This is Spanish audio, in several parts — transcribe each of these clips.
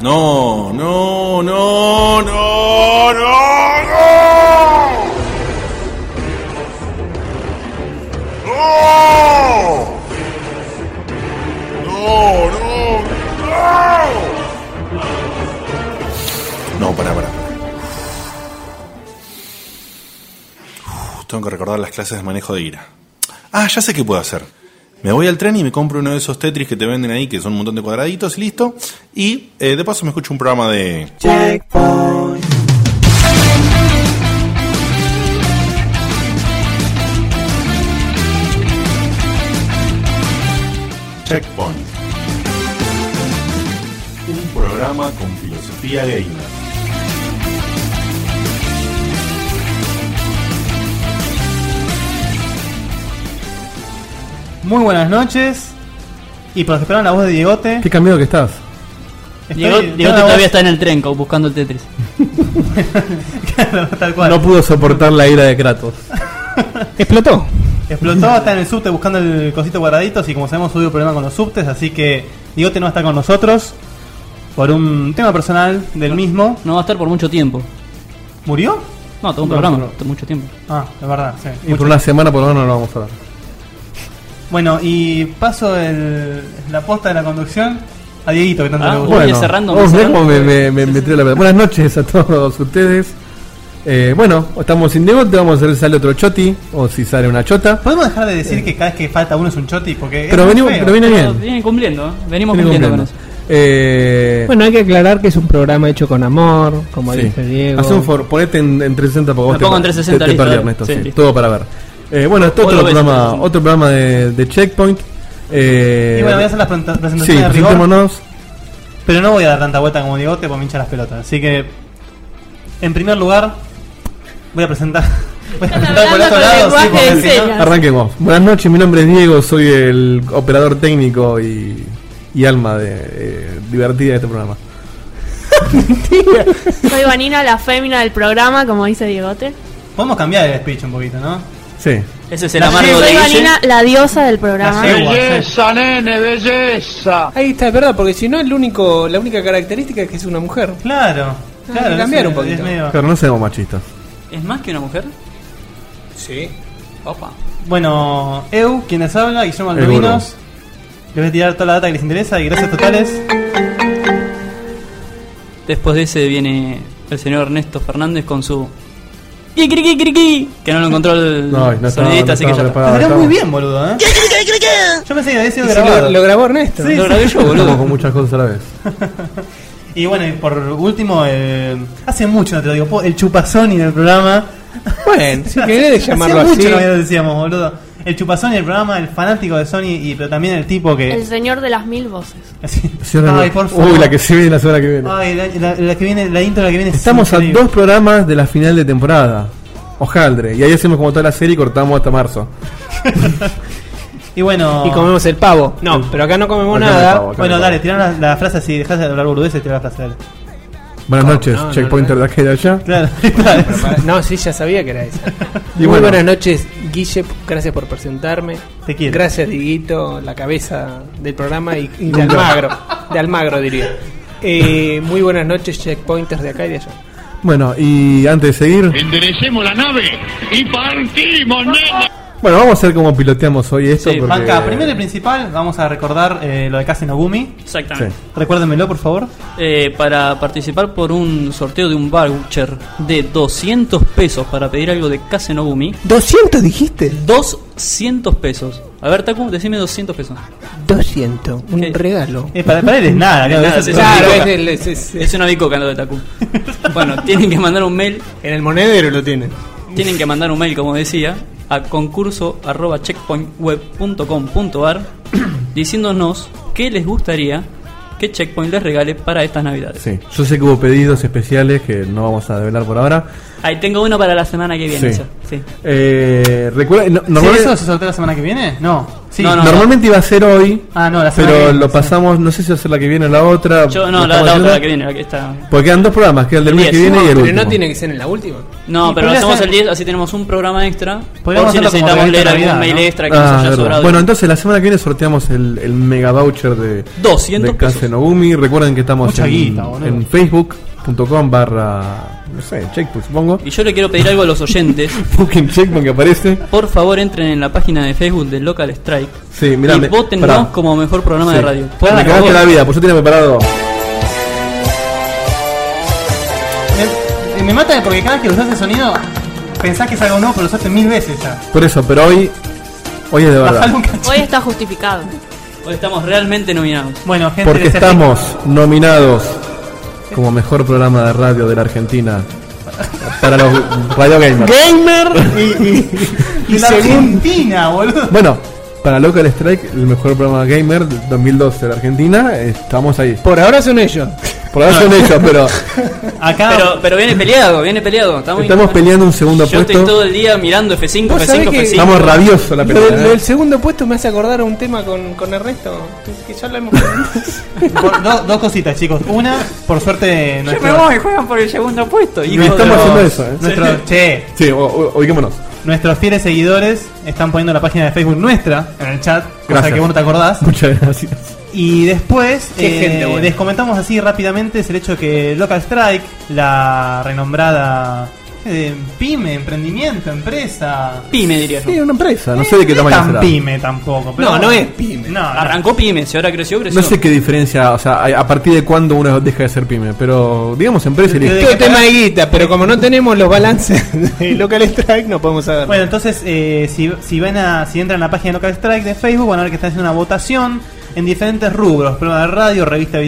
No, no, no, no, no, no. No. No, no, no. No, para, para. Tengo que recordar las clases de manejo de ira. Ah, ya sé qué puedo hacer. Me voy al tren y me compro uno de esos Tetris que te venden ahí, que son un montón de cuadraditos y listo. Y eh, de paso me escucho un programa de... Checkpoint. Checkpoint. Un programa con filosofía gamer. Muy buenas noches. Y para los que esperaban la voz de Diegote. Qué cambiado que estás. estoy- Diego, Diego tengo la todavía voz- está en el tren co- buscando el Tetris. tal cual. No pudo soportar la ira de Kratos. Explotó. Explotó, está en el subte buscando el cosito guardaditos y como sabemos hubo problema con los subtes, así que Diegote no va a estar con nosotros por un tema personal del mismo. No va a estar por mucho tiempo. ¿Murió? No, todo un No, programa, no. todo mucho tiempo. Ah, es verdad, sí. Y Mucho- por una semana por lo menos no lo vamos a hablar. Bueno, y paso el, la posta de la conducción a Dieguito que tanto Ah, le gusta. Voy cerrando, vamos a ver cerrando. cómo me, me- me- me tiro la pelota. Buenas noches a todos ustedes. Eh, bueno, estamos sin degote, vamos a ver si sale otro choti o si sale una chota. Podemos dejar de decir que cada vez que falta uno es un choti porque es Eh. Pero, muy venimos, feo. pero viene bien. Pero Vienen cumpliendo, ¿eh? venimos Viene cumpliendo, cumpliendo. con eso. Eh, Bueno, hay que aclarar que es un programa hecho con amor, como sí. dice Diego. Haz un favor, ponete en, en 360 porque vos Me pongo te, en 360, te- te listo, perdí, dale. Ernesto, Sí, sí, listo. todo para ver. Eh, bueno, esto es Vos otro lo ves en programa, 360. otro programa de, de Checkpoint. Eh, Y bueno, voy a hacer las presenta- presentaciones sí, pues, de rigor. presentémonos. Pero no voy a dar tanta vuelta como Diegote porque me hincha las pelotas. Así que, en primer lugar, voy a presentar. Voy a presentar por el otro lado. sí, porque lenguaje de si no- señas. Arranquemos. Buenas noches, mi nombre es Diego, soy el operador técnico y, y alma de, eh, divertida de este programa. Soy Vanina, la fémina del programa, como dice Diegote. Podemos cambiar el speech un poquito, ¿no? Sí. Ese es el La amargo llevo, de Soy Guille. Vanina, la diosa del programa. La yegua, sí. nene, belleza. Ah, Ahí está, es verdad, porque si no, el único, la única característica es que es una mujer. Claro, Hay claro. que cambiar es- un poquito. es medio- Pero no seamos machistas. ¿Es más que una mujer? Sí. Opa. Bueno, Eu, quien les habla, Guillermo El Aldovinos. Les voy a tirar toda la data que les interesa y gracias totales. Ah, Después de ese viene el señor Ernesto Fernández con su. ¡Kikirikikiriki! Que no lo encontró el No, no estaba- sonidista, no así que ya estaba está. preparado. Te salió muy estamos- bien, boludo, ¿eh? Yo pensé que había sido Lo, grabado. lo grabó Ernesto. Sí. Lo grabé yo, Estamos boludo. con muchas cosas a la vez. Y bueno, y por último, eh, hace mucho no te lo digo, po- el chupazoni del programa. Bueno, si querés llamarlo Hace mucho así. no lo decíamos, boludo. El chupazón y el programa, el fanático de Sony, y, pero también el tipo que. El señor de las mil voces. Sí, ahora Ay, no. por favor. Uy, la que se viene la semana que viene. Ay, la, la- la que viene, la intro de la que viene. es Estamos a increíble. dos programas de la final de temporada. Ojaldre. Y ahí hacemos como toda la serie y cortamos hasta marzo. Y bueno. Y comemos el pavo. No, pero acá no comemos Acá no nada. hay pavo. bueno, dale, tirá la, la frase así, dejás de hablar boludeces, tirá la frase, dale. Buenas noches, no, no, checkpointer de acá y de allá. Claro, Para- No, sí, ya sabía que era esa. Y Muy bueno. buenas noches, Guille. Gracias por presentarme. Te quiero. Gracias, Diguito, la cabeza del programa y, y de Almagro. De Almagro, diría. Eh, muy buenas noches, checkpointers de acá y de allá. Bueno, y antes de seguir, Enderecemos la nave y partimos, nene. bueno, vamos a hacer como piloteamos hoy esto. Sí, porque... Banca, primero y principal, vamos a recordar eh, lo de Kase Nogumi. Sí. Exactamente. Recuérdenmelo, por favor. Eh, para participar por un sorteo de un voucher de 200 pesos para pedir algo de Kazenogumi. ¿200 dijiste? 200 pesos. A ver, Taku, decime 200 pesos. 200. Un Eh, regalo. Eh, para, para él es nada, claro, Nada, eso- sí, sí. Claro, es es, una el- es- es- Es una bicoca lo de Taku. bueno, tienen que mandar un mail, en el monedero lo tienen. tienen que mandar un mail, como decía, a concurso@checkpointweb.com.ar diciéndonos qué les gustaría que Checkpoint les regale para estas Navidades. Sí, yo sé que hubo pedidos especiales que no vamos a develar por ahora. Ahí tengo uno para la semana que viene. Sí. ya, sí. Eh, recuerda, no- ¿Sí, normalmente- ¿Eso se sortea la semana que viene? No. Sí. No, no, Normalmente iba a ser hoy, Ah, no, la semana que pero viene, lo sí. pasamos, no sé si va a ser la que viene o la otra. Yo, lo no, la, estamos la otra, la haciendo. que viene, la que está. Porque quedan dos programas, que el del mes que Diez. viene y el Pero último. no tiene que ser en la última. No, pero lo podría hacemos ser- el 10, así tenemos un programa extra. Podríamos Por si hacerlo como necesitamos regalito leer de algún Navidad, mail ¿no? extra que Ah, nos haya verdad. sobrado. Bueno, entonces la semana que viene sorteamos el, el mega voucher de, 200 de pesos. Case Nogumi. Recuerden que estamos Mucha en, guita, boludo. en facebook.com barra, no sé, checkpoint supongo. y yo le quiero pedir algo a los oyentes. Fucking checkpoint que aparece. Por favor, entren en la página de Facebook de Local Strike Sí, mirá, y me- votennos pará. como mejor programa de Sí. radio. Por Me favor. cagaste la vida, pues yo tenía preparado. eh, Me, me mata porque cada vez que usás ese sonido pensás que es algo nuevo, pero lo usaste mil veces ya. Por eso, pero hoy, hoy es de Bajalo un verdad. cachito. Hoy está justificado. Hoy estamos realmente nominados. Bueno, gente, Porque les- estamos nominados como mejor programa de radio de la Argentina para los Radio Gamers. Y la Argentina, boludo. Bueno, para Local Strike, el mejor programa gamer del 2012 de la Argentina, estamos ahí. Por ahora son ellos. Por ahora son ellos, pero Acá. Pero, pero viene peleado, viene peleado. Estamos, estamos peleando un segundo Yo estoy todo puesto. el día mirando F5, ¿Vos F5, sabés que- F5. Estamos rabiosos la Lo, del- lo pelea. del ¿eh? segundo puesto me hace acordar a un tema con, con Ernesto. Que, que ya lo hemos Por- do- dos cositas, chicos. Una, por suerte, Yo nuestro. me voy, juegan por el segundo puesto. hijo Y estamos de- haciendo eso, ¿eh? nuestro- che, Sí, o- o- ubiquémonos. nuestros fieles seguidores están poniendo la página de Facebook nuestra en el chat, cosa Gracias. que vos no te acordás. Muchas gracias. Y después Qué eh, gente buena. les comentamos así rápidamente es el hecho de que Local Strike, la renombrada eh, pyme, emprendimiento, empresa. Pyme, diría yo. Sí, una empresa, no sé de qué Eh, no es tamaño tan será. pyme tampoco. Pero No, no es pyme. No, no. Arrancó Pyme, si ahora creció, creció. No sé qué diferencia, o sea, a a partir de cuándo uno deja de ser pyme, pero digamos empresa y Desde listo. Todo tema de guita, pero como no tenemos los balances de Local Strike, no podemos saber. Bueno, entonces, eh, si, si van a, si entran a la página de Local Strike de Facebook, van a ver que están haciendo una votación en diferentes rubros: programa de radio, revista de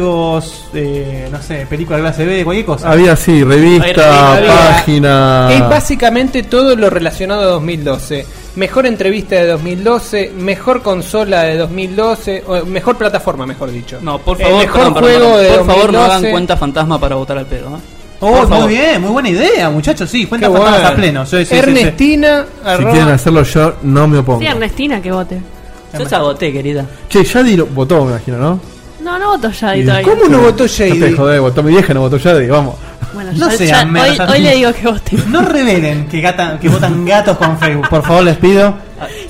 videojuegos, eh, no sé, película clase B, cualquier cosa. Había sí, revista, Había- página. Es básicamente todo lo relacionado a 2012. Mejor entrevista de 2012, mejor consola de 2012, o mejor plataforma, mejor dicho. No, por El favor, mejor perdón, perdón, juego perdón. de por favor no 2012. hagan cuenta fantasma para votar al pedo. ¿eh? Por Oh, muy favor. bien, muy buena idea, muchachos. Sí, Qué cuenta fantasmas bueno. a pleno. Sí, sí, sí, sí. Ernestina, Si arroba- quieren hacerlo yo, no me opongo. Sí, Ernestina que vote. Yo saboté, querida. Che, Yadi lo- votó, me imagino, ¿no? No, no voto ya ¿Y de todavía. ¿Cómo no votó No te Shady? jodés, votó mi vieja, no votó Yadi, vamos. Bueno, No ya- sean ya- menos hoy, hoy argentinos. le digo que vote. No revelen que, gata- que votan gatos con Facebook, por favor, les pido.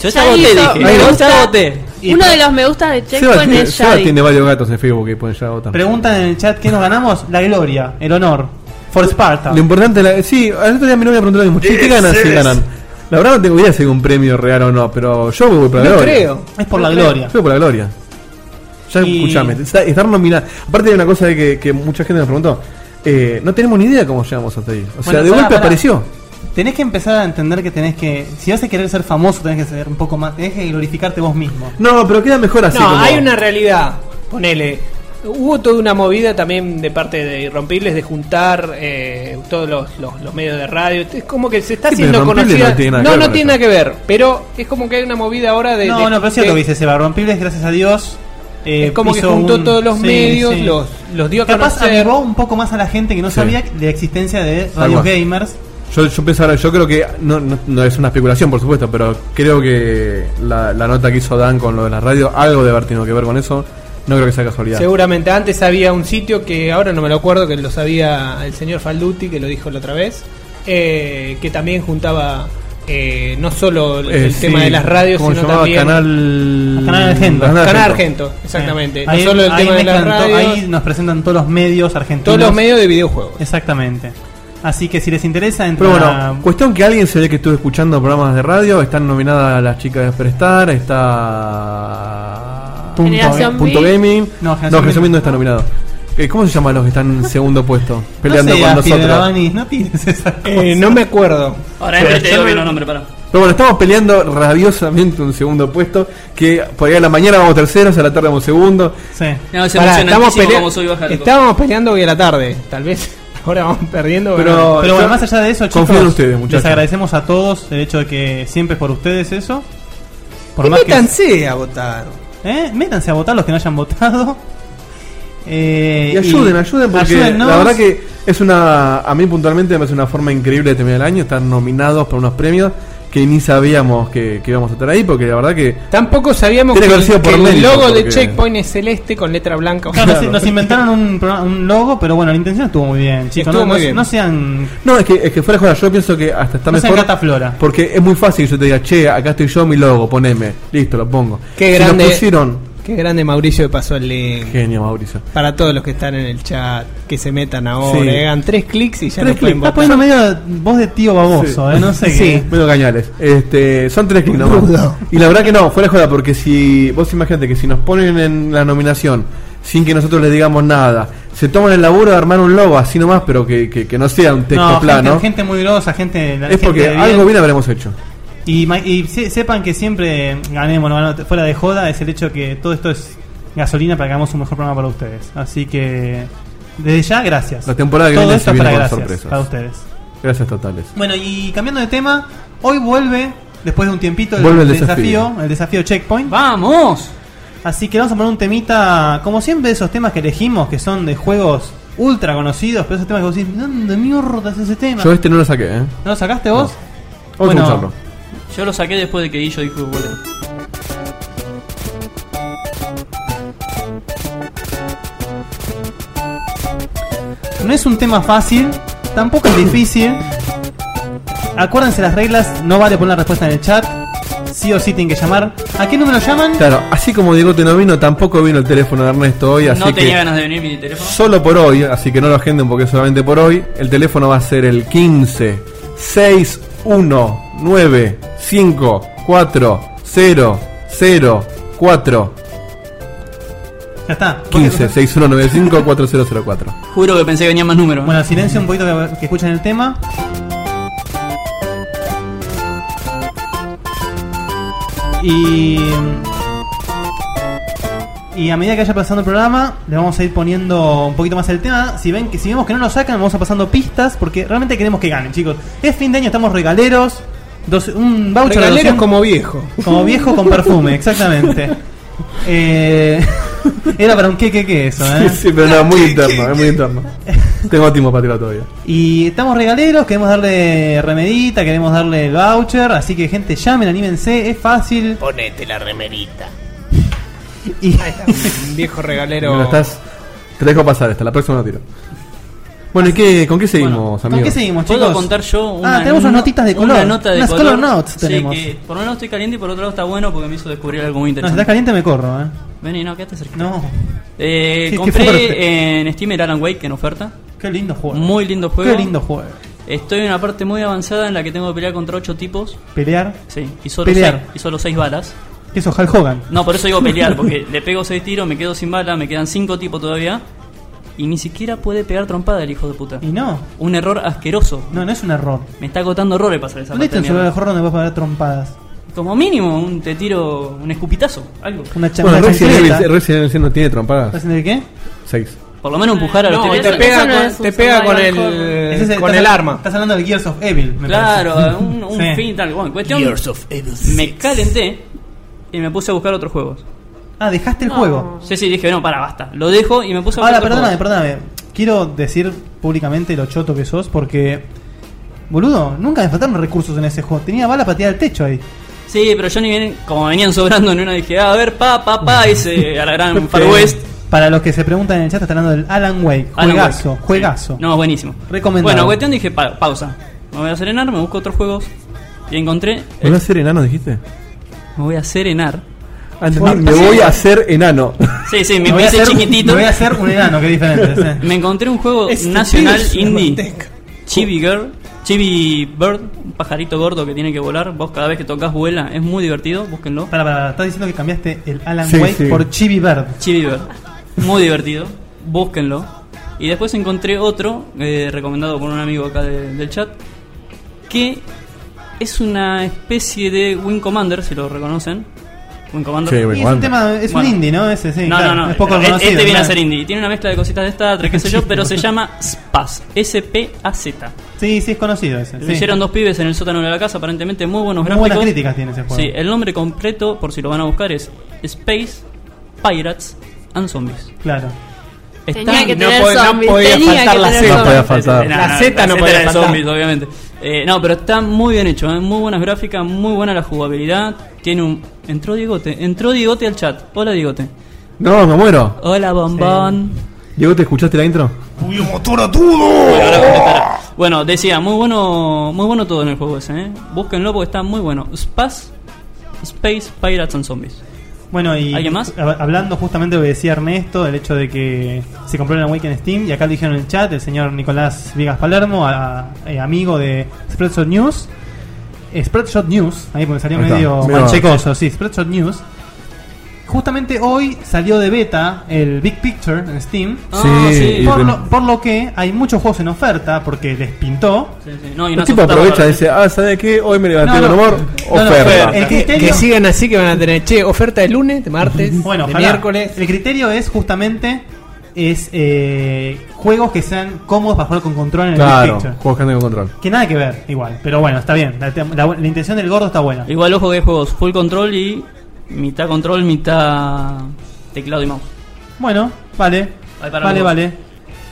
Yo Ya saboté, hizo, dije. me Yo gusta. saboté. Y Uno pre- de los me gusta de Seba Checkpoint tiene, es Seba Shadi. tiene varios gatos en Facebook que pueden ya votar. Preguntan en el chat qué nos ganamos: la gloria, el honor. For Sparta. Lo importante es la. Sí, al otro día mi novia preguntó lo mismo. Che, ¿qué ganan si ganan? La verdad no tengo idea si hay un premio real o no, pero yo voy por la No gloria. creo. Es por la Yo gloria. voy por la gloria. Ya Y- escuchame, está- estar nominado. Aparte de una cosa de que, que mucha gente nos preguntó, eh, no tenemos ni idea cómo llegamos hasta ahí. O sea, Bueno, pará, de golpe pará. apareció. Tenés que empezar a entender que tenés que. Si vas a querer ser famoso, tenés que ser un poco más. Tenés que glorificarte vos mismo. No, pero queda mejor así. No, como- hay una realidad. Ponele. Hubo toda una movida también de parte de Irrompibles de juntar eh, todos los, los- los medios de radio. Es como que se está Sí, pero haciendo Irrompibles conocida. no tiene nada que no, ver no con tiene eso. nada que ver. Pero es como que hay una movida ahora de. No, de- no, pero es cierto de- que dice Seba. Rompibles, gracias a Dios. eh, Es como que hizo juntó un- todos los sí, medios, sí. Los, los dio a Capaz conocer. avivó un poco más a la gente que no Sí. sabía de la existencia de Radio cual. Gamers. Yo, yo pensaba, yo creo que, no, no, no es una especulación por supuesto, pero creo que la, la nota que hizo Dan con lo de la radio, algo de haber tenido que ver con eso, no creo que sea casualidad. Seguramente antes había un sitio que ahora no me lo acuerdo, que lo sabía el señor Falduti, que lo dijo la otra vez, eh, que también juntaba eh, no solo el, Eh, el sí, tema de las radios, ¿cómo se sino llamaba? también Canal... Canal Argento. Canal Argento, exactamente. Ahí- no solo el Eh, ahí tema de las mezclan to- radios, Ahí nos presentan todos los medios argentinos. todos los medios de videojuegos. Exactamente. Así que si les interesa, entran Pero a- bueno, cuestión que alguien se ve que estuvo escuchando programas de radio, están nominadas las chicas de Prestar, está... Punto Generación Punto B. Gaming. No, No, Generación Generación B. B no está nominado. Eh, ¿Cómo se llaman los que están en segundo puesto? No Peleando seas con nosotros. Fiebravanis, no tires esa cosa. Eh, no me acuerdo. Ahora entre te digo bien los nombres, para. Pero bueno, estamos peleando rabiosamente un segundo puesto, que por ahí a la mañana vamos terceros, a la tarde vamos segundo. Sí. No, es Pará, estamos, emocionantísimo pelea- como soy bajando. estábamos peleando hoy a la tarde, tal vez. Ahora vamos perdiendo. Pero- Pero bueno, Yo más allá de eso, chicos, confío en ustedes, muchachos. les agradecemos a todos el hecho de que siempre es por ustedes eso. Por Y más que- métanse a votar. ¿Eh? Métanse a votar los que no hayan votado. Eh, Y ayuden, ayuden, porque ayúdennos. la verdad que es una. A mí puntualmente me parece una forma increíble de terminar el año, estar nominados para unos premios. que ni sabíamos que, que íbamos a estar ahí, porque la verdad que. Tampoco sabíamos Tiene que, que haber sido por que el mérito, logo de porque- Checkpoint es celeste con letra blanca. Claro, nos- Nos inventaron un, pro- un logo, pero bueno, la intención estuvo muy bien, chicos. Estuvo no, muy no- bien. no sean. No, es que, es que fuera de joda, yo pienso que hasta está No sean mejor. cataflora. Porque es muy fácil que yo te diga, che, acá estoy yo, mi logo, poneme. Listo, lo pongo. Qué Si grande. Lo pusieron. Qué grande Mauricio de pasó el link. Genio, Mauricio. Para todos los que están en el chat, que se metan ahora, Sí. eh, hagan tres clics y ya Tres lo pueden Está votar. poniendo medio voz de tío baboso, Sí. eh, no sé Sí, qué. medio cañales. Este, son tres clics nomás. Y la verdad que no, fuera de joda, porque si vos imagínate que si nos ponen en la nominación sin que nosotros les digamos nada, se toman el laburo de armar un logo así nomás, pero que, que, que no sea un texto No, gente- plano. Gente, muy grosa, gente. la es gente porque de bien. algo bien habremos hecho. Y, ma- y se- sepan que siempre ganemos, no, no, fuera de joda, es el hecho que todo esto es gasolina para que hagamos un mejor programa para ustedes. Así que. Desde ya, gracias. La temporada que Todo viene esto se es viene para con gracias. sorpresas. Para ustedes. Gracias totales. Bueno, y cambiando de tema, hoy vuelve, después de un tiempito, Vuelve el desafío. el desafío Checkpoint. ¡Vamos! Así que vamos a poner un temita, como siempre, de esos temas que elegimos, que son de juegos ultra conocidos, pero esos temas que vos decís, ¿dónde mierda es ese tema? Yo este no lo saqué, ¿eh? ¿No lo sacaste vos? Vamos a escucharlo. Yo lo saqué después de que Guillo dijo que vuelve. No es un tema fácil, tampoco es difícil. Acuérdense las reglas, no vale poner la respuesta en el chat. Sí o sí tienen que llamar. ¿A qué número llaman? Claro, así como Diego te no vino, tampoco vino el teléfono de Ernesto hoy, así No que tenía ganas de venir mi teléfono. solo por hoy, así que no lo agenden porque es solamente por hoy, el teléfono va a ser el 15 6 1 9 5 4 0 0 4 Ya está. 15 6 1 9 5 4 0 0 4. Juro que pensé que venía más números. ¿eh? Bueno, silencio un poquito que, que escuchen el tema. Y. Y a medida que vaya pasando el programa, le vamos a ir poniendo un poquito más el tema. Si ven que si vemos que no lo sacan, vamos a pasando pistas porque realmente queremos que ganen, chicos. Es fin de año, estamos regaleros. Dos- un voucher de Regaleros 200 como viejo. como viejo con perfume, exactamente. Eh, era para un que que que eso, ¿eh? Sí, sí, pero no, muy interno, es muy interno. Tengo tiempo para tirarlo todavía. Y estamos regaleros, queremos darle remedita, queremos darle el voucher, así que gente llamen, anímense, es fácil. Ponete la remerita. Y, Un viejo Me regalero. la estás- te la dejo pasar esta, la próxima no tiro. Bueno, ¿y qué, con qué seguimos, ¿Con amigos? qué seguimos, chicos? ¿Puedo contar yo Ah, tenemos unas no- notitas de color. Una nota de unas color. color, notes Sí, tenemos. que por un lado estoy caliente y por otro lado está bueno porque me hizo descubrir algo muy No, si estás interesante. caliente me corro, eh. Vení, no, quédate cerca. No, Eh, Sí, qué compré fuerte. en Steam el Alan Wake en oferta. qué lindo juego. Muy lindo juego. Qué lindo juego. Estoy en una parte muy avanzada en la que tengo que pelear contra ocho tipos. Pelear. Sí, y solo, Pelear. seis- y solo seis balas. ¿Qué eso, Hal Hogan? No, por eso digo pelear, porque le pego seis tiros, me quedo sin bala, me quedan cinco tipos todavía. Y ni siquiera puede pegar trompada el hijo de puta. Y no, Un error asqueroso. no, no es un error. Me está agotando horrores pasar esa ¿Dónde parte. está de un celular mierda. de horror donde vas a pagar trompadas? Como mínimo, un te tiro, un escupitazo, algo. Una chamba Bueno, de Resident chancleta. Evil, Resident Evil 100 no tiene trompadas. ¿Resident Evil qué? Eh, 6. Por lo menos empujar a los No, tipos. te Eso- eso no pega, es con, un te pega con survival Ese es el, eh, con estás- el arma. Estás hablando de Gears of Evil, me Claro, parece. un, un Sí. fin tal cual. Cuestión, me calenté y me puse a buscar otros juegos. Ah, dejaste el No. juego. Sí, sí, dije, eh. no, para, basta. Lo dejo y me puse a buscar Ahora, otros perdóname, juegos. perdóname. Quiero decir públicamente lo choto que sos porque. Boludo, nunca me faltaron recursos en ese juego. Tenía bala para tirar al techo ahí. Sí, pero yo ni bien, como venían sobrando en una, dije, ah, a ver, pa, pa, pa, ese, a la gran Far Eh, West. Para los que se preguntan en el chat, está hablando del Alan Wake. Alan juegazo, Wake. juegazo. Ah, Sí. No, buenísimo. Recomendado. Bueno, cuestión dije, pa- pausa. Me voy a serenar, me busco otros juegos. Y encontré. eh, ¿Me voy a hacer enano, dijiste? Ah, Me voy a serenar. me, voy a hacer enano. Sí, sí, me, voy a hice hacer- chiquitito. Me voy a hacer un enano, que diferente. sí. Me encontré un juego Este nacional pibe es una indie. manteca. Chibi Girl. Chibi Bird, un pajarito gordo que tiene que volar. Vos cada vez que tocas vuela. Es muy divertido, búsquenlo. Para, para, para, estás diciendo que cambiaste el Alan Sí, Wake sí. por Chibi Bird. Chibi Bird. Muy divertido, búsquenlo. Y después encontré otro, eh, recomendado por un amigo acá de- del chat, que es una especie de Wing Commander, si lo reconocen. Wing Commander. Sí, Wing Y es Bueno. un tema, es Bueno. un indie, ¿no? Ese, sí, No, claro, no, no. Es poco e- conocido. este viene claro. a ser indie. Tiene una mezcla de cositas de esta, qué sé yo, pero se llama Spaz. S-P-A-Z. Sí, sí, es conocido ese. Lo sí. hicieron dos pibes en el sótano de la casa, aparentemente muy buenos Muy gráficos. buenas críticas tiene ese juego. Sí, el nombre completo, por si lo van a buscar, es Space, Pirates and Zombies. Claro. Tenía que no tener po- no zombies. podía tenía faltar que la tener Z. No podía zombies. faltar. La Z no la podía era de faltar. zombies, obviamente. Eh, no, pero está muy bien hecho, ¿eh? muy buenas gráficas, muy buena la jugabilidad. Tiene un. Entró Diegote, entró Diegote al chat. Hola Diegote. No, me muero. Hola bombón. Diego, ¿te escuchaste la intro? ¡Uy, motor todo! Bueno, ahora contestará. Bueno, decía, muy bueno, muy bueno todo en el juego ese, ¿eh? Búsquenlo porque está muy bueno. Space, Space Pirates and Zombies. Bueno, y ¿Alguien más? hab- hablando justamente de lo que decía Ernesto, del hecho de que se compró en Awaken en Steam, y acá lo dijeron en el chat, el señor Nicolás Viegas Palermo, a- eh, amigo de Spreadshot News. Eh, Spreadshot News, ahí porque salió Ahí está, medio mira. manchecoso, sí, Spreadshot News. Justamente hoy salió de beta el Big Picture en Steam. Ah, sí. y- Por pero- lo, por lo que hay muchos juegos en oferta porque les pintó. Sí, sí. No, y El no tipo se asustaba aprovecha y para- dice, ah, ¿sabes qué? Hoy me levanté No, con no. humor, No, no, oferta. El Que- criterio- que sigan así que van a tener, che, oferta de lunes, de martes, Bueno, de ojalá. miércoles. El criterio es justamente es eh, juegos que sean cómodos para jugar con control en el Big Claro, Picture. juegos que andan con control. Que nada que ver, igual. Pero bueno, está bien. La, la- la intención del gordo está buena. Igual ojo que hay juegos full control y mitad control, mitad teclado y mouse. Bueno, vale. Ahí para Vale, los vale.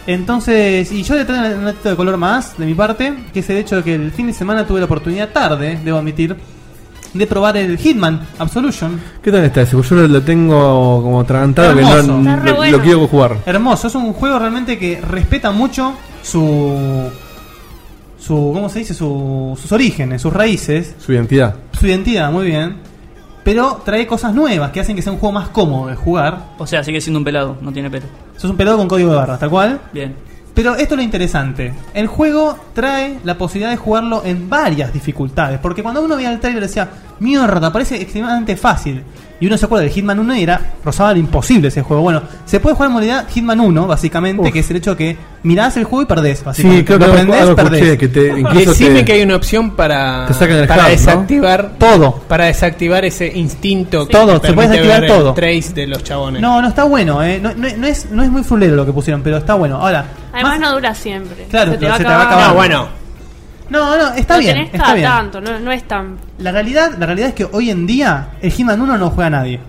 Entonces, y yo le traigo un ratito de color más de mi parte, que es el hecho de que el fin de semana tuve la oportunidad tarde, debo admitir, de probar el Hitman Absolution. ¿Qué tal está ese? Pues Yo lo, lo tengo como atragantado que no, Hermoso. Está re lo- bueno. lo quiero jugar. Hermoso, es un juego realmente que respeta mucho su. su ¿Cómo se dice? Su- sus orígenes, sus raíces, Su identidad. su identidad, muy bien. Pero trae cosas nuevas que hacen que sea un juego más cómodo de jugar. O sea, sigue siendo un pelado, no tiene pelo. Sos un pelado con código de barras, tal cual. Bien. Pero esto es lo interesante. El juego trae la posibilidad de jugarlo en varias dificultades. Porque cuando uno veía el trailer decía, mierda, parece extremadamente fácil. Y uno se acuerda de Hitman 1 y era rosado imposible ese juego. Bueno, se puede jugar en modalidad Hitman 1, básicamente, Uf. que es el hecho que mirás el juego y perdés, básicamente. Sí, creo que lo algo- prendés, algo perdés. escuché que te, incluso Decime te- que hay una opción para, te sacan el para hub, ¿no? desactivar Todo. Para desactivar ese instinto. que Todo, te se puede permite desactivar ver el todo. Trace de los chabones. No, no está bueno, eh. No, no- no es, no es muy fulero lo que pusieron, pero está bueno. Ahora, Además más- no dura siempre. Claro, se te pero va a se te va a acabar. acabar. No, bueno. no, no, está Lo bien. tenés Está cada bien. tanto, no, no es tan. La realidad, la realidad es que hoy en día el Hitman 1 no juega a nadie.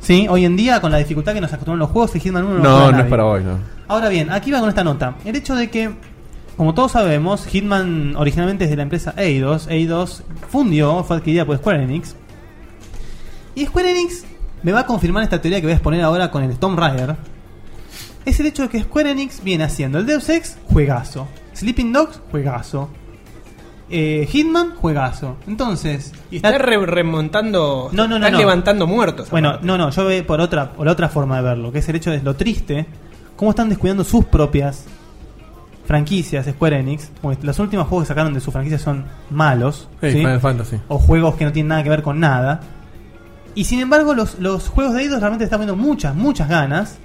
¿Sí? Hoy en día, con la dificultad que nos acostumbran los juegos, el Hitman 1 no, juega a No, no nadie. es para hoy, no. Ahora bien, aquí va con esta nota. El hecho de que, como todos sabemos, Hitman originalmente es de la empresa Eidos. Eidos fundió, fue adquirida por Square Enix. Y Square Enix me va a confirmar esta teoría que voy a exponer ahora con el Tomb Raider. Es el hecho de que Square Enix viene haciendo el Deus Ex, juegazo. Sleeping Dogs, juegazo. Eh, Hitman, juegazo. Entonces, Y la- está re- remontando. No, no, no, Están no. levantando muertos. bueno, aparte. no, no, yo veo por otra, por otra forma de verlo, que es el hecho de lo triste, cómo están descuidando sus propias franquicias Square Enix, porque los últimos juegos que sacaron de sus franquicias son malos, Sí, ¿sí? Final Fantasy. o juegos que no tienen nada que ver con nada. Y sin embargo, los, los juegos de Eidos realmente están poniendo muchas, muchas ganas.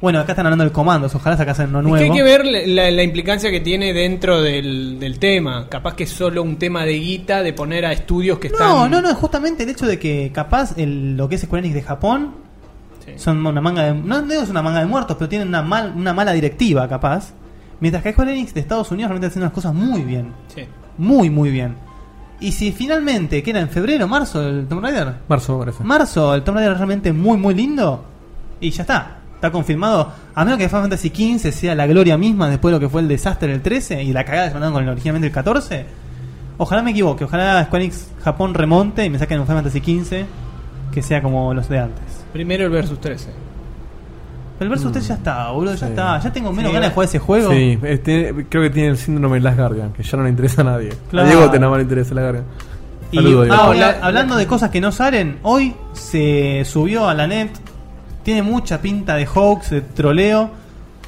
Bueno, acá están hablando del comandos, ojalá sacasen uno Es nuevo. que hay que ver la, la implicancia que tiene dentro del, del tema. Capaz que es solo un tema de guita, de poner a estudios que están. No, no, no, justamente el hecho de que capaz el- lo que es Square Enix de Japón Sí. son una manga de. No, no es una manga de muertos, pero tienen una, mal, una mala directiva, capaz. Mientras que Square Enix de Estados Unidos realmente está haciendo las cosas muy bien. Sí. Muy, muy bien. Y si finalmente, que era en febrero, marzo, el Tomb Raider. Marzo, parece. Marzo, el Tomb Raider realmente muy, muy lindo. Y ya está. Está confirmado. A menos que Final Fantasy XV sea la gloria misma después de lo que fue el desastre del 13 y la cagada que se mandaron con el originalmente el 14. Ojalá me equivoque. Ojalá Square Enix Japón remonte y me saquen un Final Fantasy XV que sea como los de antes. Primero el Versus 13. Pero el versus usted ya está, boludo. Ya Mm. Sí. está. Ya tengo menos Sí, ganas de jugar ese juego. Sí, este, creo que tiene el síndrome de Last Guardian, que ya no le interesa a nadie. Claro. A Diego te nada más le interesa Last Guardian. Y Saludo, Diego. ah, Hola. habla- hablando de cosas que no salen, hoy se subió a la net. Tiene mucha pinta de hoax, de troleo.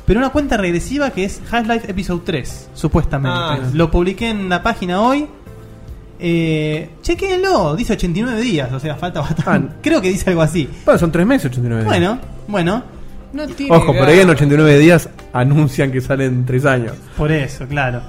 Pero una cuenta regresiva que es Half-Life Episode 3, supuestamente. Ah. Lo publiqué en la página hoy. Eh, chequéenlo, dice 89 días, o sea, falta bastante. Ah. Creo que dice algo así. Bueno, son 3 meses, 89 días. Bueno, bueno, No tiene Ojo, por ahí gas. en 89 días anuncian que salen 3 años. por eso, claro.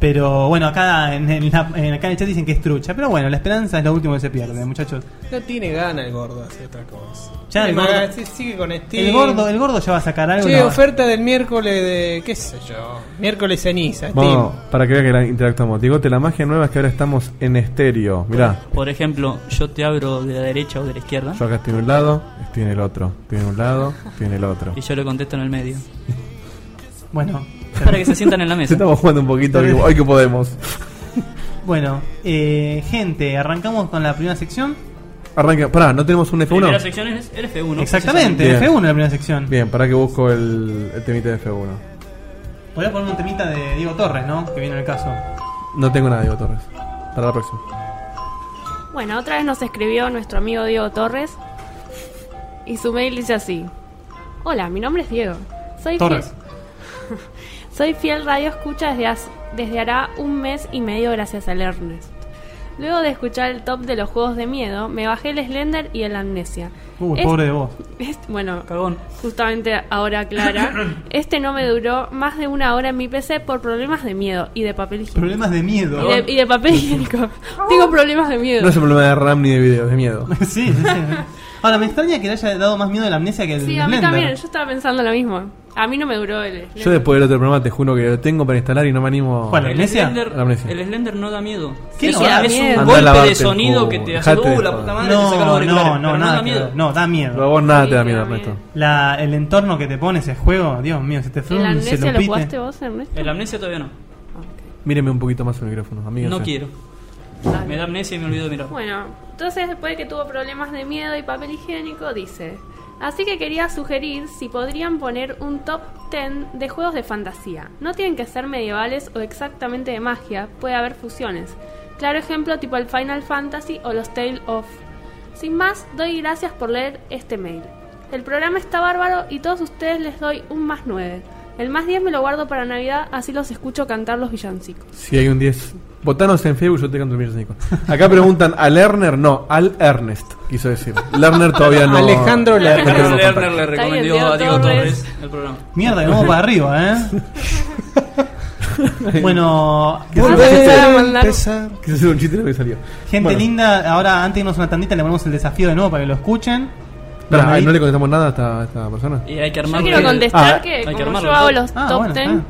Pero bueno, acá en, en la- en- acá en el chat dicen que es trucha. Pero bueno, la esperanza es lo último que se pierde, muchachos. No tiene gana el gordo de hacer otra cosa. Ya, el Tiene gordo- más- sí, sigue con Steam. El gordo, el gordo ya va a sacar algo. Che, no va- oferta del miércoles de. ¿Qué sé yo? Miércoles ceniza, Steam. Vamos, para que vea que la interactuamos. Digote, la magia nueva es que ahora estamos en estéreo. Mirá, Por ejemplo, yo te abro de la derecha o de la izquierda yo acá estoy en un lado, estoy en el otro. Estoy en un lado, estoy en el otro. y yo le contesto en el medio. Bueno, Para que se sientan en la mesa. Estamos jugando un poquito, hoy, hoy que podemos. bueno eh, gente, arrancamos con la primera sección. Arranca, pará, no tenemos un Primera F1. sección es el F1. Exactamente, pues Bien. F1 la primera sección. Bien, para que busco el, el temita de F1. Podría poner un temita de Diego Torres, ¿no? Que viene en el caso. No tengo nada, Diego Torres. Para la próxima. Bueno, otra vez nos escribió nuestro amigo Diego Torres y su mail dice así. Hola, mi nombre es Diego. Soy Torres. Fiel, soy fiel radio escucha desde, hace- desde hará un mes y medio gracias al Ernest. Luego de escuchar el top de los juegos de miedo, me bajé el Slender y el Amnesia. Uy, Es- pobre de vos. es- bueno, Cagón. justamente ahora Clara, este no me duró más de una hora en mi PC por problemas de miedo y de papel higiénico. Problemas de miedo. Y de, y de papel higiénico. Tengo problemas de miedo. No es un problema de RAM ni de videos, de miedo. sí, sí, sí. Ahora, me extraña que le haya dado más miedo la amnesia que el Sí, a mí Blender. también, yo estaba pensando lo mismo. A mí no me duró el... Yo después del otro programa te juro que lo tengo para instalar y no me animo. ¿Cuál? ¿La El amnesia? Slender, La amnesia. el Slender no da miedo. ¿Qué es no un- da es miedo? un Anda a golpe lavarte de el sonido culo, que te hace dejate de uh, la joder". puta madre, te saca los No, no, auriculares", no, nada pero no da que miedo. ver. No, da Pero a miedo. vos nada te da Sí, miedo, da Ernesto. miedo. La, el entorno que te pone ese juego, Dios mío, se te ¿El frunce, amnesia lo pite. jugaste vos, Ernesto? El amnesia todavía no. Míreme un poquito más el micrófono, amigo. No quiero. Me da amnesia y me olvido de mirar. Bueno, entonces después de que tuvo problemas de miedo y papel higiénico, dice... Así que quería sugerir si podrían poner un top 10 de juegos de fantasía. No tienen que ser medievales o exactamente de magia, puede haber fusiones. Claro ejemplo tipo el Final Fantasy o los Tale of. Sin más, doy gracias por leer este mail. El programa está bárbaro y todos ustedes les doy un más 9. El más 10 me lo guardo para Navidad, así los escucho cantar los villancicos. Si hay un 10. Votanos en Facebook, yo te canto el micrófono. Acá preguntan, ¿al Lerner? No, al Ernest, quiso decir. Lerner todavía no. Alejandro Lerner. no Carlos tenemos contacto. Lerner le Está bien, recomendó Diego a Diego Torres. Torres el programa. Mierda, que vamos para arriba, ¿eh? bueno, Quiso hacer un chiste y no me salió. gente Bueno, linda, ahora antes de irnos a una tandita le ponemos el desafío de nuevo para que lo escuchen. pará, Bueno, ahí ahí- no le contestamos nada a esta, a esta persona. Y hay que Yo armar. quiero Ah, contestar hay que que como armarlo, yo hago ¿sí? los Ah, top bueno, 10, está bien.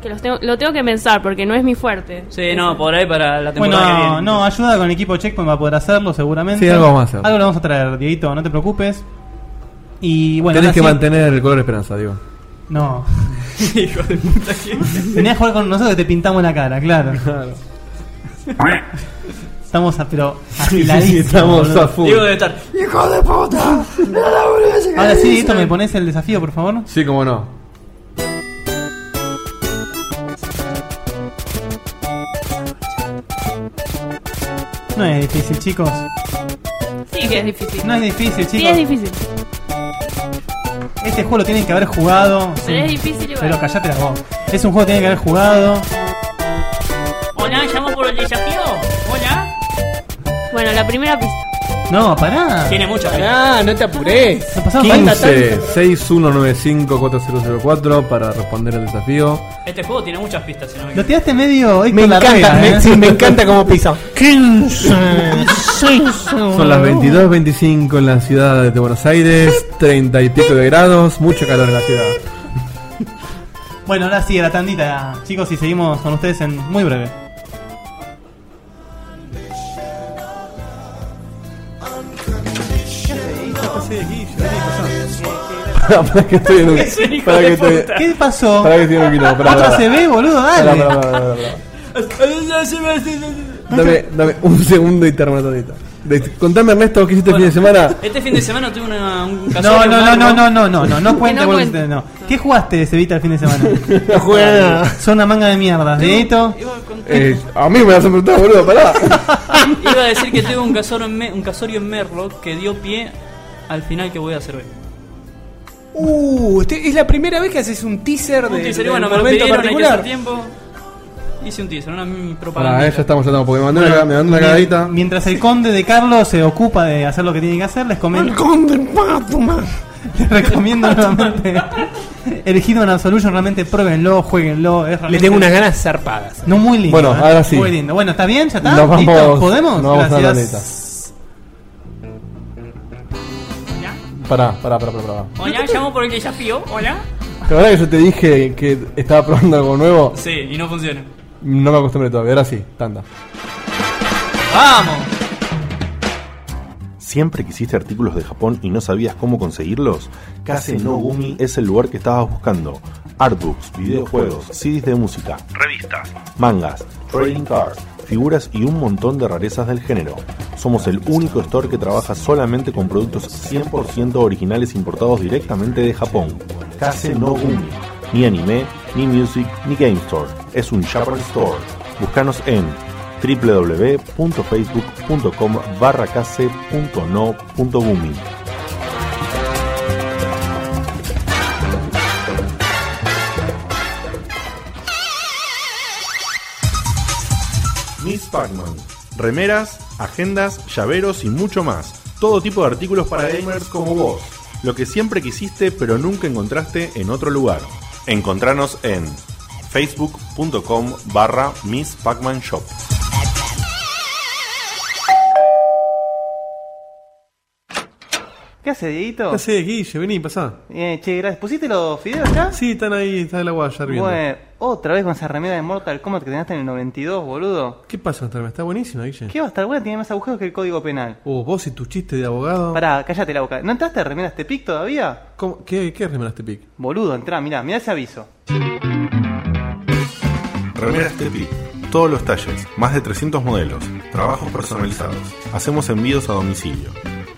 que los tengo, lo tengo que pensar porque no es mi fuerte. Sí, no, por ahí para la temporada que Bueno, viene. no, ayuda con el equipo Checkpoint va a poder hacerlo seguramente. Sí, algo vamos a hacer. Algo lo vamos a traer, Dieguito, no te preocupes. Y bueno, Tenés ahora que sí- mantener el color esperanza, digo. No, Hijo de puta, ¿quién? venías a jugar con nosotros que te pintamos la cara, claro. Estamos, a- pero afiladísimos. estamos boludo. a full. Diego debe estar. Ahora sí, Dieguito, me pones el desafío, por favor. Sí, como no. No es difícil, chicos. Sí, que es difícil. No es difícil, sí, chicos. es difícil. Este juego lo tienen que haber jugado. sí. Pero es difícil igual. Pero callate la voz. Es un juego que tienen que haber jugado. Hola, llamo por el desafío. Hola. Bueno, la primera pista. No, pará. Tiene mucha fe. Ah, no te apures. Lo pasamos falta. 15 6195 4004 para responder el desafío. Este juego tiene muchas pistas, si no me Lo equivoco. tiraste medio. Héctor Me encanta, Larreta, me, ¿eh? sí, me encanta cómo pisa. 15, Son las 22.25 en la ciudad de Buenos Aires, 30 y pico de grados, mucho calor en la ciudad. Bueno, ahora sí, a la tandita, chicos, y seguimos con ustedes en muy breve. para que estoy en un. Para que estoy, ¿Qué pasó? para que estoy en un quilombo, pará, Otra pará. se ve, boludo, Pará, pará, dale. pará, pará, pará. Dame, dame un segundo y te armo la tandita. De- Contame Ernesto, ¿qué hiciste el fin de semana? Este fin de semana tuve una, un No, casorio no, no, malo. no, no, no, no, no, no cuente, no boludo, cuente. no. ¿Qué jugaste, Cevita, el fin de semana? No juega nada. Son una manga de mierda, Dieguito. Iba a, contar- Eh, a mí me vas a preguntar, boludo, pará. iba a decir que tuve un casorio, en Me- un casorio en Merlo que dio pie al final que voy a hacer hoy. Uh, este- es la primera vez que haces un teaser de. Un teaser, y de bueno, un me lo momento este pidieron, hay que hacer particular. tiempo. Hice un teaser, una mm, propaganda. Ah, Pará, eh, ya estamos, ya estamos, porque me mandó una, me mandó una Mien- cagadita. Mientras el conde de Carlos se ocupa de hacer lo que tiene que hacer, les comento. Conde Pátuma. Les recomiendo nuevamente el Hitman Absolution. Realmente pruébenlo, jueguenlo. Es Le realmente- tengo unas ganas zarpadas. No muy lindo. Bueno, ¿eh? ahora sí. Muy lindo. Bueno, ¿está bien? ¿Ya está? Nos ¿Listo? vamos- ¿Podemos? nos vamos a la Gracias. Pará, pará, pará, pará. pará. Hola, llamo por el desafío. Hola. La verdad que yo te dije que estaba probando algo nuevo, Sí, y no funciona. no me acostumbré todavía. Ahora sí, tanda. ¡Vamos! ¿Siempre quisiste artículos de Japón y no sabías cómo conseguirlos? Kase no Gumi es el lugar que estabas buscando. Artbooks, videojuegos, CDs de música, revistas, mangas, trading cards, figuras y un montón de rarezas del género. Somos el único store que trabaja solamente con productos 100% originales importados directamente de Japón. Kase no Gumi. Ni anime, ni music, ni game store. Es un Japan store. Búscanos en www.facebook.com barra case.no.gumi. Miss Pacman. Remeras, agendas, llaveros y mucho más. Todo tipo de artículos para gamers como vos. Lo que siempre quisiste pero nunca encontraste en otro lugar. Encontranos en facebook.com barra Miss Pacman Shop. ¿Qué hace, Dieguito? sé, Guille, vení, pasá. Eh, che, gracias. ¿Pusiste los fideos acá? Sí, están ahí, está el agua ya hirviendo. Bueno, otra vez con esa remera de Mortal Kombat que tenías en el 92, boludo. ¿Qué pasa, Starman? Está buenísimo, Guille. ¿Qué va a estar buena? Tiene más agujeros que el código penal. Oh, vos y tu chiste de abogado. Pará, cállate la boca. ¿No entraste a remeras Tepic todavía? ¿Cómo? ¿Qué, qué remera este pic? Boludo, entrá, mirá, mirá ese aviso. Remeras Tepi. Todos los talles, más de 300 modelos, trabajos personalizados. Hacemos envíos a domicilio.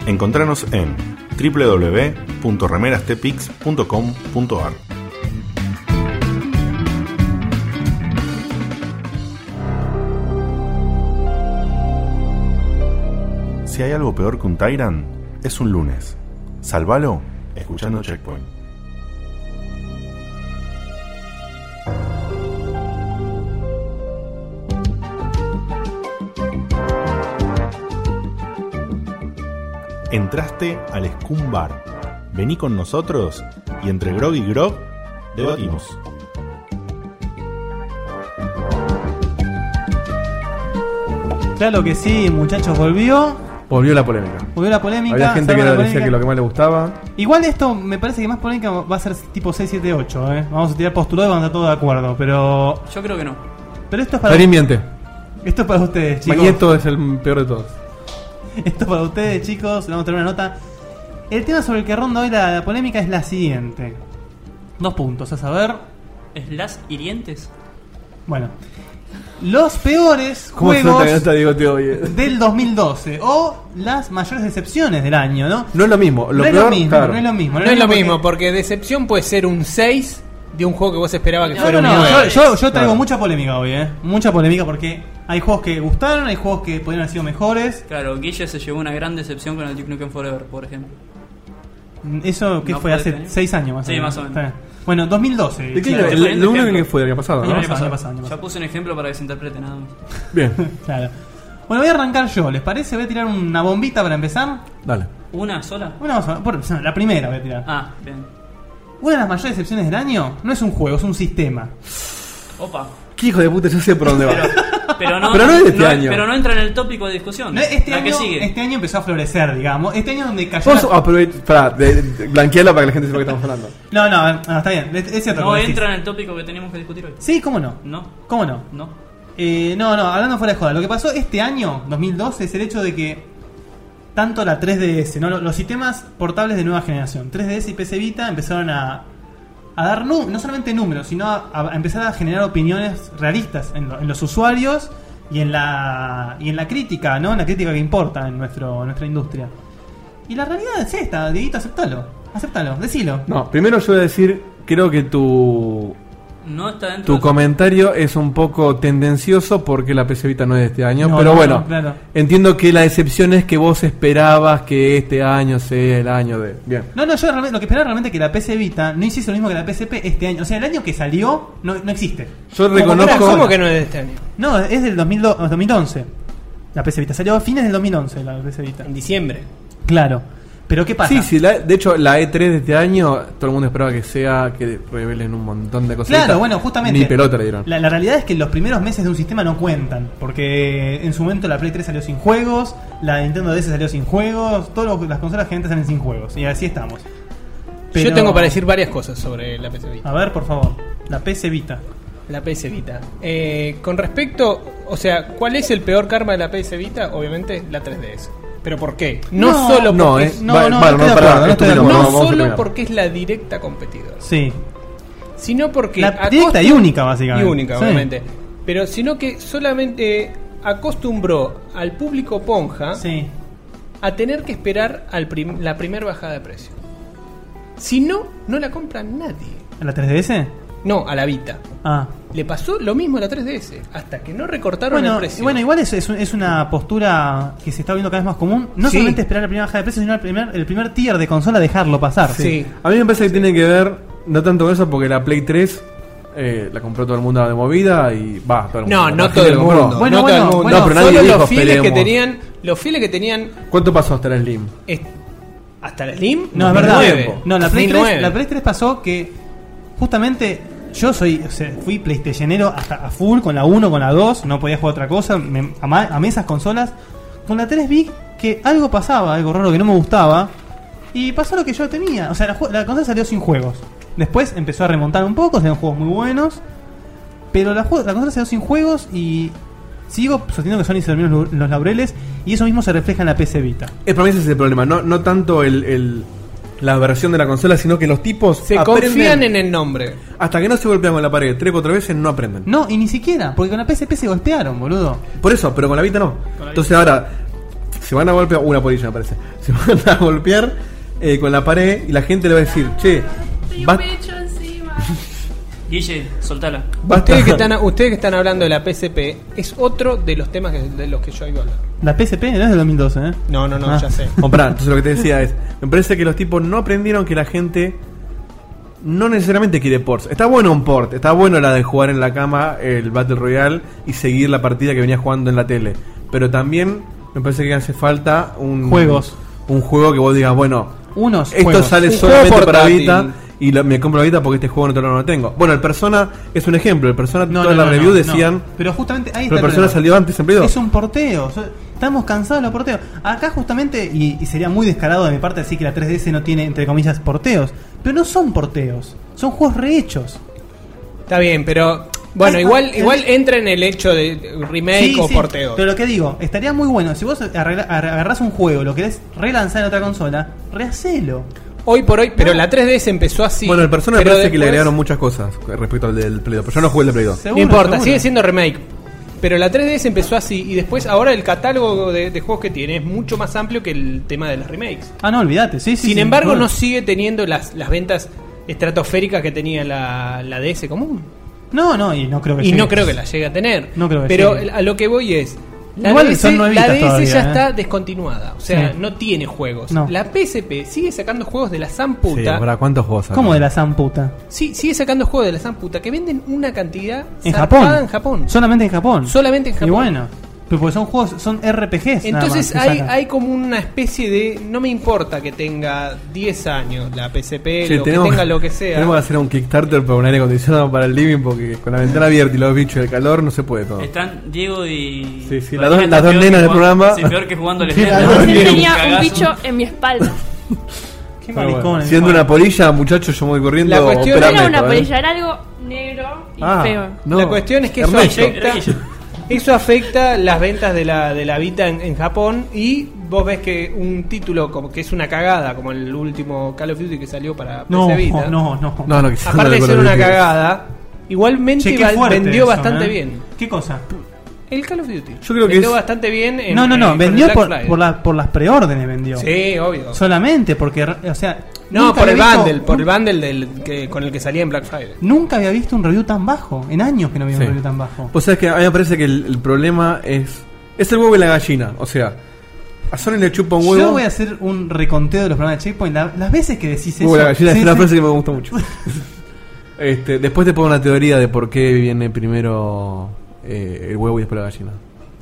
Encontranos en www.remerastepix.com.ar. Si hay algo peor que un Tyrant, es un lunes. Salvalo escuchando Checkpoint. Entraste al Scum Bar. Vení con nosotros y entre Grog y Grog debatimos. Claro que sí, muchachos, volvió. Volvió la polémica. Volvió la polémica. Había gente que salvo la decía polémica. que lo que más le gustaba. Igual esto me parece que más polémica va a ser tipo 678, ¿eh? Vamos a tirar postulado y vamos a estar todos de acuerdo. Pero. Yo creo que no. Pero esto es para. Karim miente. Esto es para ustedes, chicos. Mañeto es el peor de todos. Esto para ustedes, chicos. Le vamos a tener una nota. El tema sobre el que ronda hoy la, la polémica es la siguiente. Dos puntos, a saber. ¿Es las hirientes? Bueno. Los peores ¿Cómo juegos se te digo, tío? Oye. del 2012 o las mayores decepciones del año, ¿no? No es lo mismo. Lo no, peor, es lo mismo claro. no es lo mismo, No es lo mismo, porque- porque decepción puede ser un 6 de un juego que vos esperabas que No, fuera No, un no, 9. yo, yo- yo traigo Claro. mucha polémica hoy, ¿eh? Mucha polémica porque hay juegos que gustaron, hay juegos que podrían haber sido mejores. Claro, Guille se llevó una gran decepción con el Duke Nukem Forever, por ejemplo. Eso que No fue puede hace tener. 6 años más Sí, más o menos. Está bien. Bueno, 2012. ¿De qué Claro, año? diferente El- Lo único ejemplo. que fue el año pasado, Año ¿no? pasado. año Ya pasado. puse un ejemplo para que se interprete nada más. Bien, Claro. Bueno, voy a arrancar yo, ¿les parece? Voy a tirar una bombita para empezar. dale. ¿Una sola? Una vamos a- por- la primera voy a tirar. Ah, bien. Una de las mayores decepciones del año no es un juego, es un sistema. Opa. ¿Qué hijo de puta? Yo sé por dónde va. Pero no, Pero no es de este año. Pero no entra en el tópico de discusión. No, Este la que año, sigue. este año empezó a florecer, digamos. Este año es donde cayó. Vos la- aprovecha. Pará, de- de- blanqueala para que la gente sepa que estamos hablando. No, no, no, está bien. Es es cierto. no como decís. entra en el tópico que tenemos que discutir hoy. Sí, cómo no. No, ¿Cómo no? no. Eh, no, no, hablando fuera de joda, lo que pasó este año, 2012, es el hecho de que tanto la 3DS, ¿no? Lo- los sistemas portables de nueva generación, 3DS y PC Vita, empezaron a, a dar nu- no solamente números, sino a, a empezar a generar opiniones realistas en, lo- en los usuarios y en la y en la crítica, ¿no? En la crítica que importa en nuestro en nuestra industria. Y la realidad es esta, Dieguito, acéptalo. Acéptalo, decilo. No, primero yo voy a decir, creo que tu, No está dentro tu del comentario es un poco tendencioso porque la PC Vita no es de este año. No, pero no, bueno, no, claro. entiendo que la decepción es que vos esperabas que este año sea el año de. Bien. No, no, yo realmente- lo que esperaba realmente es que la PC Vita no hiciese lo mismo que la PSP este año. O sea, el año que salió no, no existe. Yo Como reconozco. conozco- ¿Cómo que no es de este año? No, es del 2002 2011. La PC Vita salió a fines del 2011, la PC Vita. En diciembre. Claro. Pero ¿qué pasa? Sí, sí, la- de hecho la E3 de este año, todo el mundo esperaba que sea, que revelen un montón de cosas. Claro, bueno, justamente. Ni pelota le dieron. La, la realidad es que los primeros meses de un sistema no cuentan. Porque en su momento la Play 3 salió sin juegos, la Nintendo DS salió sin juegos, todas las consolas generalmente salen sin juegos. Y así estamos. Pero- Yo tengo para decir varias cosas sobre la PC Vita. A ver, por favor. La PC Vita. La PS Vita. Eh, con respecto, o sea, ¿cuál es el peor karma de la PS Vita? Obviamente la 3DS. ¿Pero por qué? No, No, solo no, porque eh, es, no, va- no, va- no estoy de pará, acuerdo, no estoy de esto acuerdo. terminamos, no vamos a solo terminar. porque es la directa competidora, Sí. sino porque La a directa y costa- única, básicamente. Y única, Sí. obviamente. Pero sino que solamente acostumbró al público ponja Sí. a tener que esperar al prim- la primera bajada de precio. Si no, no la compra nadie. ¿La 3DS? No, a la Vita. Ah. Le pasó lo mismo a la 3DS, hasta que no recortaron el Bueno, precio. y bueno, igual es, es un- es una postura que se está viendo cada vez más común. No Sí. solamente esperar la primera baja de precios, sino el primer, el primer tier de consola dejarlo pasar. Sí. A mí me parece que tiene que ver, no tanto con eso, porque la Play 3 eh, la compró todo el mundo de movida y va, todo el mundo. No, La no gente todo el la compró. mundo. Bueno, no bueno, todo el mundo. bueno, No, pero nadie solo dijo, los fieles "Esperemos". que tenían, los fieles que tenían ¿Cuánto pasó hasta la Slim? es- hasta la Slim. No, es verdad. 2009. No, la Play, 3, 2009. la Play 3 pasó que justamente yo soy, o sea, fui PlayStationero hasta a full con la 1, con la 2, no podía jugar otra cosa, me, ama- amé esas consolas. Con la 3 vi que algo pasaba, algo raro que no me gustaba, y pasó lo que yo tenía. O sea, la, ju- la consola salió sin juegos. Después empezó a remontar un poco, salieron juegos muy buenos, pero la, ju- la consola salió sin juegos y sigo sosteniendo que Sony se durmió en los lu- en los laureles, y eso mismo se refleja en la PC Vita. Eh, para mí ese es el problema, no, no tanto el, el- la versión de la consola, sino que los tipos Se aprenden- confían en el nombre. Hasta que no se golpean con la pared tres o cuatro veces, no aprenden. No, y ni siquiera, porque con la PSP se golpearon, boludo. Por eso, pero con la Vita no. Entonces ahora se van a golpear, una polilla me parece, se van a golpear eh, con la pared y la gente le va a decir, che, Estoy ba- un pecho encima. Guille, soltala. basta. Ustedes que, están, ustedes que están hablando de la PSP es otro de los temas que- de los que yo iba a hablar. La PSP no es del 2012, ¿eh? No, no, no, Ah. ya sé. O pará, entonces lo que te decía es, me parece que los tipos no aprendieron que la gente no necesariamente quiere ports. Está bueno un port, está bueno la de jugar en la cama el Battle Royale y seguir la partida que venía jugando en la tele. Pero también me parece que hace falta un Juegos. un juego que vos digas, bueno, Unos. Esto juegos. sale Un solamente juego para portátil. Vita y la- me compro la Vita porque este juego en otro lado no lo tengo. Bueno, el Persona es un ejemplo. El Persona, No, toda no, la no, review no, decían. no. Pero justamente ahí Pero el está. Persona problema. salió antes en Play 2. Es un porteo. so- Estamos cansados de los porteos. Acá justamente, y, y sería muy descarado de mi parte decir que la 3DS no tiene, entre comillas, porteos. Pero no son porteos. Son juegos rehechos. Está bien, pero bueno, Ahí está. igual igual entra en el hecho de remake Sí, o sí, porteo. Pero lo que digo, estaría muy bueno. Si vos arregla- ar- agarrás un juego, lo querés relanzar en otra consola, rehacelo. Hoy por hoy, pero la 3DS empezó así. bueno, el Persona me pero parece que le después- agregaron muchas cosas respecto al del Play 2. Pero yo no jugué el de Play 2. Seguro, No importa, seguro. sigue siendo remake. Pero la 3DS empezó así y después ahora el catálogo de, de juegos que tiene es mucho más amplio que el tema de los remakes. Ah, no, olvídate. Sí, sí, Sin sí, embargo, seguro. no sigue teniendo las, las ventas estratosféricas que tenía la, la DS común. No, no, y no creo que Y llegue. no creo que la llegue a tener. No creo que Pero llegue. a lo que voy es... La Igual DS, son nuevitas la DS ya todavía, ¿eh? está descontinuada. O sea, Sí. no tiene juegos. No. La PSP sigue sacando juegos de la Sí, Samputa. pará, ¿cuántos juegos sacaron? ¿Cómo de la zamputa? Sí, sigue sacando juegos de la Samputa que venden una cantidad En zarpada Japón. en Japón. Solamente en Japón. Solamente en Japón. Y bueno, pero porque son juegos, son RPGs. nada Entonces más que hay, sacan. hay como una especie de. No me importa que tenga 10 años la PCP, Che, Eh, lo que tenga lo que sea. Tenemos que hacer un Kickstarter para un aire acondicionado para el living porque con la ventana abierta y los bichos y el calor no se puede todo. Este Están Diego y. Oh. Sí, sí, las dos- las dos Peor que nenas del jugando- programa. Sí, peor que jugando al Sí, Slam. las dos Yo nenas. tenía un Cagazo. bicho en mi espalda. Qué eh. Pero bueno, maricones. siendo una polilla, muchachos, yo me voy corriendo. La a cuestión- No operarme era una esto, ¿eh? polilla, era algo negro y Ah, feo. no. La cuestión es que eso Ernesto. afecta, eso afecta las ventas de la, de la Vita en, en Japón. Y vos ves que un título como que es una cagada, como el último Call of Duty que salió para No, PC Vita. no, no. No, no, quizás no Aparte de le ser una coloqué. cagada, igualmente Che, qué val- fuerte vendió eso, bastante ¿eh? bien. ¿Qué cosa? El Call of Duty. Yo creo que vendió es- bastante bien. en- no, no, eh, no. con Vendió el Black por, Friday. por, la- por las preórdenes, vendió. Sí, obvio. Solamente porque, re- o sea. No, nunca por el había visto- bundle, por el bundle del que, con el que salía en Black Friday. Nunca había visto un review tan bajo. En años que no había Sí. Pues, un review tan bajo. Vos sabés que a mí me parece que el, el problema es. Es el huevo y la gallina. O sea, a Sony le chupa un huevo. Yo voy a hacer un reconteo de los programas de Checkpoint. la- las veces que decís eso. huevo y la gallina sí, es una sí. frase que me gusta mucho. este, después te pongo una teoría de por qué viene primero eh, el huevo y después la gallina.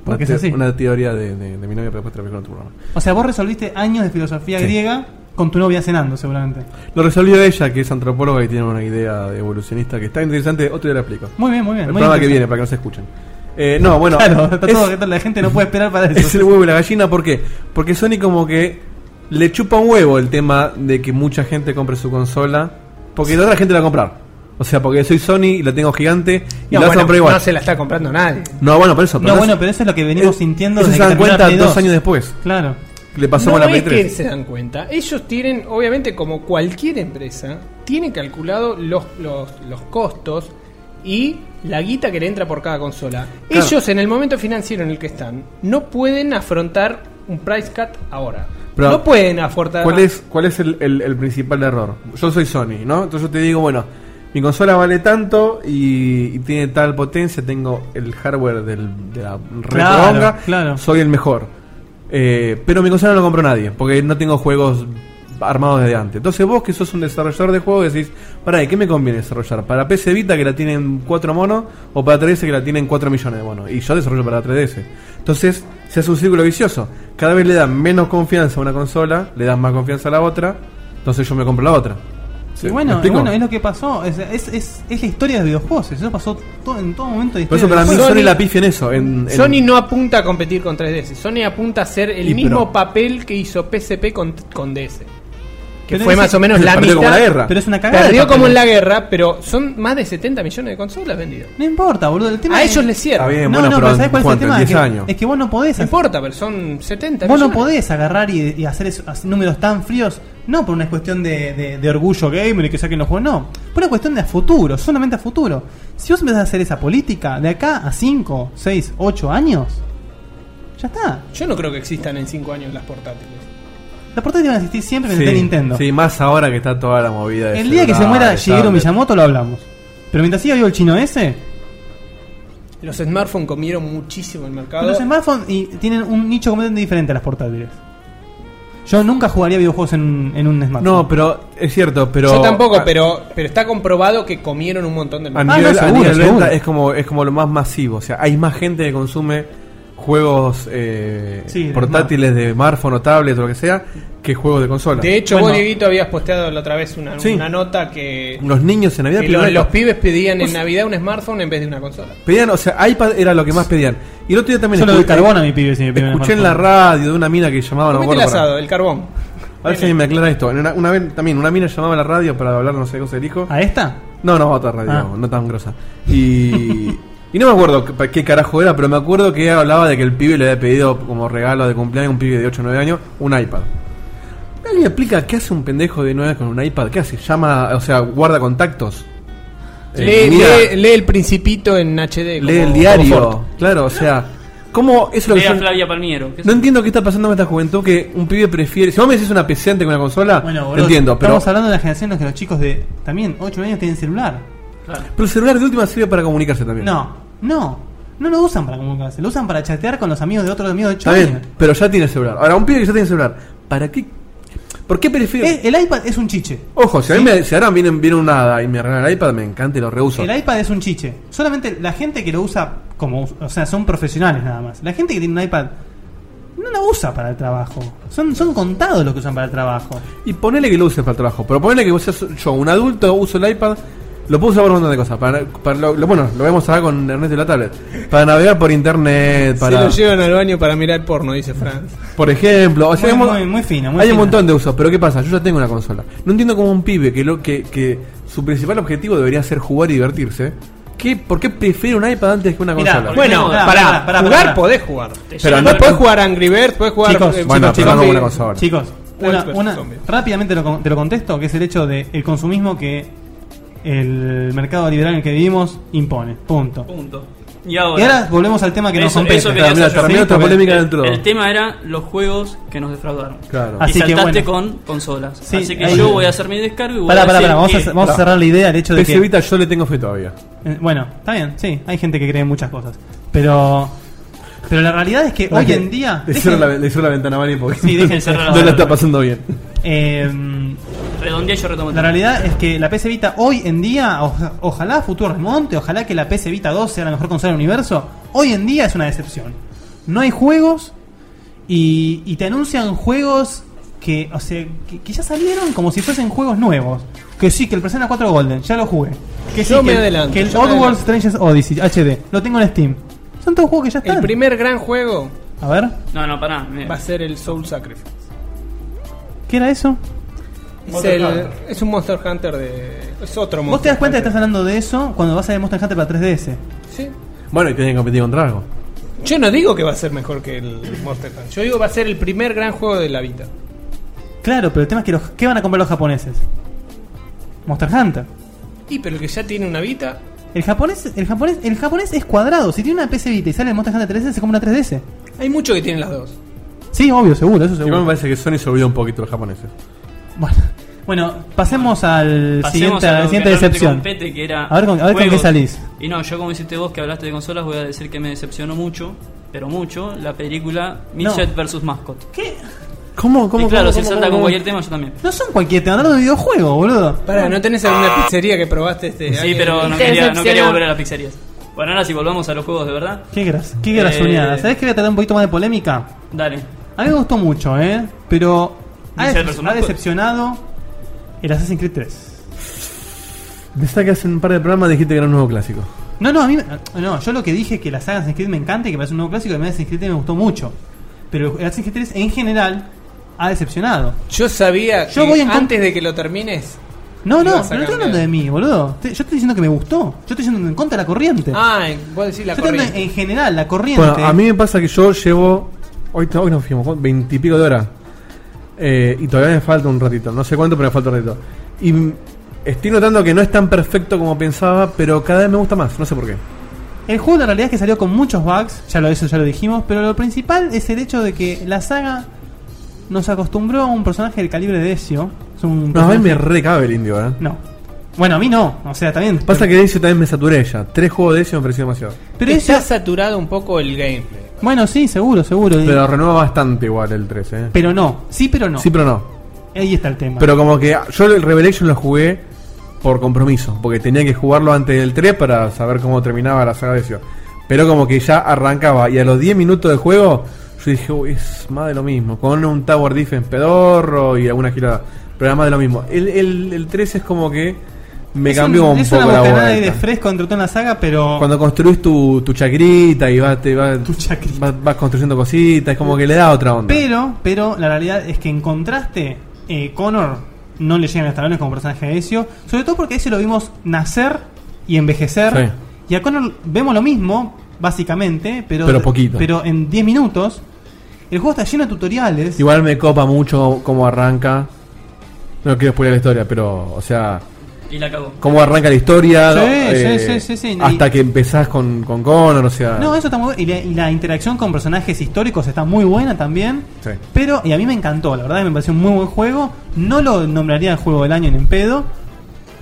Porque Una es te- así. Una teoría de, de- de mi novia, pero después te la explico en otro programa. O sea, vos resolviste años de filosofía Sí. griega con tu novia cenando, seguramente. Lo resolvió ella, que es antropóloga y tiene una idea de evolucionista que está interesante. Otro día la explico. Muy bien, muy bien. El muy programa que viene, interesante. para que no se escuchen. Eh, no, bueno. Claro, está es- todo, la gente no puede esperar para Es eso. el huevo y la gallina, ¿por qué? Porque Sony como que le chupa un huevo el tema de que mucha gente compre su consola, porque la otra gente la va a comprar. O sea, porque soy Sony y la tengo gigante y la No, vas a bueno, comprar igual. no se la está comprando nadie. No, bueno, por eso. No, bueno, pero eso es lo que venimos sintiendo eso desde se que dan terminó la cuenta Play dos 2. años después. Claro. Le pasó no con la Play es que 3. se dan cuenta. Ellos tienen, obviamente, como cualquier empresa, tiene calculado los, los, los costos y la guita que le entra por cada consola. Claro. Ellos, en el momento financiero en el que están, no pueden afrontar un price cut ahora. Pero, no pueden afrontar. ¿Cuál es, cuál es el, el- el principal error? Yo soy Sony, ¿no? Entonces yo te digo, bueno, mi consola vale tanto y, y tiene tal potencia, tengo el hardware del, de la Claro, reconga, claro. soy el mejor. Eh, pero mi consola no la compró nadie, porque no tengo juegos armados desde antes. Entonces vos que sos un desarrollador de juegos decís, para ¿qué me conviene desarrollar? ¿Para PC Vita que la tienen 4 monos o para 3DS que la tienen 4 millones de monos? Y yo desarrollo para 3DS. Entonces se hace un círculo vicioso. Cada vez le dan menos confianza a una consola, le dan más confianza a la otra, entonces yo me compro la otra. Y ¿Sí? ¿Me bueno, y explico? bueno, es lo que pasó. Es, es, es, es la historia de los videojuegos. Eso pasó todo, en todo momento. de Por historia eso para de mí los Sony, juegos. la pifia en eso. En, en- Sony no apunta a competir con 3DS. Sony apunta a hacer el Y mismo pero- papel que hizo PSP con, con DS. Que Pero fue ese- más o menos la perdió mitad. como la guerra. Pero es una cagada. de Perdió papel. como en la guerra, pero son más de 70 millones de consolas vendidas. No importa, boludo. El tema A es- ellos les Está cierra. bien, No, bueno, no, pero pero ¿sabes cuál es el ¿cuánto? tema? ¿En Es 10 que, años. es que vos no podés No hacer- importa, pero son 70 Vos no millones. podés agarrar y, y hacer esos- hacer números tan fríos, no por una cuestión de, de- de orgullo gamer y que saquen los juegos, no. Por una cuestión de a futuro, solamente a futuro. Si vos empezás a hacer esa política de acá a 5, 6, 8 años, ya está. Yo no creo que existan en 5 años las portátiles. Las portátiles van a existir siempre en Sí, el Nintendo. Sí, más ahora que está toda la movida. de el día que se celular, muera de Shigeru tablet. Miyamoto lo hablamos. Pero mientras siga vivo el chino ese, Los smartphones comieron muchísimo el mercado. los smartphones y tienen un nicho completamente diferente a las portátiles. Yo nunca jugaría videojuegos en, en un smartphone. No, pero es cierto, pero. Ah. Yo tampoco, a- pero, pero está comprobado que comieron un montón de A mercado. Ah, no, nivel, a seguro, nivel seguro. venta es como, es como lo más masivo. O sea, hay más gente que consume juegos eh, Sí, de portátiles de smartphone o tablet o lo que sea que juegos de consola. De hecho, Bueno. vos, Dieguito, habías posteado la otra vez una, Sí. una nota que, los niños en Navidad que pidieron- eh, los, los pibes pedían en Navidad un smartphone en vez de una consola. pedían, o sea, iPad era lo que más pedían. Y el otro día también Yo lo doy escuché- carbón a mi pibe si me piden escuché en la smartphone. radio de una mina que llamaba no me Comete el acuerdo para- asado, el carbón. A ver si alguien me aclara esto. En Una, una vez también, una mina llamaba a la radio para hablar, no sé, cosa del hijo. ¿A esta? No, no, otra radio, Ah. no tan grosa. Y, y no me acuerdo qué, qué carajo era, pero me acuerdo que ella hablaba de que el pibe le había pedido como regalo de cumpleaños a un pibe de 8 o 9 años un iPad. ¿Alguien me explica qué hace un pendejo de 9 años con un iPad? ¿Qué hace? ¿Llama, o sea, guarda contactos? Eh, Lee, mira, lee- lee el principito en lee HD. como- el como diario. Ford. Claro, o sea, ¿cómo eso es lo que Lea yo- Flavia Palmiero. que es- No entiendo qué está pasando con esta juventud que un pibe prefiere. Si vos me decís una PC antes que una consola, boludo, entiendo, pero. Estamos hablando de la generación en la que los chicos de también 8 años tienen celular. Pero el celular de última sirve para comunicarse también. No, no. No lo usan para comunicarse, lo usan para chatear con los amigos de otros amigos de 8 Está bien, años. pero ya tiene celular. Ahora, un pibe que ya tiene celular, ¿para qué? ¿Por qué prefiero? Eh, el iPad es un chiche. Ojo, si, a mí me, si ahora viene, viene una y me arreglan el iPad, me encanta y lo reuso. El iPad es un chiche. Solamente la gente que lo usa como. O sea, son profesionales nada más. La gente que tiene un iPad no la usa para el trabajo. Son, son contados los que usan para el trabajo. Y ponele que lo uses para el trabajo, pero ponele que vos seas yo, un adulto, uso el iPad, lo puedo usar para un montón de cosas. Para, para lo, lo- bueno, lo vemos ahora con Ernesto y la tablet. Para navegar por internet, Se para. lo llevan al baño para mirar porno, dice Franz. Por ejemplo, o Muy, sea, hemos- muy- muy fino, muy hay un fino. montón de usos, pero ¿qué pasa? Yo ya tengo una consola. No entiendo cómo un pibe que, lo, que, que su principal objetivo debería ser jugar y divertirse. ¿Qué, ¿Por qué prefiere un iPad antes que una Mirá, consola? porque- Bueno, No, para pará, pará, pará, jugar pará. podés jugar. te pero llevan no al- Puedes jugar Angry Birds, puedes jugar. Chicos, eh, bueno, Zombie. pero no con una consola. Chicos, Juegos una- versus una- zombies. rápidamente lo con- te lo contesto, que es el hecho del consumismo que el mercado liberal en el que vivimos impone. Punto. Punto. Y ahora. Y ahora volvemos al tema que nos Eso- compete. eso quería Claro, mira, hacer yo. terminó Sí, otra porque- polémica el, dentro. el tema era los juegos que nos defraudaron. Claro. Y Así que saltaste bueno. con consolas. Sí, Así que ahí- yo voy a hacer mi descargo y voy Pará, a pará, decir pará, vamos, a, que- vamos a cerrar la idea del hecho de PC que. Vita yo le tengo fe todavía. Eh, Bueno, está bien, sí, hay gente que cree en muchas cosas. Pero. Pero la realidad es que hoy en día. Le dejen- cierro, la, le cierro la ventana a Mari porque Sí, déjense cerrar la no la ventana. está pasando bien. eh, Redondea y yo retomo. el la tema. realidad es que la PC Vita hoy en día, oja- ojalá futuro remonte, ojalá que la PC Vita 2 sea la mejor consola del universo, hoy en día es una decepción. no hay juegos y, y te anuncian juegos que, o sea, que, que ya salieron como si fuesen juegos nuevos. Que sí, que el Persona 4 Golden, ya lo jugué. Que sí, Yo me que, el- adelanto, que el yo me Oddworld Strangers Odyssey HD, lo tengo en Steam. Son todos juegos que ya están. El primer gran juego A ver, No, no, pará. mira. va a ser el Soul Sacrifice. ¿qué era eso? Es, Monster el- Hunter. es un Monster Hunter de. Es otro Vos te Monster das cuenta que estás Hunter. hablando de eso cuando vas a ver Monster Hunter para 3DS. Sí. Bueno, y tienen que competir contra algo. Yo no digo que va a ser mejor que el Monster Hunter. Yo digo que va a ser el primer gran juego de la vida. Claro, pero el tema es que los, ¿qué van a comprar los japoneses? Monster Hunter. Y pero el que ya tiene una Vita. El japonés, el japonés, el japonés es cuadrado. Si tiene una PC Vita y sale el Monster Hunter 3DS, se compra una 3DS. Hay muchos que tienen las dos. Sí, obvio, seguro, eso Igual me seguro. parece que Sony se olvidó un poquito los japoneses. Bueno, bueno, pasemos al Pasemos siguiente, a a lo la que siguiente realmente decepción. compete, que era A ver con- a ver con juegos. qué salís. Y no, yo como hiciste vos que hablaste de consolas, voy a decir que me decepcionó mucho, pero mucho, la película Midget vs. Mascot. ¿Qué? ¿Cómo? y claro, si salta con cualquier tema, yo también. No son cualquier tema, hablaron de videojuego, boludo. Pará, ¿no tenés alguna pizzería que probaste este Sí, año? pero no Te quería, no quería decepcionó. volver a las pizzerías. Bueno, ahora si volvamos a los juegos de verdad, Qué gras, qué Eh. grasuñada. ¿Sabés que voy a tratar un poquito más de polémica? dale. A mí me gustó mucho, ¿eh? Pero ha, Dice el decep- personaje. ha decepcionado el Assassin's Creed 3. Pensá que hace un par de programas dijiste que era un nuevo clásico. No, no, a mí no, yo lo que dije es que la saga Assassin's Creed me encanta y que me parece un nuevo clásico y a mí Assassin's Creed me gustó mucho. Pero el Assassin's Creed 3 en general ha decepcionado. Yo sabía Yo que voy en con- antes de que lo termines. No, no, no Ibas a estoy hablando cambiar. de mí, boludo. Te- yo estoy diciendo que me gustó. Yo estoy yendo en contra de la corriente. Ah, vos decís la yo estoy hablando corriente. en general, la corriente. Bueno, a mí me pasa que yo llevo. Hoy, hoy nos fuimos, veintipico de horas. Eh, y todavía me falta un ratito. No sé cuánto, pero me falta un ratito. Y m- estoy notando que no es tan perfecto como pensaba, pero cada vez me gusta más. No sé por qué. El juego la realidad es que salió con muchos bugs, ya lo eso ya lo dijimos, pero lo principal es el hecho de que la saga nos acostumbró a un personaje del calibre de Ezio. Es un No, a personaje- mí me recabe el indio, ¿eh? No. Bueno, a mí no, o sea, también. Pasa que de eso también me saturé ya. Tres juegos de eso me pareció demasiado. eh, pero Está Ezio- saturado un poco el gameplay. bueno, sí, seguro, seguro. Pero renueva bastante igual el 3, ¿eh? Pero no, sí, pero no. Sí, pero no. Ahí está el tema. Pero como que ah, yo el Revelation lo jugué por compromiso, porque tenía que jugarlo antes del 3 para saber cómo terminaba la saga de Ezio. Pero como que ya arrancaba y a los 10 minutos de juego yo dije, "Uy, es más de lo mismo, con un Tower Defense pedorro y alguna girada, pero era más de lo mismo. El, el, el 3 es como que me Es cambió un, es poco una la bocanada ahí de vuelta. fresco entre toda la saga, pero Cuando construís tu, tu chacrita y vas, te, vas, Tu chacrita. vas, vas construyendo cositas, es como que le da otra onda. Pero, pero la realidad es que en contraste, eh, Connor no le llegan los talones como personaje de Ezio. Sobre todo porque a Ezio lo vimos nacer y envejecer. Sí. Y a Connor vemos lo mismo, básicamente, pero, Pero poquito. pero en 10 minutos. El juego está lleno de tutoriales. Igual me copa mucho cómo arranca. No quiero spoiler la historia, pero, o sea, Y la cagó. cómo arranca la historia. Sí, ¿no? Eh, sí, sí, sí, sí. Hasta Y- que empezás con, con Connor, o sea. No, eso está muy bueno. Y la, y la interacción con personajes históricos está muy buena también. Sí. Pero, y a mí me encantó, la verdad, me pareció un muy buen juego. No lo nombraría el juego del año ni en pedo.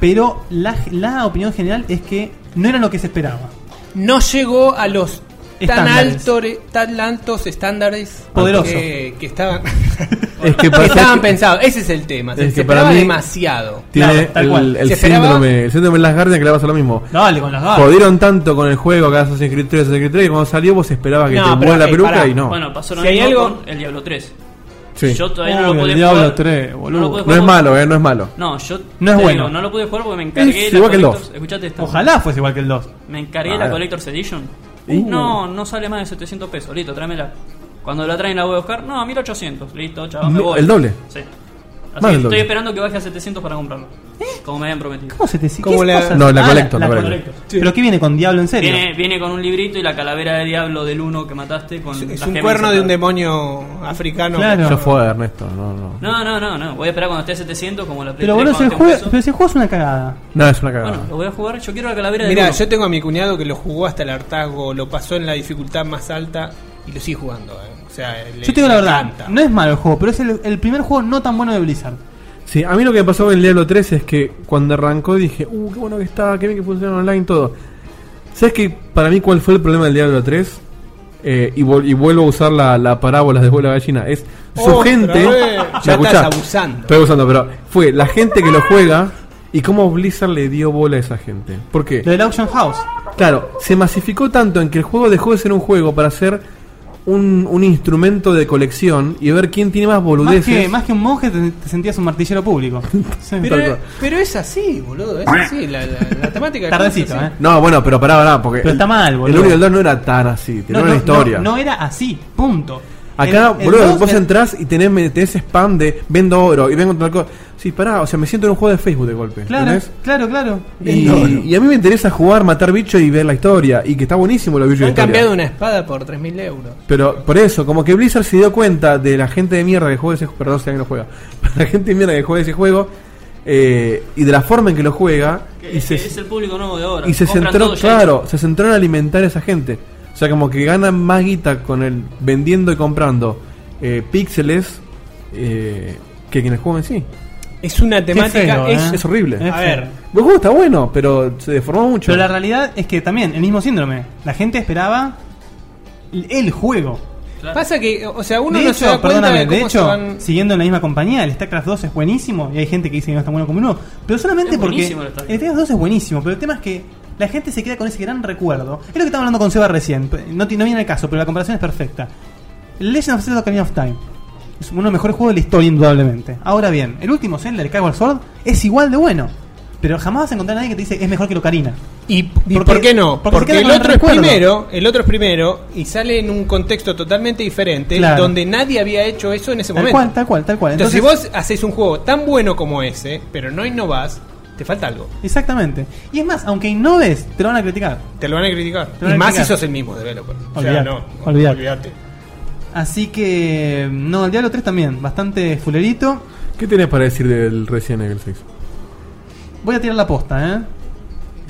Pero la, la opinión general es que no era lo que se esperaba. No llegó a los tan, Estándares. alto, tan altos estándares Poderoso. que, que estaban, Es que que para- estaban pensados. Ese es el tema. Se, Es que se para esperaba mí- demasiado. Tiene Claro, tal el, cual. el ¿Se esperaba? síndrome, el síndrome de las Guardian que le pasa lo mismo. Dale, con las garras. Jodieron tanto con el juego que Assassin's Creed 3, Assassin's Creed 3, que cuando salió vos esperabas que No, te pero, mueva la eh, peluca pará. y no. Bueno, pasó lo Si hay mismo algo- con el Diablo 3. Sí. Yo todavía no Uy, lo podía el Diablo jugar. 3, boludo. podía No jugar es porque- malo, eh, no es malo. No, yo No es te bueno. digo, no lo pude jugar porque me encargué Es la igual que el Collector's- dos. Escuchate esta. Ojalá fuese igual que el 2. Me encargué Ah. la Collector's Edition. Uh. No, no sale más de 700 pesos. Listo, tráemela. Cuando la traen la voy a buscar. No, a 1800. Listo, chaval, me Mi- voy. el doble. Sí. Así Más que el doble. ¿Eh? estoy esperando que baje a 700 para comprarlo. Como me habían prometido. ¿Cómo se te si- Como qué la- cosas? No, la Ah, Collector, la Collector. Collector. Sí. ¿Pero qué viene con Diablo en serio? Viene, viene con un librito y la calavera de diablo del 1 que mataste con Es las un gemas cuerno de un insertadas. demonio africano. Claro. Yo fue Ernesto, no, no. No, no, no, no. Voy a esperar cuando esté a 700 como la Play Pero 3 bueno, si el cuando esté juego, en pesos. pero si el juego es una cagada. No, es una cagada. Bueno, lo voy a jugar. Yo quiero la calavera del Mira, 1. yo tengo a mi cuñado que lo jugó hasta el hartazgo, lo pasó en la dificultad más alta y lo sigue jugando. eh. O sea, le- Yo te digo la le verdad, encanta. no es malo el juego, pero es el, el primer juego no tan bueno de Blizzard. Sí, a mí lo que me pasó con el Diablo 3 es que cuando arrancó dije, uh, qué bueno que está, qué bien que funciona online todo. ¿Sabes que para mí cuál fue el problema del Diablo 3? Eh, y, vol- y vuelvo a usar la, la parábola de vuelo de gallina. Es su Otra gente. vez. ¿Me Ya escuchás? estás abusando. Estoy abusando, pero fue la gente que lo juega y cómo Blizzard le dio bola a esa gente. ¿Por qué? Lo del Auction House. Claro, se masificó tanto en que el juego dejó de ser un juego para ser un, un instrumento de colección y ver quién tiene más Más boludeces. que, más que un monje te, te sentías un martillero público. Sí. Tal Pero, cual. pero es así, boludo. Es así. La, la, la temática. de Tardecito, cosas, ¿eh? No, bueno, pero pará, pará, porque. Pero está mal, boludo. El 1 y el 2 no era tan así, tenía no, una no, historia. no, no era así, punto. Acá, El- el boludo, dos- vos el- entrás y tenés, me- tenés spam de vendo oro y vengo tal cosa. Sí, pará, o sea, me siento en un juego de Facebook de golpe. Claro, ¿entendés? claro, claro. Eh, Y, y a mí me interesa jugar, matar bichos y ver la historia. Y que está buenísimo lo bichos de sí. Han historia. cambiado una espada por 3.000 euros. Pero por eso, como que Blizzard se dio cuenta de la gente de mierda que juega ese juego. Perdón si alguien lo juega. La gente de mierda que juega ese juego. eh, y de la forma en que lo juega. Que- Y que se, es el público nuevo de ahora. y se Compran centró, todo ya. claro, se centró en alimentar a esa gente. O sea, como que ganan más guita con el vendiendo y comprando eh, píxeles eh, que quienes juegan sí. Es una temática. feo, es, ¿eh? Es horrible. Eh. A ver, El juego está bueno, pero se deformó mucho. Pero la realidad es que también, el mismo síndrome. La gente esperaba el- el juego. pasa que, o sea, uno de no hecho, se da cuenta perdóname, de cómo de hecho, se van. siguiendo en la misma compañía, el StarCraft 2 es buenísimo y hay gente que dice que no es tan bueno como uno, pero solamente Es porque buenísimo el el StarCraft. StarCraft 2 es buenísimo, pero el tema es que la gente se queda con ese gran recuerdo. Es lo que estaba hablando con Seba recién, pe- no, ti- no viene al caso, pero la comparación es perfecta. Legend of Zelda Ocarina of Time es uno de los mejores juegos de la historia, indudablemente. Ahora bien, el último Zelda, el Skyward Sword, es igual de bueno, pero jamás vas a encontrar a nadie que te dice es mejor que el Ocarina. ¿Y, y Porque- por qué no? porque Porque, se queda con el el otro es recuerdo. primero, el otro es primero y sale en un contexto totalmente diferente Claro. donde nadie había hecho eso en ese Tal momento. cual, tal cual, tal cual. Entonces, si vos haces un juego tan bueno como ese, pero no innovás, te falta algo. Exactamente. Y es más, aunque innoves, te lo van a criticar. Te lo van a criticar. Te lo van a y más criticar. si sos el mismo developer. Olvidate, olvidate. olvidate. Así que, no, el Diablo 3 también, bastante fulerito. ¿Qué tenés para decir del Resident Evil 6? Voy a tirar la posta, ¿eh?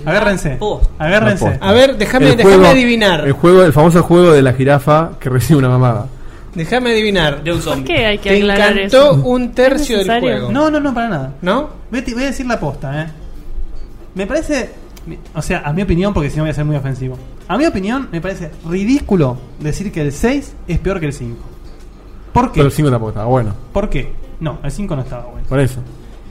Agárrense. posta. La Agárrense. posta. A ver, déjame El juego- déjame adivinar. El juego, el famoso juego de la jirafa que recibe una mamada. Déjame adivinar. De un ¿Por zombie. qué hay que Te aclarar encantó eso? un tercio ¿Es del necesario? juego. No, no, no, para nada. ¿No? Voy a, ti- voy a decir la posta, ¿eh? Me parece. mi- O sea, a mi opinión, porque si no voy a ser muy ofensivo. A mi opinión, me parece ridículo decir que el 6 es peor que el 5. ¿Por qué? Pero el 5 tampoco estaba bueno. ¿Por qué? No, el 5 no estaba bueno. Por eso.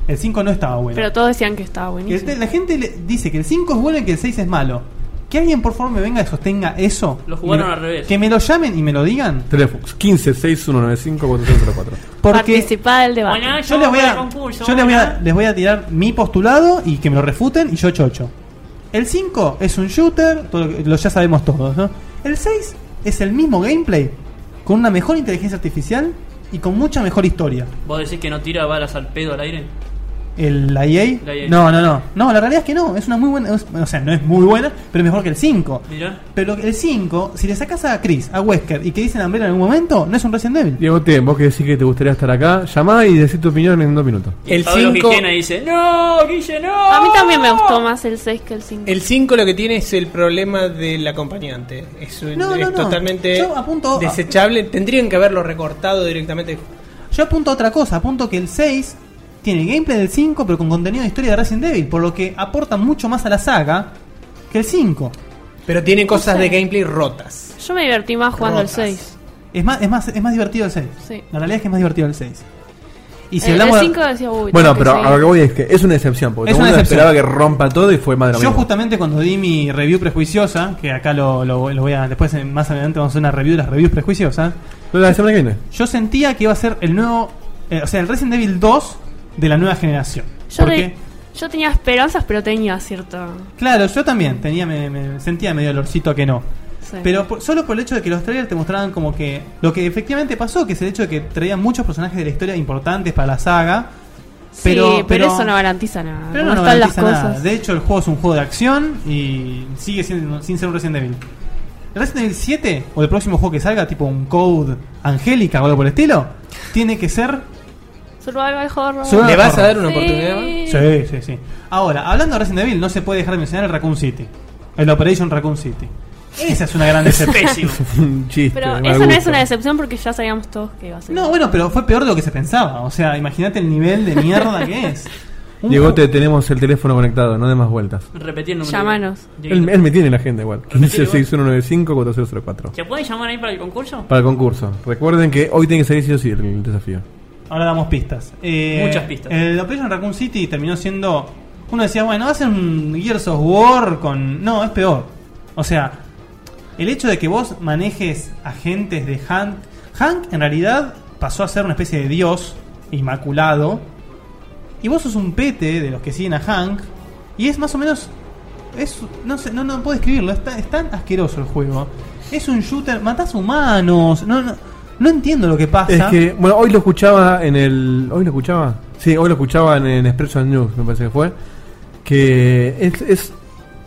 El 5 no estaba bueno. Pero todos decían que estaba Que este buenísimo. el- la gente le dice que el 5 es bueno y que el 6 es malo. Que alguien por favor me venga y sostenga eso. Lo jugaron Me- al revés. Que me lo llamen y me lo digan. Telefox 15 6195 4304. Porque Participá del debate. Bueno, yo, les voy a, al concurso, yo les, voy a, ¿verdad? les voy a tirar mi postulado y que me lo refuten y yo chocho. El 5 es un shooter, todo lo, que- lo ya sabemos todos. ¿no? El 6 es el mismo gameplay, con una mejor inteligencia artificial y con mucha mejor historia. ¿Vos decís que no tira balas al pedo al aire? ¿El, la, EA? La E EA. No, no, no. No, la realidad es que no. Es una muy buena. es- o sea, no es muy buena, pero es mejor que el 5. Mirá. Pero el 5, si le sacas a Chris, a Wesker y que dicen Umbrella en algún momento, no es un Resident Evil. Diego T, vos que decís que te gustaría estar acá, llamá y decís tu opinión en dos minutos. Y El Pablo 5 Gijena dice: ¡No, Guille, no! A mí también me gustó más el 6 que el 5. El 5 lo que tiene es el problema del acompañante. Es, un- No, no, es no. totalmente Yo apunto a- desechable. Tendrían que haberlo recortado directamente. Yo apunto a otra cosa, apunto que el 6 tiene el gameplay del 5, pero con contenido de historia de Resident Evil, por lo que aporta mucho más a la saga que el 5. Pero tiene cosas de gameplay rotas. Yo me divertí más jugando Rotas. el 6. Es más, es más, es más divertido el 6. Sí. Eh, La realidad es que es más divertido el 6. Y si el, hablamos. el de- 5 decía, uy, Bueno, tengo que pero seguir. a lo que voy es que es una excepción, porque Es todo el una mundo excepción. esperaba que rompa todo y fue madre mía. Yo justamente cuando di mi review prejuiciosa, que acá lo, lo- lo voy a. Después en- más adelante vamos a hacer una review de las reviews prejuiciosas. La semana que viene. Yo sentía que iba a ser el nuevo. eh, o sea, el Resident Evil 2 de la nueva generación. Yo, ¿Por te- qué? yo tenía esperanzas, pero tenía cierto. Claro, yo también tenía, me, me sentía medio olorcito a que no. sí. Pero por- solo por el hecho de que los trailers te mostraban como que lo que efectivamente pasó, que es el hecho de que traían muchos personajes de la historia importantes para la saga. Sí, pero- pero, pero- eso no garantiza nada. Pero como no, nos Ah, están las garantiza nada. cosas. De hecho, el juego es un juego de acción y sigue siendo, sin ser un Resident Evil. El Resident Evil 7, o el próximo juego que salga, tipo un Code Angélica o algo por el estilo, tiene que ser. Survival Horror. Survival ¿Le vas a dar Sí. una oportunidad? más? Ah, Sí, sí, sí. Ahora, hablando de Resident Evil, no se puede dejar de mencionar el Raccoon City. El Operation Raccoon City. Esa es una gran decepción. Pésimo. Un chiste. Pero mal eso no es gusto. una decepción porque ya sabíamos todos que iba a ser. No, bueno, pero fue peor de lo que se pensaba. O sea, imagínate el nivel de mierda que es. Un Diego, te ju- tenemos el teléfono conectado, no de más vueltas. Repetiendo. Llámanos. Él, él me tiene en la agenda igual. 15 6195 4004. ¿Se puede llamar ahí para el concurso? Para el concurso. Recuerden que hoy tiene que salir sí o sí el, el desafío. Ahora damos pistas. Eh, Muchas pistas. El Operation Raccoon City terminó siendo. Uno decía, bueno, hacen un Gears of War con. No, es peor. O sea, el hecho de que vos manejes agentes de Hank. Hank en realidad pasó a ser una especie de dios inmaculado. Y vos sos un pete de los que siguen a Hank. Y es más o menos. Es, no sé, no, no puedo describirlo. está- es tan asqueroso el juego. Es un shooter. Matás humanos. No, no, no entiendo lo que pasa. Es que, bueno, hoy lo escuchaba en el. ¿Hoy lo escuchaba? Sí, hoy lo escuchaba en, el Expresso News, me parece que fue. Que es, es,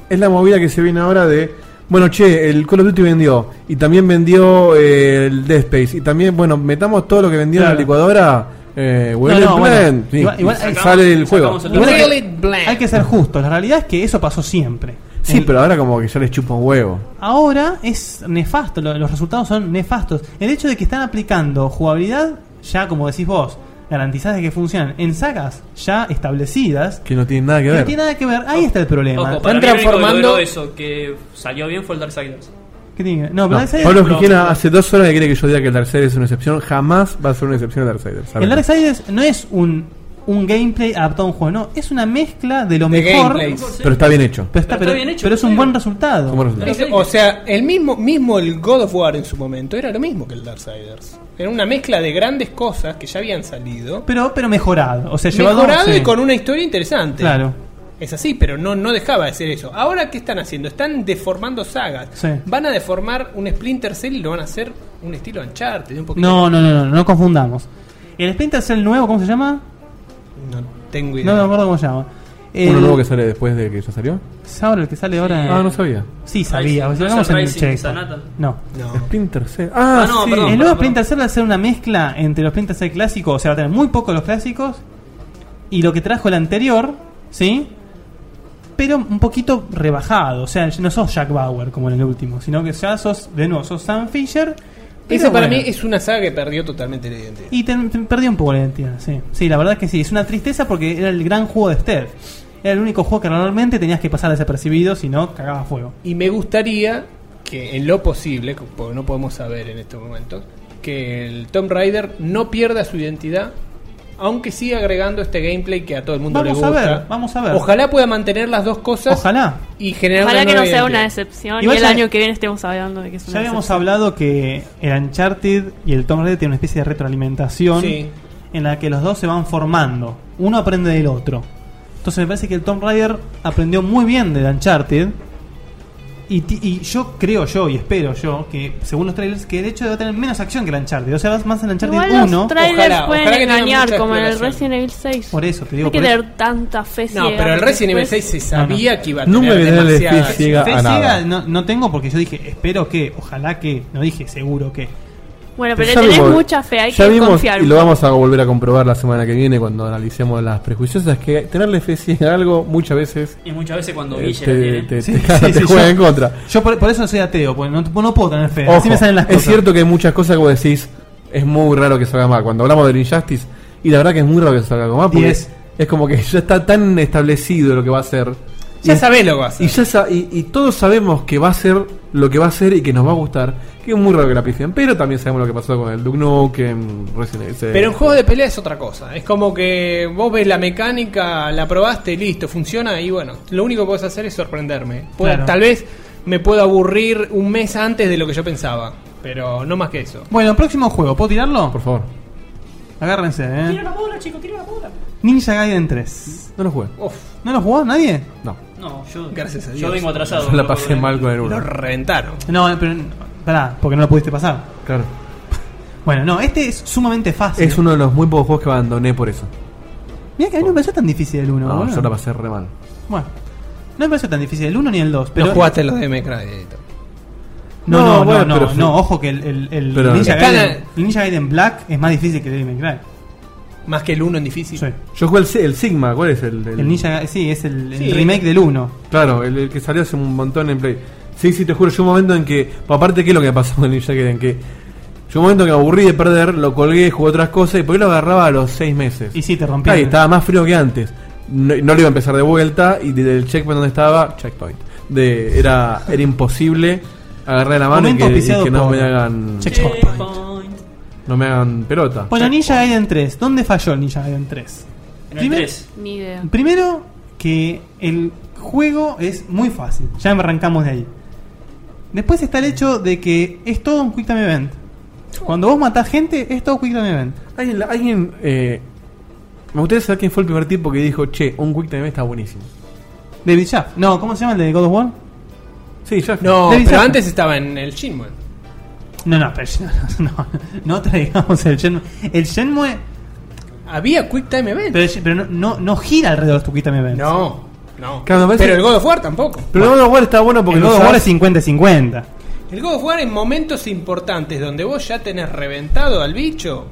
es la movida que se viene ahora de. Bueno, che, el Call of Duty vendió. Y también vendió eh, el Dead Space. Y también, bueno, metamos todo lo que vendió en Claro. la licuadora. Eh, Well No, no, Blend, bueno, sí, igual- igual y hay- sale el juego. sacamos el- Igual hay que- Really bland. hay que ser justos. La realidad es que eso pasó siempre. Sí, El- pero ahora como que ya les chupa un huevo. Ahora es nefasto, lo- los resultados son nefastos. El hecho de que están aplicando jugabilidad, ya como decís vos, garantizás de que funcionan en sagas ya establecidas, Que no tiene nada que que ver. no tiene nada que ver. Ahí está el Eh, problema. Ojo, para mí Están el único que logró transformando- eso que salió bien fue el Darksiders. ¿Qué tiene? No, No, pero Darksiders- Pablo Fijena hace dos horas que quiere que yo diga que el Darksiders es una excepción. Jamás va a ser una excepción el Darksiders. el ¿sabes? Darksiders no es un, un gameplay adaptado a un juego, no, es una mezcla de lo De mejor. gameplays. Pero, Pero está bien hecho. está, Pero pero, está bien hecho, pero es un claro. buen resultado. Son buenos resultados. Es- o sea, el mismo, mismo el God of War en su momento era lo mismo que el Darksiders. Era una mezcla de grandes cosas que ya habían salido. Pero, pero mejorado. O sea, llevado Mejorado sí. y con una historia interesante. Claro. Es así, pero no, no dejaba de ser eso. Ahora, ¿qué están haciendo? Están deformando sagas. Sí. Van a deformar un Splinter Cell y lo van a hacer un estilo Uncharted. Un poquito. No, no, no, no, no, no confundamos. El Splinter Cell nuevo, ¿cómo se llama? No tengo idea. No me acuerdo cómo se llama. ¿Uno El- nuevo que sale después de que ya salió? ¿Es ahora el que sale ahora? Ah, no sabía. Sí, sabía. ¿No es o sea, hagamos el en el Rising check. Sanata? No. No. Splinter Cell. Ah, Ah, no, sí. perdón. el nuevo Splinter Cell va a ser una mezcla entre los Splinter Cell clásicos, o sea, va a tener muy poco de los clásicos y lo que trajo el anterior, ¿sí? Pero un poquito rebajado, o sea, no sos Jack Bauer como en el último, sino que ya sos, de nuevo, sos Sam Fisher. Esa para mí es es una saga que perdió totalmente la identidad. Y te, te perdí un poco la identidad, sí. Sí, la verdad es que sí. Es una tristeza porque era el gran juego de Steph. Era el único juego que realmente tenías que pasar desapercibido, si no, cagaba fuego. Y me gustaría que en lo posible, porque no podemos saber en estos momentos, que el Tomb Raider no pierda su identidad, aunque siga agregando este gameplay que a todo el mundo Vamos le a gusta. ver, vamos a ver. Ojalá pueda mantener las dos cosas Ojalá. y generar Ojalá una que no nueva sea una identidad. decepción y Igual el ya- año que viene estemos hablando de que es una Ya habíamos decepción. hablado que el Uncharted y el Tomb Raider tienen una especie de retroalimentación Sí. en la que los dos se van formando. Uno aprende del otro. Entonces me parece que el Tomb Raider aprendió muy bien del Uncharted. Y, ti- y yo creo yo y espero yo que, según los trailers, que el hecho de va a tener menos acción que el Uncharted. O sea, vas más en el Uncharted Igual 1. los trailers Ojalá, pueden ojalá que tenga engañar mucha como en el exploración. Resident Evil 6. Por eso, te digo, No hay que por eso. tener tanta fe No, ciega, pero el porque Resident Evil después- 6 se sabía que iba a tener Nunca que tenerle demasiadas- fe ciega Fe a ciega nada. no, no tengo porque yo dije, espero que, ojalá que, no dije seguro que. Bueno, pero ya le tenés vimos- mucha fe, hay ya que vimos, confiar. Y lo vamos a volver a comprobar la semana que viene cuando analicemos las prejuiciosas. Que tenerle fe ciega a algo muchas veces Y muchas veces cuando eh, Guille la te, tiene. te- Sí, te- sí, te sí, juega yo- en contra. Yo por, por eso soy ateo, porque no, no puedo tener fe. Ojo, así me salen las es cosas. cierto que hay muchas cosas que vos decís, es muy raro que salga mal. Cuando hablamos del Injustice, y la verdad que es muy raro que salga mal, porque Diez. es como que ya está tan establecido lo que va a ser. Ya Y- sabés lo que va a Y, hacer. ya sa- y, y todos sabemos que va a ser lo que va a ser y que nos va a gustar. Que es muy raro que la pifien, pero también sabemos lo que pasó con el Duke Nukem, Resident Evil. Pero en juegos de pelea es otra cosa. Es como que vos ves la mecánica, la probaste, listo, funciona y bueno, lo único que podés hacer es sorprenderme. Puedo- Claro. Tal vez me puedo aburrir un mes antes de lo que yo pensaba, pero no más que eso. Bueno, próximo juego, ¿puedo tirarlo? Por favor, Agárrense, eh. Tira la bola, chicos, tira la bola. Ninja Gaiden 3. no lo juegues. Uf, ¿No lo jugó nadie? No, No, yo, Gracias a yo Dios. vengo atrasado. yo la pasé mal con el lo 1. reventaron. No, eh, pero. Pará, porque no lo pudiste pasar. Claro. Bueno, no, este es sumamente fácil. Es uno de los muy pocos juegos que abandoné por eso. Mira que a mí no me pareció tan difícil el 1. No, yo la pasé re mal. Bueno, no me pareció tan difícil el 1 ni el 2. Pero no jugaste los de Minecraft. No, No, no, no, bueno, no, pero- no, ojo que el, el- el Pero- Ninja, Están Gaiden, el Ninja Gaiden Black es más difícil que el Devil May Cry. Más que el uno en difícil. Sí. Yo jugué el, Si- el Sigma, ¿cuál es? El, el- El Ninja Ga- sí, es el, el Sí. remake del 1. Claro, el, el que salió hace un montón en Play. Sí, sí, te juro, llegó un momento en que. pues, Aparte, ¿qué es lo que me pasó con el Ninja Gaiden? Que llegó un momento que me aburrí de perder, lo colgué, jugué otras cosas y por ahí lo agarraba a los seis meses. Y sí, te rompí. Ahí estaba más frío que antes. No, no lo iba a empezar de vuelta y desde el checkpoint donde estaba, checkpoint. De, era, era imposible agarrar la mano y Momento que, y auspiciado que no por- me hagan. Checkpoint. No me hagan pelota. Bueno, Ninja Gaiden 3, ¿dónde falló el Ninja Gaiden 3? En el Primer- 3. Ni idea. Primero, que el juego es muy fácil. Ya arrancamos de ahí. Después está el hecho de que es todo un Quick Time Event. Cuando vos matás gente, es todo Quick Time Event. Alguien, alguien, eh, me gustaría saber quién fue el primer tipo que dijo, che, un Quick Time Event está buenísimo. David Shaft. No, ¿cómo se llama el de God of War? Sí, ya fue. No, David pero Saffron. antes estaba en el Shinmue. No, no, pero no, no, no traigamos el Shenmue. El Shenmue, Había Quick Time Event. pero, pero no, no, no gira alrededor de tu Quick Time Event. no, no. Claro, me parece- pero el God of War tampoco. Pero el God of War está bueno porque Porque el God of War sabes- es 50-50. El God of War en momentos importantes donde vos ya tenés reventado al bicho.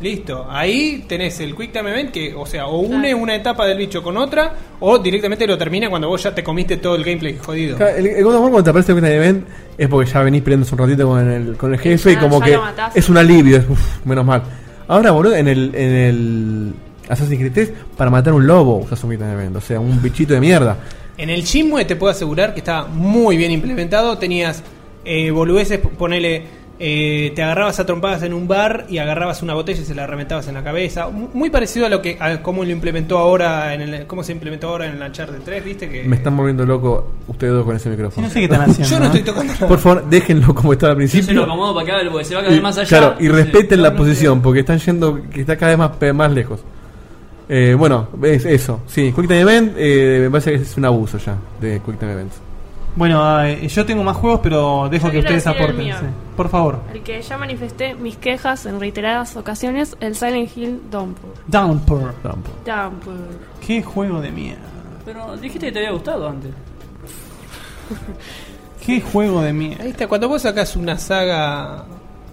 Listo, ahí tenés el Quick Time Event que, o sea, o une una etapa del bicho con otra, o directamente lo termina cuando vos ya te comiste todo el gameplay jodido. Claro, El, el God of War cuando te aparece el Quick Time Event es porque ya venís peleándose un ratito con el, con el jefe y ya- como ya que lo matás. es un alivio, es, uf, menos mal. Ahora, boludo, en el, en el Assassin's Creed 3, para matar un lobo usas un Quick Time Event, o sea, un bichito de mierda. En el Shinmue te puedo asegurar que estaba muy bien implementado. Tenías eh, boludeces, p- ponele. eh, te agarrabas a trompadas en un bar y agarrabas una botella y se la reventabas en la cabeza. M- Muy parecido a lo que a cómo lo implementó ahora en el, cómo se implementó ahora en la chart de 3, ¿viste? Que Me están volviendo loco ustedes dos con ese Sí, micrófono. no sé qué están haciendo. Yo no ¿eh? estoy tocando nada. Por favor, déjenlo como estaba al Yo se lo principio. acomodo para que haga el porque se va a Y, caer más allá. claro, y Sí. respeten la posición porque están yendo, que está cada vez más, pe- más lejos. Eh, bueno, es eso. Sí, Quick Time Event eh, me parece que es un abuso ya de Quick Time Events. Bueno, eh, yo tengo más juegos, pero dejo Yo que quiero ustedes decir el aporten. mío. sí. Por favor. El que ya manifesté mis quejas en reiteradas ocasiones, el Silent Hill Downpour. Downpour. Tampoco. Downpour. Qué juego de mierda. Pero dijiste que te había gustado antes. Qué juego de mierda. Ahí está, cuando vos sacas una saga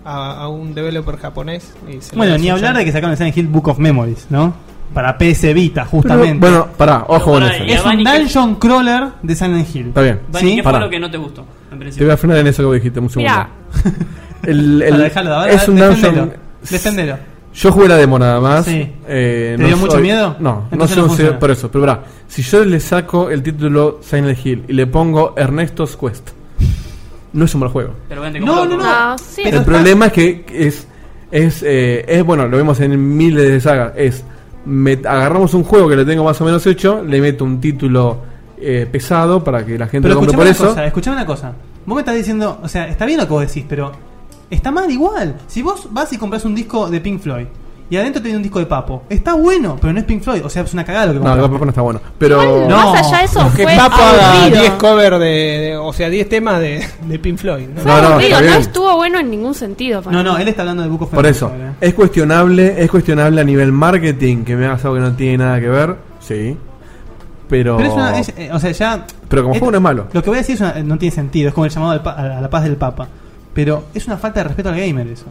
a, a un developer japonés. y se la Bueno, das ni un hablar chance. de que sacaron el Silent Hill Book of Memories, ¿no? Para PS Vita, Pero, justamente. bueno, pará, ojo con pará, eso. y es un Vani, ¿qué- dungeon crawler de Silent Hill. Está bien. Vani, Sí, ¿qué pará. fue lo que no te gustó? En Te voy principio. a frenar en eso que vos dijiste, un segundo. Mirá. El, el- Para dejarlo, a ver, es un defendelo, dungeon- defendelo. Yo jugué la demo nada más. Sí. Eh, ¿Te dio mucho miedo? No, no Entonces soy no un funciona. señor por eso. Pero verá, si yo le saco el título Silent Hill y le pongo Ernesto's Quest, no es un mal juego. Pero vente como No, no, no. loco. No, Ah, sí. Pero el está- problema es que es, es, eh, es, bueno, lo vemos en miles de sagas, es, me- agarramos un juego que lo tengo más o menos hecho, le meto un título eh, pesado para que la gente Pero lo compre escuchame por una eso. cosa, escuchame una cosa. Vos me estás diciendo, o sea, está bien lo que vos decís, pero está mal igual. Si vos vas y compras un disco de Pink Floyd y adentro tiene un disco de Papo, está bueno, pero no es Pink Floyd. O sea, es una cagada lo que No, el compras. papá no está bueno. Pero... No. Más allá de eso, Que fue Papo haga aburrido. 10 cover de, de- O sea, 10 temas de, de Pink Floyd. ¿no? Fue No, no, aburrido, está no bien. estuvo bueno en ningún sentido. para No, mí. no, él está hablando de Book of Por Memories eso, ahora, eh. es cuestionable, es cuestionable a nivel marketing que me hagas algo que no tiene nada que ver, sí. Pero, Pero es una- es- eh, o sea, ya. pero como es- juego no es malo. Lo que voy a decir es una- no tiene sentido, es como el llamado al pa- a la paz del Papa. Pero es una falta de respeto al gamer eso.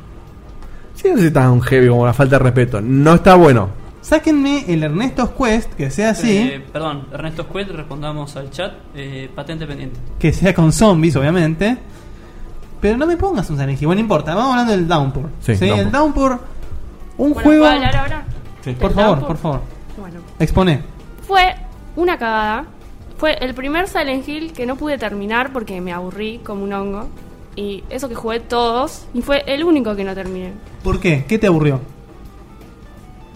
Sí, no es tan heavy como la falta de respeto. No está bueno. Sáquenme el Ernesto's Quest, que sea así, Eh, perdón, Ernesto Cuet, respondamos al chat. eh, patente pendiente. que sea con zombies, obviamente. Pero no me pongas un Silent Hill, bueno, no importa, vamos hablando del Downpour. Sí, El Downpour. Downpour, un Bueno, juego. ¿puedo hablar ahora? Por del favor, Downpour? por favor, Bueno. exponé. Fue una cagada. Fue el primer Silent Hill que no pude terminar porque me aburrí como un hongo. Y eso que jugué todos. Y fue el único que no terminé. ¿Por qué? ¿Qué te aburrió?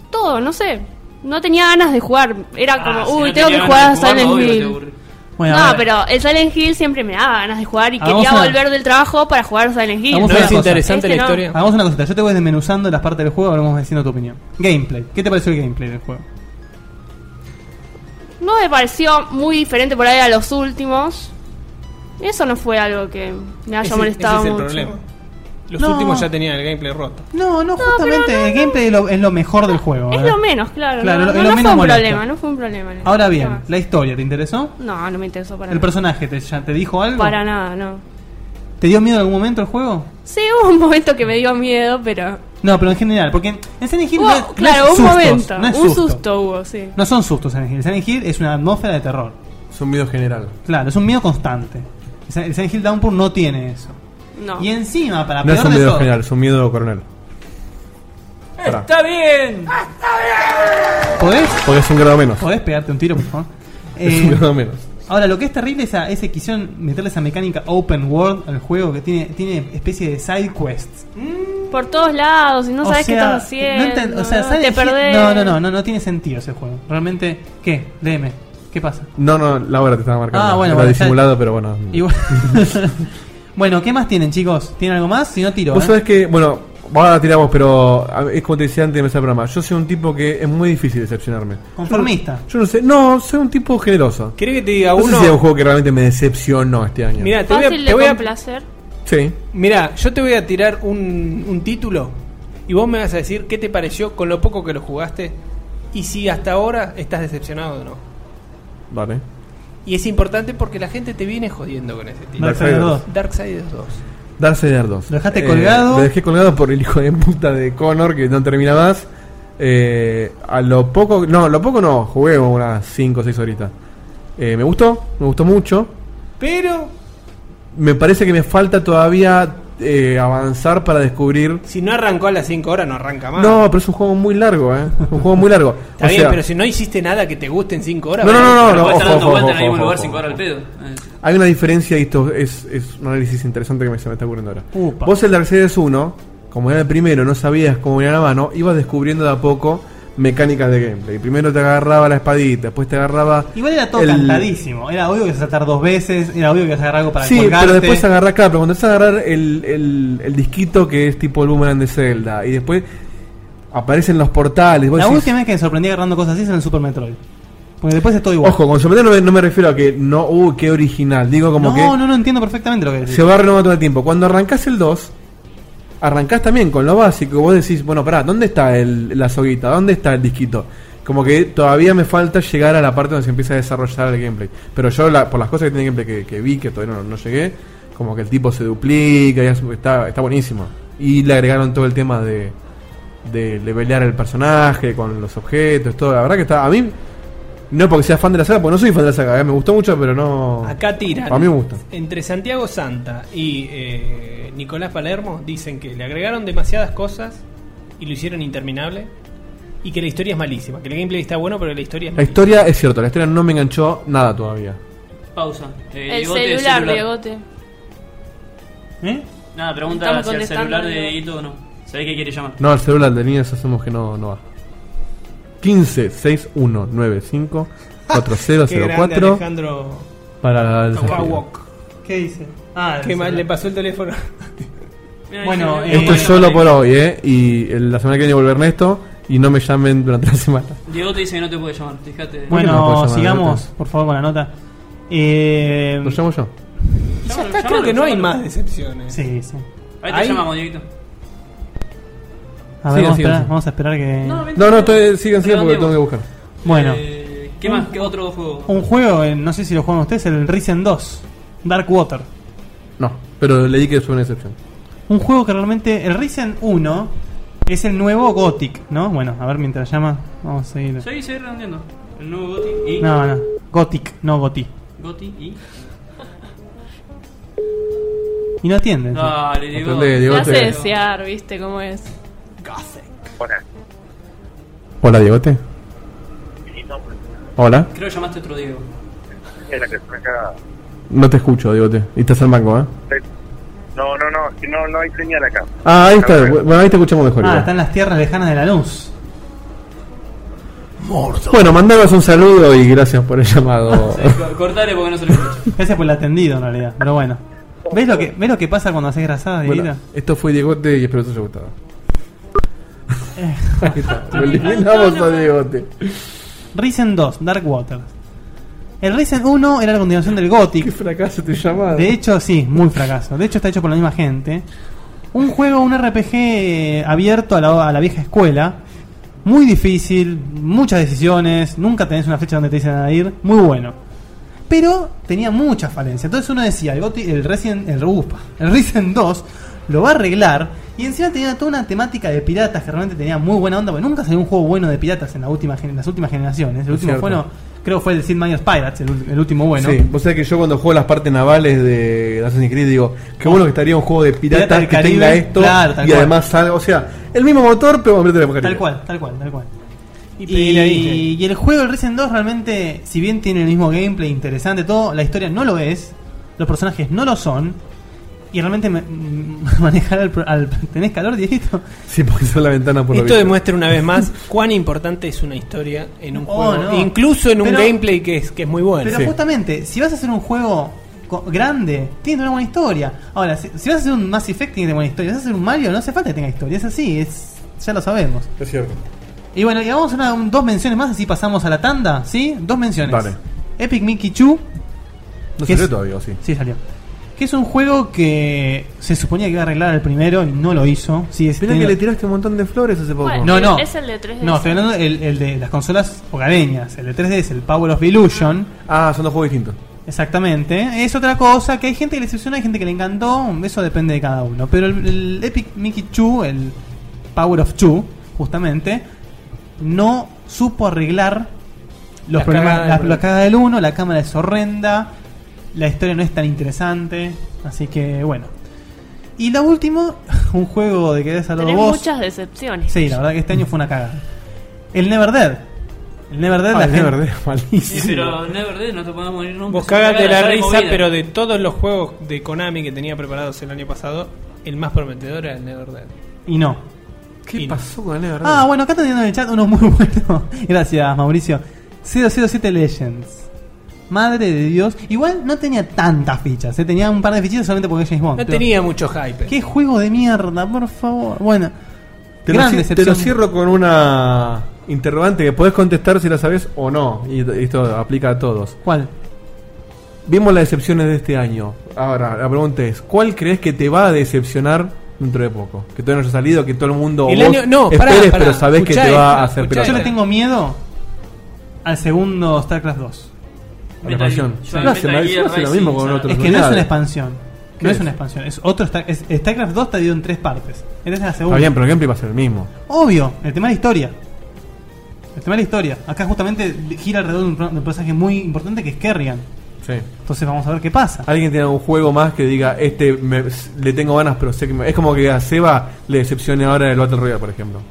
Todo, no sé. No tenía ganas de jugar. Era como, Ah, si uy, no tengo que tenía jugar a ganas de Silent jugarlo, obvio que te Hill. aburre. Bueno, a no, ver, pero el Silent Hill siempre me daba ganas de jugar y Hagamos quería una- volver del trabajo para jugar Silent Hill. ¿No Vamos a una No, es cosa. interesante la Este no. historia? Hagamos una cosita, yo te voy desmenuzando las partes del juego, ahora vamos diciendo tu opinión. Gameplay, ¿qué te pareció el gameplay del juego? no me pareció muy diferente por ahí a los últimos. Eso no fue algo que me haya Ese- molestado ese es el mucho. problema. Los No. últimos ya tenían el gameplay roto. No, no, justamente el gameplay es lo, es lo mejor del juego. Es ¿verdad? lo menos, claro. Claro, no, lo- no- es no lo menos fue un molesto. problema, no fue un problema. no. Ahora bien, No. la historia, ¿te interesó? No, no me interesó para ¿El nada. personaje te, ya te dijo algo? Para nada, no. ¿Te dio miedo en algún momento el juego? Sí, hubo un momento que me dio miedo, pero. No, pero en general, porque en Silent Hill Hubo- no es- no es claro, un sustos, momento. no es un susto hubo, sí. No son sustos Silent Hill. Silent Hill es una atmósfera de terror. Es un miedo general. Claro, es un miedo constante. El Sil- El Silent Hill Downpour no tiene eso. No. Y encima, para No es peor un de miedo todo, general, es un miedo coronel. Pará, ¡Está bien! ¿podés, porque es un grado menos. podés pegarte un tiro, por favor? Es Eh, un grado menos. ahora, lo que es terrible es, a- es que quisieron meterle esa mecánica open world al juego que tiene, tiene especie de side quests. Por todos lados, y no O sabes qué sea, estás haciendo. no enten- o sea, ¿no? Silent te Hill- perdés. no, no, no, no, no tiene sentido ese juego. Realmente, ¿qué? Deme. ¿Qué pasa? No, no, la hora te estaba marcando. Ah, bueno, Era bueno, disimulado, pero bueno. Igual- bueno, ¿qué más tienen, chicos? ¿Tienen algo más? Si no, tiro. Vos ¿eh? sabés que, bueno, ahora tiramos, pero a- es como te decía antes de empezar el programa. Yo soy un tipo que es muy difícil decepcionarme. Conformista. Yo no sé, no, soy un tipo generoso. ¿Querés que te diga No sé uno? si es un juego que realmente me decepcionó este año. Mirá, te voy a, Fácil te de voy a- complacer. Sí. mirá, yo te voy a tirar un, un título y vos me vas a decir qué te pareció con lo poco que lo jugaste y si hasta ahora estás decepcionado o no. Vale. Y es importante porque la gente te viene jodiendo con ese título. Dark Darksiders Siders. 2. Darksiders 2. Darksiders 2. Lo dejaste colgado. Eh, Lo dejé colgado por el hijo de puta de Connor que no termina más. Eh, a lo poco, no, lo poco no, jugué unas 5 o 6 horitas. Eh, me gustó, me gustó mucho. Pero Me parece que me falta todavía eh, avanzar para descubrir. si no arrancó a las 5 horas, no arranca más. No, pero es un juego muy largo, ¿eh? Un juego muy largo. Ah. Está bien, pero si no hiciste nada que te guste en 5 horas. No, no, bueno, no, no, no, Pero puede ojo, estar dando ojo, vueltas en el ojo, ojo, mismo lugar ojo, sin cobrar el pedo. Eh, Hay una diferencia y esto es, es un análisis interesante que me, se me está ocurriendo ahora. Upa. Vos el Darksiders 1, como era el primero, no sabías cómo venía la mano, ibas descubriendo de a poco mecánicas de gameplay. Primero te agarraba la espadita, después te agarraba... Igual era todo el- cantadísimo. Era obvio que ibas a saltar dos veces. Era obvio que ibas a agarrar algo para Sí, colgarte. pero después agarrás, claro, pero cuando empezás a agarrar el, el, el disquito que es tipo el boomerang de Zelda, y después aparecen los portales. vos La decís, última vez que me sorprendí agarrando cosas así es en el Super Metroid. Porque después es todo igual. Ojo, con sorprender no, me- no me refiero a que no, uh, qué original. Digo como no, que... no, no entiendo perfectamente lo que decís. se va renovando todo el tiempo. Cuando arrancás el 2, arrancás también con lo básico. Vos decís, bueno, pará, ¿dónde está el- la soguita? ¿Dónde está el disquito? Como que todavía me falta llegar a la parte donde se empieza a desarrollar el gameplay. Pero yo, la- por las cosas que tiene gameplay que, que vi, que todavía no, no llegué, como que el tipo se duplica y es- está, está buenísimo. Y le agregaron todo el tema de, de levelear el personaje con los objetos, todo. La verdad que está. A mí, no porque sea fan de la saga, porque no soy fan de la saga, eh, me gustó mucho, pero no. Acá tiran. A mí me gusta. Entre Santiago Santa y eh, Nicolás Palermo dicen que le agregaron demasiadas cosas y lo hicieron interminable. Y que la historia es malísima. Que el gameplay está bueno, pero la historia es La malísima. historia es cierto, la historia no me enganchó nada todavía. Pausa. Eh, El Diegote, celular, Diegote. ¿Eh? Nada, pregunta Estamos si el contestando, celular de Diego. Dieguito o no. ¿Sabés que quiere llamar? No, el celular de niños hacemos que no, no va. 15 61 95 Qué grande 4004 Alejandro para el desafío. Kawok. ¿Qué dice? Ah, Qué el mal le celular. pasó el teléfono. Mirá, Bueno, dice- eh, Esto es solo por hoy, ¿eh? Y el- la semana que viene vuelve Ernesto y no me llamen durante la semana. Diego te dice que no te puede llamar, fíjate. qué no me puedo Bueno, llamar, sigamos, Alberto? por favor, con la nota. Eh, ¿Lo llamo yo? Ya está, creo que no hay más decepciones. sí, sí. Ahí te Ahí- llamamos, Dieguito. A ver, vamos, Sigan, a sigan, esperar, sigan. vamos a esperar que. No, no, estoy, sigan, sigan porque Redondeamos. tengo que buscar. bueno, Eh, ¿Qué más? ¿Qué otro juego? un juego, eh, no sé si lo juegan ustedes, el Risen 2, Dark Water. No, pero leí que fue una excepción. Un juego que realmente. El Risen 1 es el nuevo Gothic, ¿no? Bueno, a ver mientras llama, vamos a seguir. Sí, seguí redondeando. El nuevo Goti y. No, no, Gothic, no Gothic. Goti y. Y no atienden. Dale, Diego. Atendé, Diego. Te Diegote. hace desear, viste cómo es. Hola, Diegote. Hola, Creo que llamaste otro Diego. Es la que se me caga. no te escucho, Diegote. Y estás al banco, ¿eh? No, no, no, es que no, no hay señal acá. Ah, ahí está. Bueno, ahí te escuchamos mejor. ah, igual. están las tierras lejanas de la luz. Bueno, mandaros un saludo y gracias por el llamado. Sí, co- cortale porque no se lo escucha. Gracias por el atendido en realidad, pero bueno. ¿Ves lo que, ves lo que pasa cuando haces grasada, Bueno, Dieguito? esto fue Diegote y espero que te haya gustado. Ahí está, lo eliminamos a Diegote. Risen 2, Dark Waters. El Risen 1 era la continuación del Gothic. Qué fracaso tu llamada. De hecho, sí, muy fracaso. De hecho, está hecho por la misma gente. Un juego, un RPG eh, abierto a la, a la vieja escuela. Muy difícil, muchas decisiones. Nunca tenés una fecha donde te dicen a ir. Muy bueno. Pero tenía muchas falencias. Entonces uno decía, el, Gothic- el Resident el, upa, el Risen 2 lo va a arreglar. Y encima tenía toda una temática de piratas que realmente tenía muy buena onda. Porque nunca salió un juego bueno de piratas en la última, gen- las últimas generaciones. El Es último cierto. bueno, creo fue el Sid Meier's Pirates, el, ul- el último bueno. Sí, vos sabés que yo cuando juego las partes navales de Assassin's Creed digo, qué bueno que estaría un juego de piratas Pirata del que Caribe, tenga esto claro, tal y cual. además salga, o sea, el mismo motor pero hombre de la época Tal libre. cual, tal cual, tal cual. Y Y, pedir ahí. y el juego del Risen 2 realmente, si bien tiene el mismo gameplay interesante, todo, la historia no lo es, los personajes no lo son, y realmente me- mm, manejar al, pro- al- ¿Tenés calor, Dieguito? Sí, porque sale la ventana por la Esto vista. demuestra una vez más cuán importante es una historia en un Oh, juego. no. Incluso en un Pero- gameplay que es, que es muy bueno. Pero sí. justamente, si vas a hacer un juego co- grande, tiene que tener buena historia. Ahora, si, si vas a hacer un Mass Effect, tiene que tener buena historia. Si vas a hacer un Mario, no hace falta que tenga historia. Es así, es ya lo sabemos. Es cierto. Y bueno, y vamos a una- un- dos menciones más, así pasamos a la tanda, ¿sí? Dos menciones. Vale. Epic Mickey Chu, No ¿Qué salió es? todavía, ¿o sí. sí salió. Que es un juego que se suponía que iba a arreglar el primero y no lo hizo. Sigue Mirá que teniendo- le tiraste un montón de flores hace poco. Bueno. No, no. Es el de 3DS. No, estoy hablando del el de las consolas hogareñas. El de 3DS, el Power of Illusion. Ah, son dos juegos distintos. Exactamente. Es otra cosa que hay gente que le decepciona, hay gente que le encantó. Eso depende de cada uno. Pero el, el Epic Mickey Chu, el Power of Chu, justamente, no supo arreglar los La problemas. cagada la, del- la cagada del uno, la cámara es horrenda, la historia no es tan interesante. Así que, bueno. Y la última, un juego de que debes hablar Tenés vos. muchas decepciones. Sí, la verdad que este año fue una cagada. El Never Dead. El Never Dead, Ah, la el gente- Never Dead, Sí, malísimo. pero Never Dead no te podemos morir nunca. Vos es una cagás de la cagada, risa, movida. pero de todos los juegos de Konami que tenía preparados el año pasado, el más prometedor era el NetherRealm. Y no. ¿Qué Y- pasó con el Never Ah, bueno, acá teniendo en el chat uno muy bueno. Gracias, Mauricio. 007 Legends. Madre de Dios. Igual no tenía tantas fichas. ¿eh? Tenía un par de fichitas solamente porque es James Bond. No pero- tenía mucho hype. Qué juego de mierda, por favor. Bueno. Te lo, gran ci- te decepción. lo cierro con una interrogante que podés contestar si la sabés o no. Y t- esto aplica a todos. ¿Cuál? Vimos las decepciones de este año. Ahora, la pregunta es: ¿cuál crees que te va a decepcionar dentro de poco? Que todavía no haya salido, que todo el mundo. o El vos año- no, pará, esperes, pará. pero sabés Escuchá que te va esta, a hacer escuchá Yo pelota. le tengo miedo al segundo StarCraft 2. La expansión. Yo Sí. en Lo hace Metal mal- Gear lo hace lo Rising, mismo con ya. otros Es que no es unidades. una expansión. ¿Qué No es es? una expansión. Es otro Star- es- StarCraft 2 está dividido en tres partes. Esta es la segunda. Está bien, pero el gameplay va a ser el mismo. Obvio, el tema de la historia. El tema de la historia. Acá justamente gira alrededor de un, pro- de un personaje muy importante que es Kerrigan. Sí. Entonces vamos a ver qué pasa. ¿Alguien tiene un juego más que diga, este me- le tengo ganas, pero sé que me- es como que a Seba le decepcione ahora el Battle Royale, por ejemplo?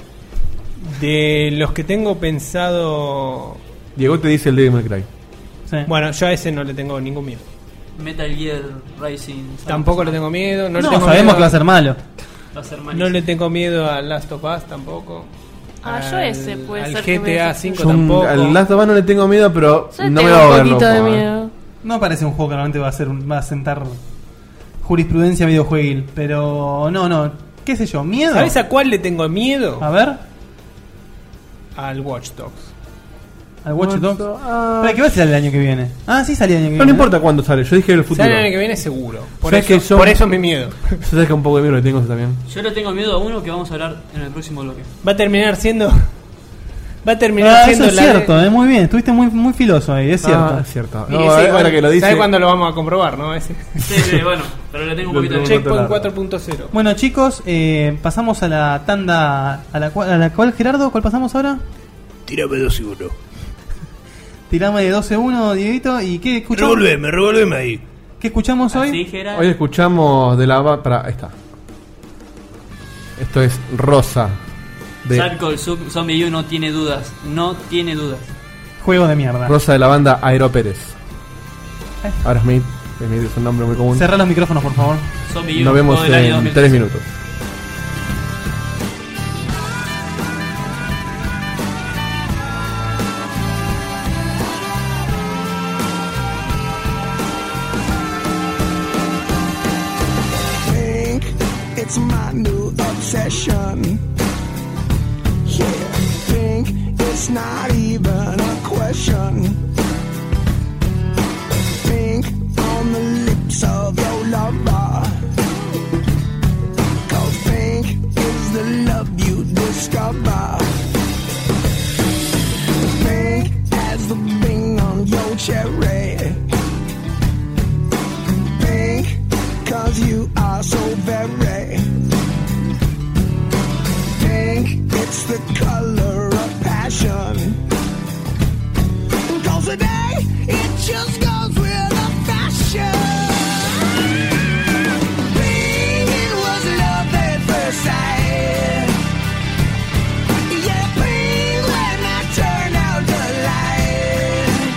De los que tengo pensado. Diego te dice el Devil May Cry. Sí. Bueno, yo a ese no le tengo ningún miedo. Metal Gear Rising. ¿sabes? Tampoco le tengo miedo. no, No, le tengo sabemos miedo- que va a ser malo. Va a ser No malísimo. le tengo miedo a Last of Us tampoco. Ah, yo ese puede al ser que me GTA V decepcione. Yo tampoco. al Last of Us no le tengo miedo, pero Yo le no me va a tengo un volver poquito de loco, ¿eh? miedo. No parece un juego que realmente va a, ser un- va a sentar jurisprudencia videojueguil. Pero no, no. ¿Qué sé yo? ¿Miedo? ¿Sabes a cuál le tengo miedo? A ver, Al Watch Dogs. al Watch Dogs. Ah, Espera, ¿qué va a ser el año que viene? Ah, sí sale el año que No, viene. no importa cuándo sale, yo dije el futuro. Sale el año que viene seguro. Por ¿Sabes eso, que son- por eso es mi miedo. ¿Sabes que un poco de miedo le tengo también? Yo le tengo miedo a uno que vamos a hablar en el próximo bloque. Va a terminar siendo. Va a terminar Ah, eso siendo es la- cierto, eh, muy bien. Estuviste muy, muy filoso ahí, es cierto. Ah, es cierto. Y No, ese ahora igual, que lo ¿sabe dice. cuándo lo vamos a comprobar, no? Ese. Sí, sí, bueno, pero le tengo un Lo poquito de tengo- miedo. Checkpoint largo. 4.0. Bueno chicos, eh, pasamos a la tanda a la, cual, a la cual Gerardo, ¿cuál pasamos ahora? Tirame dos y uno. Tirame de 12-1, Dieguito, ¿y qué escuchamos? Revolveme, revolveme ahí. ¿Qué escuchamos hoy? Así, Gerard. Hoy escuchamos de la. ba- Para, ahí está. Esto es Rosa. De Sarko, el sub- Zombie U no tiene dudas. No tiene dudas. Juego de mierda. Rosa de la banda Aero Pérez. Ahora Smith, Smith es un nombre muy común. Cerrá los micrófonos, por favor. Zombie U. Nos vemos juego del año en 2013. tres minutos. think it's my new obsession. Yeah, think it's not even a question. Think on the lips of your lover. Cause think is the love you discover. Think as the bing on your cherry pink Cause you are so very pink It's the color of passion Cause today it just goes with the fashion Pink, it was love at first sight Yeah, pink when I turn out the light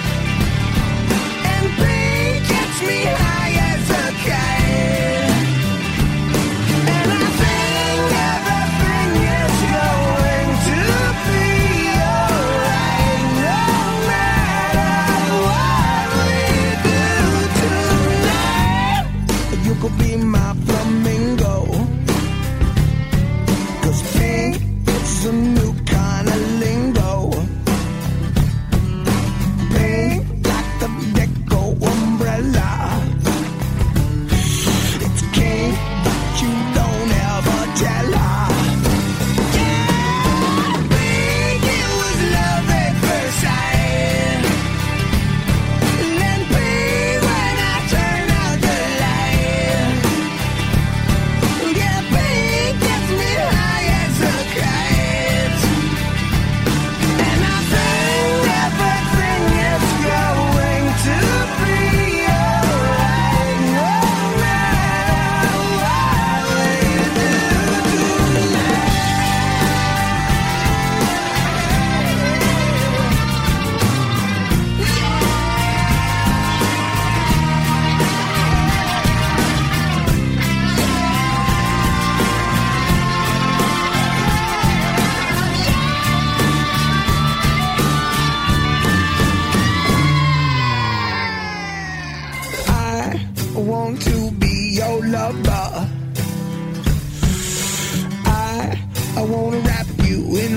and pain gets me high as a kite.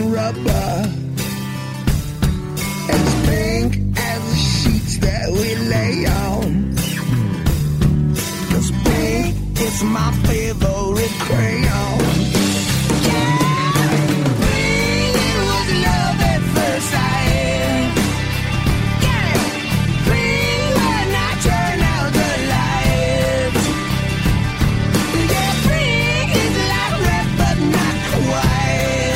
rubber, as pink as the sheets that we lay on. 'Cause pink is my favorite crayon. Yeah, pink it was love at first sight. Yeah, pink when I turn out the lights. Yeah, pink is like red but not quite.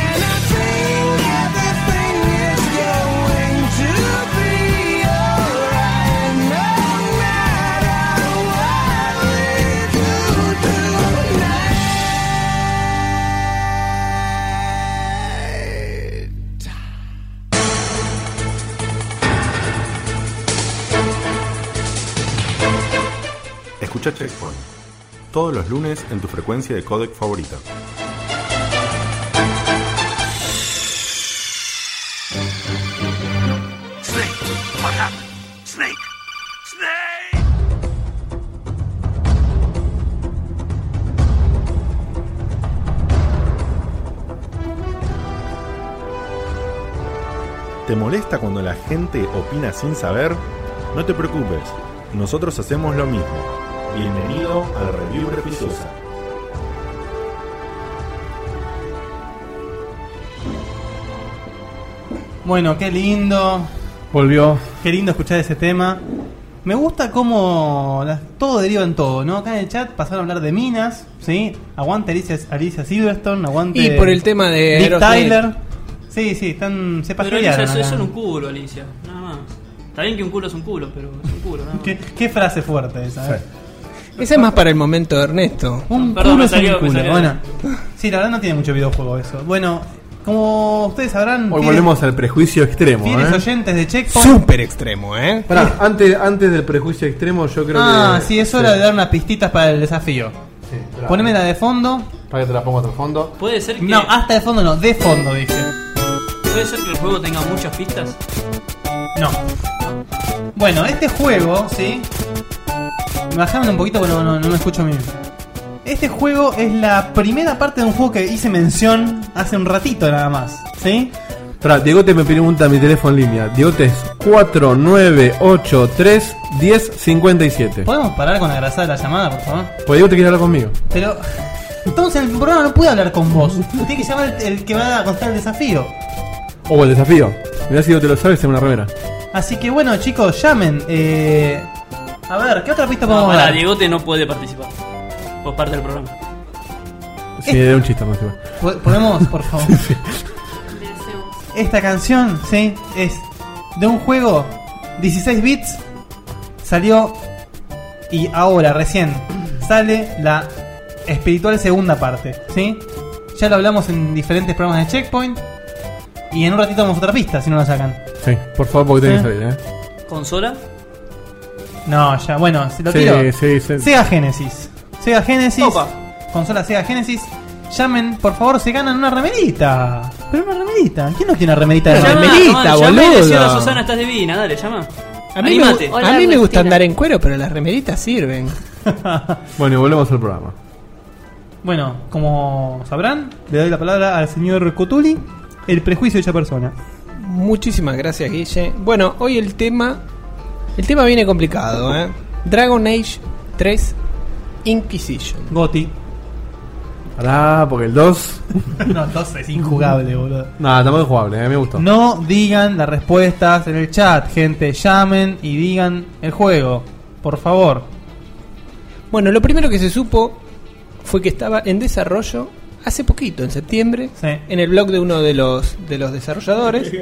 And I think everything is going to be alright. No matter what we do tonight. Escucha Checkpoint. Todos los lunes en tu frecuencia de codec favorita. Snake, what happened? Snake, snake. ¿Te molesta cuando la gente opina sin saber? No te preocupes, nosotros hacemos lo mismo. Bienvenido al Review Prejuiciosa. Bueno, qué lindo. Volvió. Qué lindo escuchar ese tema. Me gusta cómo las- todo deriva en todo, ¿no? Acá en el chat pasaron a hablar de minas, ¿sí? Aguante Alicia, Alicia Silverstone, aguante. Y por el tema de Dick Aerosmith. Tyler. Sí, sí, están. Se Pero Alicia, pastorearon eso, acá. eso era un culo, Alicia. Nada más. Está bien que un culo es un culo, pero es un culo, nada más. ¿Qué, qué frase fuerte esa. ¿eh? Ese es más para el momento de Ernesto. Un Perdón, culo me es un salió- me culo. salió. Bueno, sí, la verdad no tiene mucho videojuego eso. Bueno, como ustedes sabrán, Hoy fieles- volvemos al prejuicio extremo. fieles ¿eh? oyentes de Checkpoint. Súper extremo, ¿eh? Pará, antes, antes del prejuicio extremo, yo creo que. Ah, sí, es hora de dar unas pistitas para el desafío. Sí, pará. Poneme la de fondo. Para que te la pongo hasta el fondo. Puede ser que. No, ah. hasta de fondo no, de fondo dije. Puede ser que el juego tenga muchas pistas. No. Bueno, este juego, ¿sí? Bajámoslo un poquito porque no, no, no me escucho bien. Este juego es la primera parte de un juego que hice mención hace un ratito nada más, ¿sí? Pará, Diegote me pregunta mi teléfono en línea. Diegote es 4983 1057. ¿Podemos parar con la grasada de la llamada, por favor? Pues Diegote quiere hablar conmigo. Pero... Entonces en el programa no puede hablar con vos. Tiene que llamar el, el que va a contar el desafío. O el desafío. Mirá si no te lo sabes en una remera. Así que bueno, chicos, llamen. Eh... A ver, ¿qué otra pista No, podemos para dar? Diegote no puede participar. Por parte del programa. Sí, era un chiste más que más. Po- ¿Podemos, por favor? Esta canción, sí, es de un juego 16 bits. Salió y ahora, recién, sale la espiritual segunda parte, ¿sí? Ya lo hablamos en diferentes programas de Checkpoint. Y en un ratito vamos a otra pista si no la sacan. Sí, por favor, porque tenés Sí. que salir, ¿eh? ¿Consola? No, ya, bueno, se lo tiro. ¿eh? Sí, sí, sí. Sega Genesis. Sega Genesis. Opa. Consola Sega Genesis. Llamen, por favor, se ganan una remerita. Pero una remerita. ¿Quién no tiene una remerita de Una Sonic? remera. remerita, llama y decirle a boludo. Susana, estás divina, dale, llama. A mí, me, Animate. gu- a mí me gusta andar en cuero, pero las remeritas sirven. Bueno, y volvemos al programa. Bueno, como sabrán, le doy la palabra al señor Cotuli. El prejuicio de esa persona. Muchísimas gracias, Guille. Bueno, hoy el tema. El tema viene complicado, ¿eh? Dragon Age 3 Inquisition. Goti. Pará, porque el 2. No, entonces es injugable, boludo. Nada, tampoco es jugable, eh, me gustó. No digan las respuestas en el chat, gente. Llamen y digan el juego. Por favor. Bueno, lo primero que se supo fue que estaba en desarrollo hace poquito, en septiembre, Sí. en el blog de uno de los, de los desarrolladores.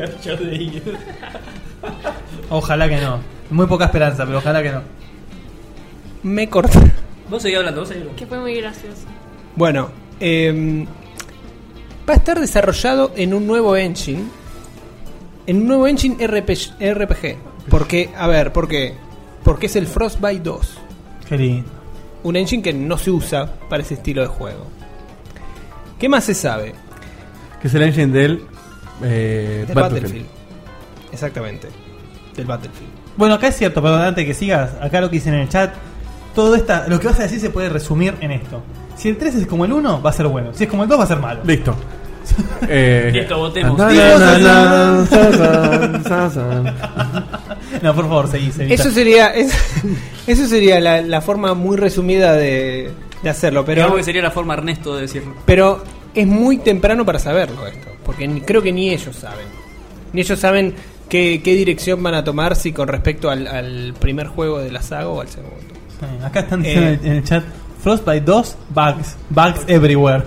Ojalá que no. Muy poca esperanza, pero ojalá que no. Me corté. Vos seguís hablando, vos seguís hablando. Que fue muy gracioso. Bueno, eh, va a estar desarrollado en un nuevo engine. En un nuevo engine RPG. RPG. Porque, a ver, ¿por qué? Porque es el Frostbite 2. Qué lindo. Un engine que no se usa para ese estilo de juego. ¿Qué más se sabe? Que es el engine del. Eh, Del Battlefield. Battlefield. Exactamente. Del Battlefield. Bueno, acá es cierto, perdón, antes que sigas, acá lo que dicen en el chat, todo esta, lo que vas a decir se puede resumir en esto. Si el 3 es como el 1, va a ser bueno. Si es como el 2, va a ser malo. Listo. Eh, Listo, votemos. na, na, na, na, sa, sa, sa, sa. No, por favor, seguí, seguí. Eso sería, es- eso sería la, la forma muy resumida de, de hacerlo, pero, Digamos que sería la forma Ernesto de decirlo. pero es muy temprano para saberlo esto, porque ni- creo que ni ellos saben. Ni ellos saben qué, qué dirección van a tomar si con respecto al, al primer juego de la saga o al segundo. Eh, Acá están diciendo Eh. en el chat Frostbite 2, bugs, bugs everywhere.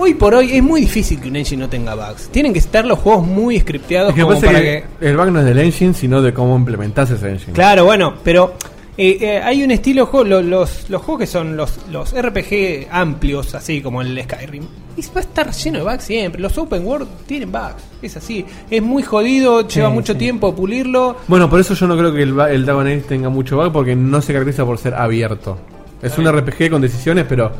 Hoy por hoy es muy difícil que un engine no tenga bugs. Tienen que estar los juegos muy scripteados Es que como pasa para que que... el bug no es del engine, sino de cómo implementás ese engine. Claro, bueno, pero eh, eh, hay un estilo de juego, lo- los, los juegos que son los, los RPG amplios, así como el Skyrim. Y va a estar lleno de bugs siempre. Los open world tienen bugs, es así. Es muy jodido, lleva mucho tiempo pulirlo. Bueno, por eso yo no creo que el, ba- el Dragon Age tenga mucho bug porque no se caracteriza por ser abierto. Es un RPG con decisiones, pero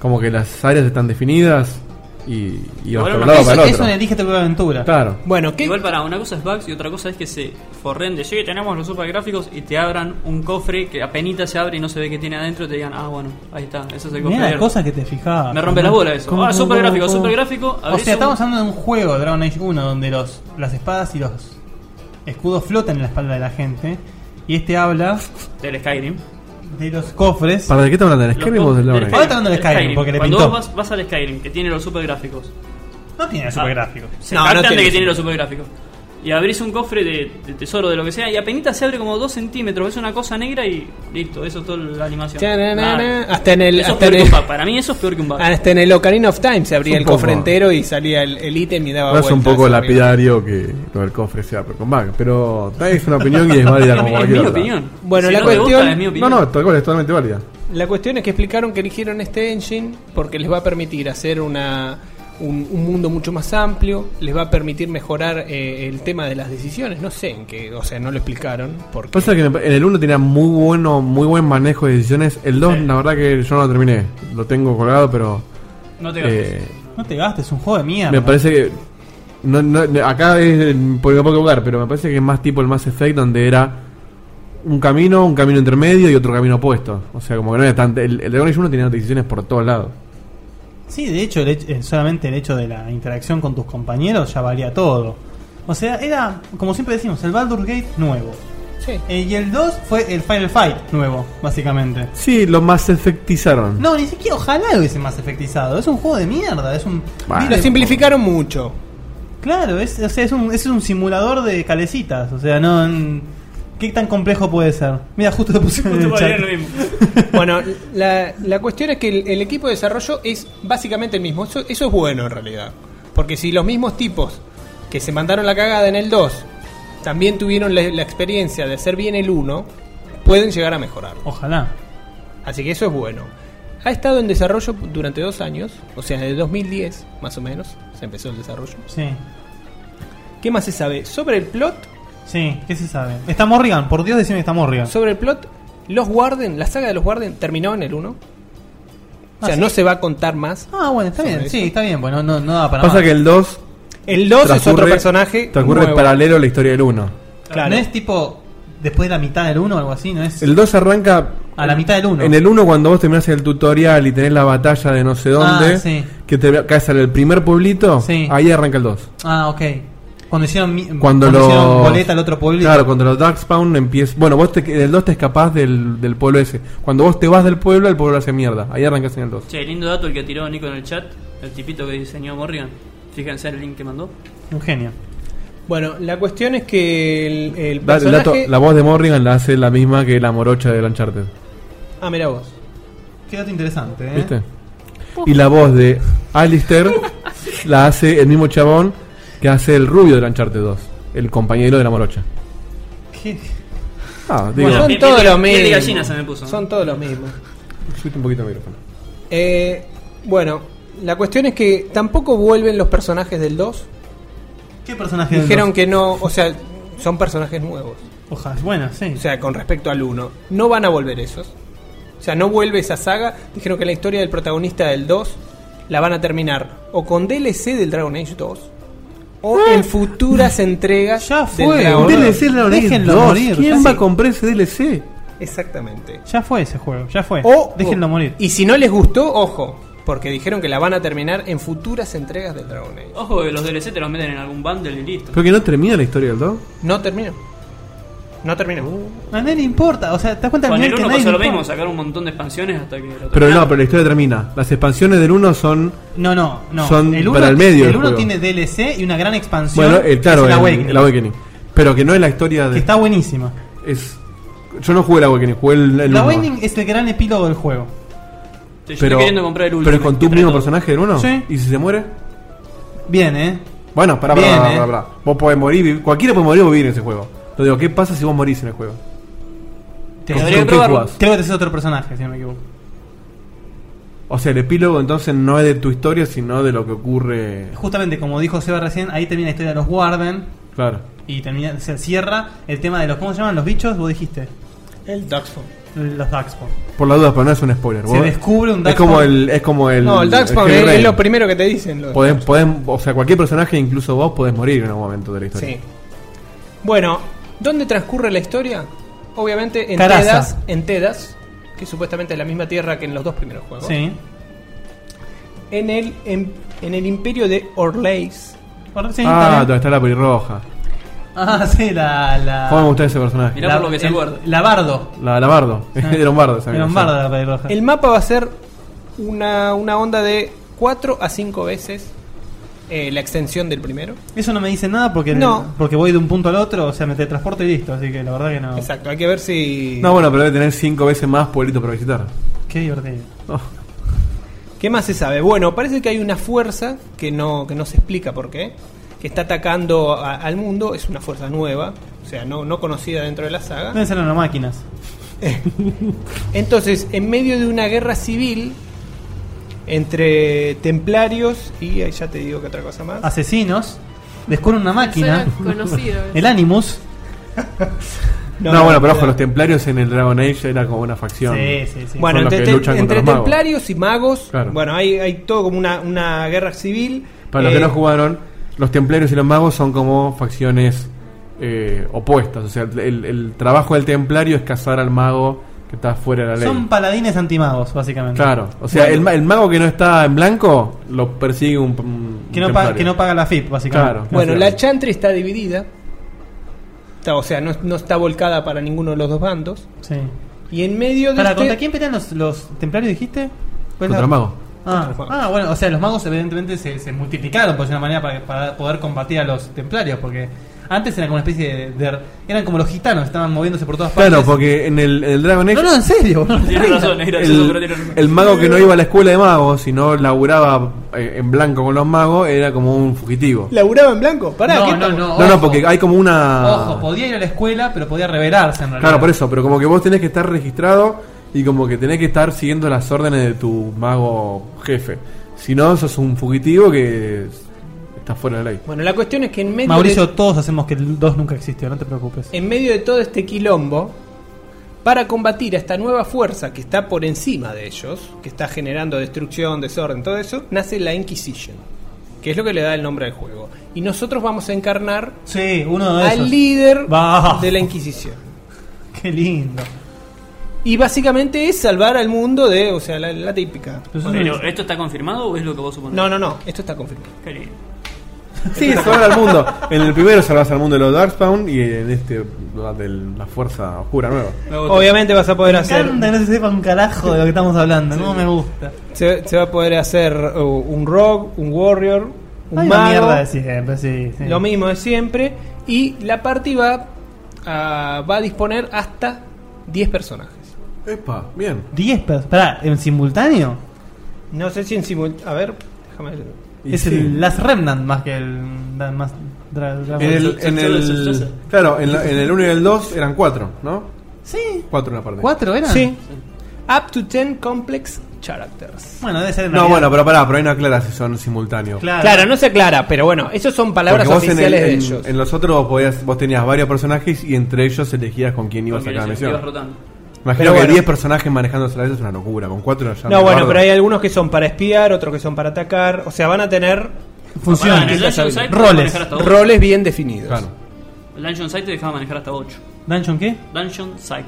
como que las áreas están definidas y, y vas Igual para una un lado o eso, para el eso otro. en Elige tu propia aventura. Claro. Bueno, ¿qué? Igual para una cosa es bugs y otra cosa es que se forren de, sí, tenemos los super gráficos y te abran un cofre que apenas se abre y no se ve qué tiene adentro y te digan, ah, bueno, ahí está, ese es el cofre. Mira las abierto". cosas que te fijabas. Me rompe las bolas eso. Ah, super gráfico, super gráfico, O abrís sea, un- estamos hablando de un juego, Dragon Age 1, donde los, las espadas y los escudos flotan en la espalda de la gente. Y este habla Del Skyrim. de los cofres. ¿Para de qué te hablan? ¿Del Los Skyrim o cofres del Dragon del Age? Ahora está hablando del del Skyrim, porque le Cuando pintó. vos vas, vas al Skyrim, que tiene los super gráficos, No Ah. tiene super gráficos. se No, no jactan tiene de que super- tiene los super gráficos. Y abrís un cofre de, de tesoro, de lo que sea, y apenas se abre como 2 centímetros, es una cosa negra y listo, eso es toda la animación. Chananana, Nada. hasta en el- Eso es hasta peor que en un el- Ah, bug. Para mí eso es peor que un bug. Hasta en el Ocarina of Time se abría el Supongo. cofre entero y salía el el ítem y daba No es vueltas. un poco arriba. lapidario que lo del cofre sea con bug, pero es una opinión y es válida como es mi cualquier otra. opinión. Bueno, Si la no te cuestión- gusta, es mi No, opinión. no, tal cual, es totalmente válida. La cuestión es que explicaron que eligieron este engine porque les va a permitir hacer una, un, un mundo mucho más amplio, les va a permitir mejorar eh, el tema de las decisiones. No sé en qué, o sea, no lo explicaron. Porque Pasa que en el- en el 1 tenía muy bueno, muy buen manejo de decisiones. El 2, la verdad que yo no lo terminé. Lo tengo colgado, pero No te gastes. eh, No te gastes, es un juego de mierda. me parece que no, no- acá es el- por el poco lugar, pero me parece que es más tipo el Mass Effect donde era un camino, un camino intermedio y otro camino opuesto. O sea, como que no era tan el, el Dragon Age 1 tenía decisiones por todos lados. Sí, de hecho, el hecho- eh, solamente el hecho de la interacción con tus compañeros ya valía todo. O sea, era, como siempre decimos, el Baldur's Gate nuevo. Sí. Eh, y el 2 fue el Final Fight nuevo, básicamente. Sí, lo Mass Effectizaron. No, ni siquiera, ojalá lo hubiese más efectizado. Es un juego de mierda, es un. Bueno. Lo simplificaron mucho. Claro, es, o sea, es, un, es un simulador de calecitas. O sea, no. en- ¿Qué tan complejo puede ser? Mira, justo lo puse en Justo el para chat. leer lo mismo. Bueno, la, la cuestión es que el, el equipo de desarrollo es básicamente el mismo. Eso, eso es bueno en realidad. Porque si los mismos tipos que se mandaron la cagada en el 2 también tuvieron la, la experiencia de hacer bien el 1, pueden llegar a mejorarlo. Ojalá. Así que eso es bueno. Ha estado en desarrollo durante dos años, o sea, desde 2010 más o menos, se empezó el desarrollo. Sí. ¿Qué más se sabe? Sobre el plot, Sí, ¿qué se sabe? Está Morrigan, por Dios, decime que está Morrigan. sobre el plot, los Warden, la saga de los Warden terminó en el 1. O Ah, sea, ¿sí? no se va a contar más. Ah, bueno, está Sobre bien, eso. sí, está bien, bueno, no, no da para Pasa más. que el 2 El 2 es otro personaje. transcurre nuevo. paralelo a la historia del 1. Claro. No es tipo después de la mitad del 1 o algo así, ¿no es? El 2 arranca A la mitad del 1. En el 1 cuando vos terminás el tutorial y tenés la batalla de no sé dónde, Ah, sí. que te caes al primer pueblito, Sí. ahí arranca el 2. Ah, ok. Cuando hicieron, mi- Cuando, lo hicieron boleta al otro pueblo. Claro, cuando los Darkspawn empieza, bueno, vos te, en el 2 te escapás del, del pueblo ese. Cuando vos te vas del pueblo, el pueblo hace mierda. Ahí arrancas en el 2. Che, lindo dato el que tiró Nico en el chat, el tipito que diseñó Morrigan. Fíjense el link que mandó. Un genio. Bueno, la cuestión es que el, el Da- el dato, personaje. la voz de Morrigan la hace la misma que la morocha de Uncharted, Ah, mira vos. Qué dato interesante, ¿eh? ¿viste? Y la voz de Alistair la hace el mismo chabón que hace el rubio de Uncharted 2, el compañero de la morocha. Qué- Ah, digo, Bueno, son piel- todos piel- los piel de mismos. gallina se me puso, ¿no? Son todos los mismos. subite un poquito el micrófono. Eh, bueno, la cuestión es que tampoco vuelven los personajes del 2. ¿Qué personaje del Dijeron dos? que no, o sea, son personajes nuevos. Ojalá, bueno, sí. O sea, con respecto al 1. No van a volver esos. O sea, no vuelve esa saga. Dijeron que la historia del protagonista del 2 la van a terminar o con DLC del Dragon Age 2 o en futuras entregas ¿Eh? Ya del fue, Dragon Age. DLC Dragon Age Déjenlo 2, morir. ¿quién va a comprar ese DLC? Exactamente. ya fue ese juego, ya fue. O Eh, Oh, Déjenlo morir. Y si no les gustó, ojo, porque dijeron que la van a terminar en futuras entregas del Dragon Age. Ojo que los DLC te los meten en algún bundle y listo. Creo que no termina la historia del 2. No terminó. No terminó. A nadie le importa, o sea, ¿te das cuenta Con nivel el 1 nadie pasó lo le mismo, importa? sacaron un montón de expansiones hasta que lo Pero no, terminaron. pero la historia termina. Las expansiones del 1 son. No, no, no. Son el uno para el ti- medio del El 1 juego. tiene DLC y una gran expansión. Bueno, eh, claro, que el, es el el Awakening. Awakening. Pero que no es la historia de. Que está buenísima. es, yo no jugué el Awakening, jugué el, el El uno. Awakening es el gran epílogo del juego. Yo estoy Pero, queriendo comprar el pero último. es con tu mismo personaje del 1. Sí. ¿Y si se muere? Bien, ¿eh? Bueno, pará, pará, Bien, pará, eh. pará, pará. Vos podés morir, vivir- cualquiera puede morir o vivir en ese juego. Lo digo, ¿qué pasa si vos morís en el juego? Te ¿Con- habría con que qué probarlo. jugás? Creo que te haces otro personaje, si no me equivoco. O sea, el epílogo entonces no es de tu historia, sino de lo que ocurre. Justamente, como dijo Seba recién, ahí termina la historia de los Warden. Claro. Y termina, se cierra el tema de los. ¿Cómo se llaman los bichos? Vos dijiste. El Daxford. Los Daxpo. Por la duda, pero no es un spoiler. Se vos- descubre un es Darkspawn. como el Es como el. No, el Darkspawn es, Hellraid. es lo primero que te dicen. lo de Podés- podés- o sea, cualquier personaje, incluso vos, podés morir en algún momento de la historia. Sí. Bueno, ¿dónde transcurre la historia? Obviamente en Caraza. Tedas, en Tedas, que supuestamente es la misma tierra que en los dos primeros juegos. Sí. En el en, en el imperio de Orleis. Por- sí, Ah, está donde bien. está la pelirroja. ah, sí, la. la ¿Cómo me gusta ese personaje? Mirá la- por lo que se el- acuerda. La Bardo. La, la Bardo. Ah. Era un Bardo esa Era un mina, Bardo la pelirroja. El mapa va a ser una, una onda de 4 a 5 veces eh, la extensión del primero. Eso no me dice nada porque, No. porque voy de un punto al otro, o sea, me teletransporto y listo. Así que la verdad que no. Exacto, hay que ver si... sí. Ah, No, bueno, pero debe tener cinco veces más pueblitos para visitar. Qué divertido. Oh, ¿Qué más se sabe? Bueno, parece que hay una fuerza que no, que no se explica por qué, que está atacando a- al mundo, es una fuerza nueva, o sea, no, no conocida dentro de la saga. Deben ser las máquinas. Entonces, en medio de una guerra civil entre templarios y ahí ya te digo que otra cosa Ah, más. Asesinos. Descubren una máquina. Suena conocido. El Animus. No, bueno, pero ojo, los templarios en el Dragon Age era como una facción. Sí, sí, sí. Bueno, son los que entre, te- luchan contra entre los magos. templarios y magos, Claro. bueno, hay, hay todo como una, una guerra civil. Para los eh, que no jugaron, los templarios y los magos son como facciones eh, opuestas. O sea, el, el trabajo del templario es cazar al mago que está fuera de la ley. Son paladines antimagos, básicamente. Claro, o sea, el, ma- el mago que no está en blanco lo persigue un. un Que no, templario. paga, que no paga la FIP, básicamente. Claro. Bueno, Gracias. la Chantry está dividida. Está- o sea, no, no está volcada para ninguno de los dos bandos. Sí. Y en medio de. Para, este- ¿contra quién pelean los, los templarios, dijiste? ¿Cuál Contra era? el mago. Ah, Contra los magos. ah, bueno, o sea, los magos evidentemente se, se multiplicaron por una manera para, para poder combatir a los templarios, porque antes eran como una especie de, de- Eran como los gitanos, estaban moviéndose por todas partes. Claro, porque en el, en el Dragon Age. No, no, en serio. boludo. Tiene razón, es gracioso, pero el, tiene razón. el mago que no iba a la escuela de magos, sino laburaba eh, en blanco con los magos, era como un fugitivo. ¿Laburaba en blanco? Pará, no, ¿qué no, estamos? no, no, ojo. no, porque hay como una. Ojo, podía ir a la escuela, pero podía rebelarse en realidad. Claro, por eso, pero como que vos tenés que estar registrado y como que tenés que estar siguiendo las órdenes de tu mago jefe. Si no, sos un fugitivo que está fuera de la ley. Bueno, la cuestión es que en medio, Mauricio, de, todos hacemos que el 2 nunca existió, no te preocupes. en medio de todo este quilombo, para combatir a esta nueva fuerza que está por encima de ellos, que está generando destrucción, desorden, todo eso, nace la Inquisition, que es lo que le da el nombre al juego. Y nosotros vamos a encarnar Sí, uno de al esos. líder Va. de la Inquisición. Qué lindo. Y básicamente es salvar al mundo de, o sea, la, la típica. Pero eso no Pero, es- ¿esto está confirmado o es lo que vos suponés? No, no, no, esto está confirmado. Qué lindo. Sí, salvar al mundo. En el primero salvas al mundo de los Darkspawn y en este la de la fuerza oscura nueva. Me gusta. Obviamente vas a poder Me hacer. encanta que no se sepa un carajo de lo que estamos hablando, no me gusta. Se, se va a poder hacer uh, un rogue, un warrior, un Hay una mago. mierda de siempre, sí, sí. Lo mismo de siempre. Y la party va a, va a disponer hasta 10 personajes. Epa, bien. 10 personas. Pará, ¿en simultáneo? No sé si en simultáneo. A ver, déjame ver. Y es sí. el Last Remnant más que el. da- Más, dra- Dragon En el, Ball. en el- claro, en, la- en el 1 y el 2 eran 4, ¿no? Sí, 4 en la parte. ¿cuatro eran? Sí. Up to 10 complex characters. Bueno, debe ser en No, realidad- bueno, pero pará, pero ahí no aclara si son simultáneos. Claro. Claro, no se aclara, pero bueno, esos son palabras Porque vos en, el- oficiales en- de ellos. en los otros vos, podías, vos tenías varios personajes y entre ellos elegías con quién ibas a Porque cada ibas misión. rotando. Imagino Pero que bueno. 10 personajes manejándose a la vez es una locura. Con 4 ya No, bueno, guardo. pero hay algunos que son para espiar, otros que son para atacar. O sea, van a tener Funciona. Pará, en el Dungeon Site te dejaba Roles. manejar hasta ocho. roles bien definidos. Claro. El Dungeon Site te dejaba manejar hasta 8. ¿Dungeon qué? Dungeon Site.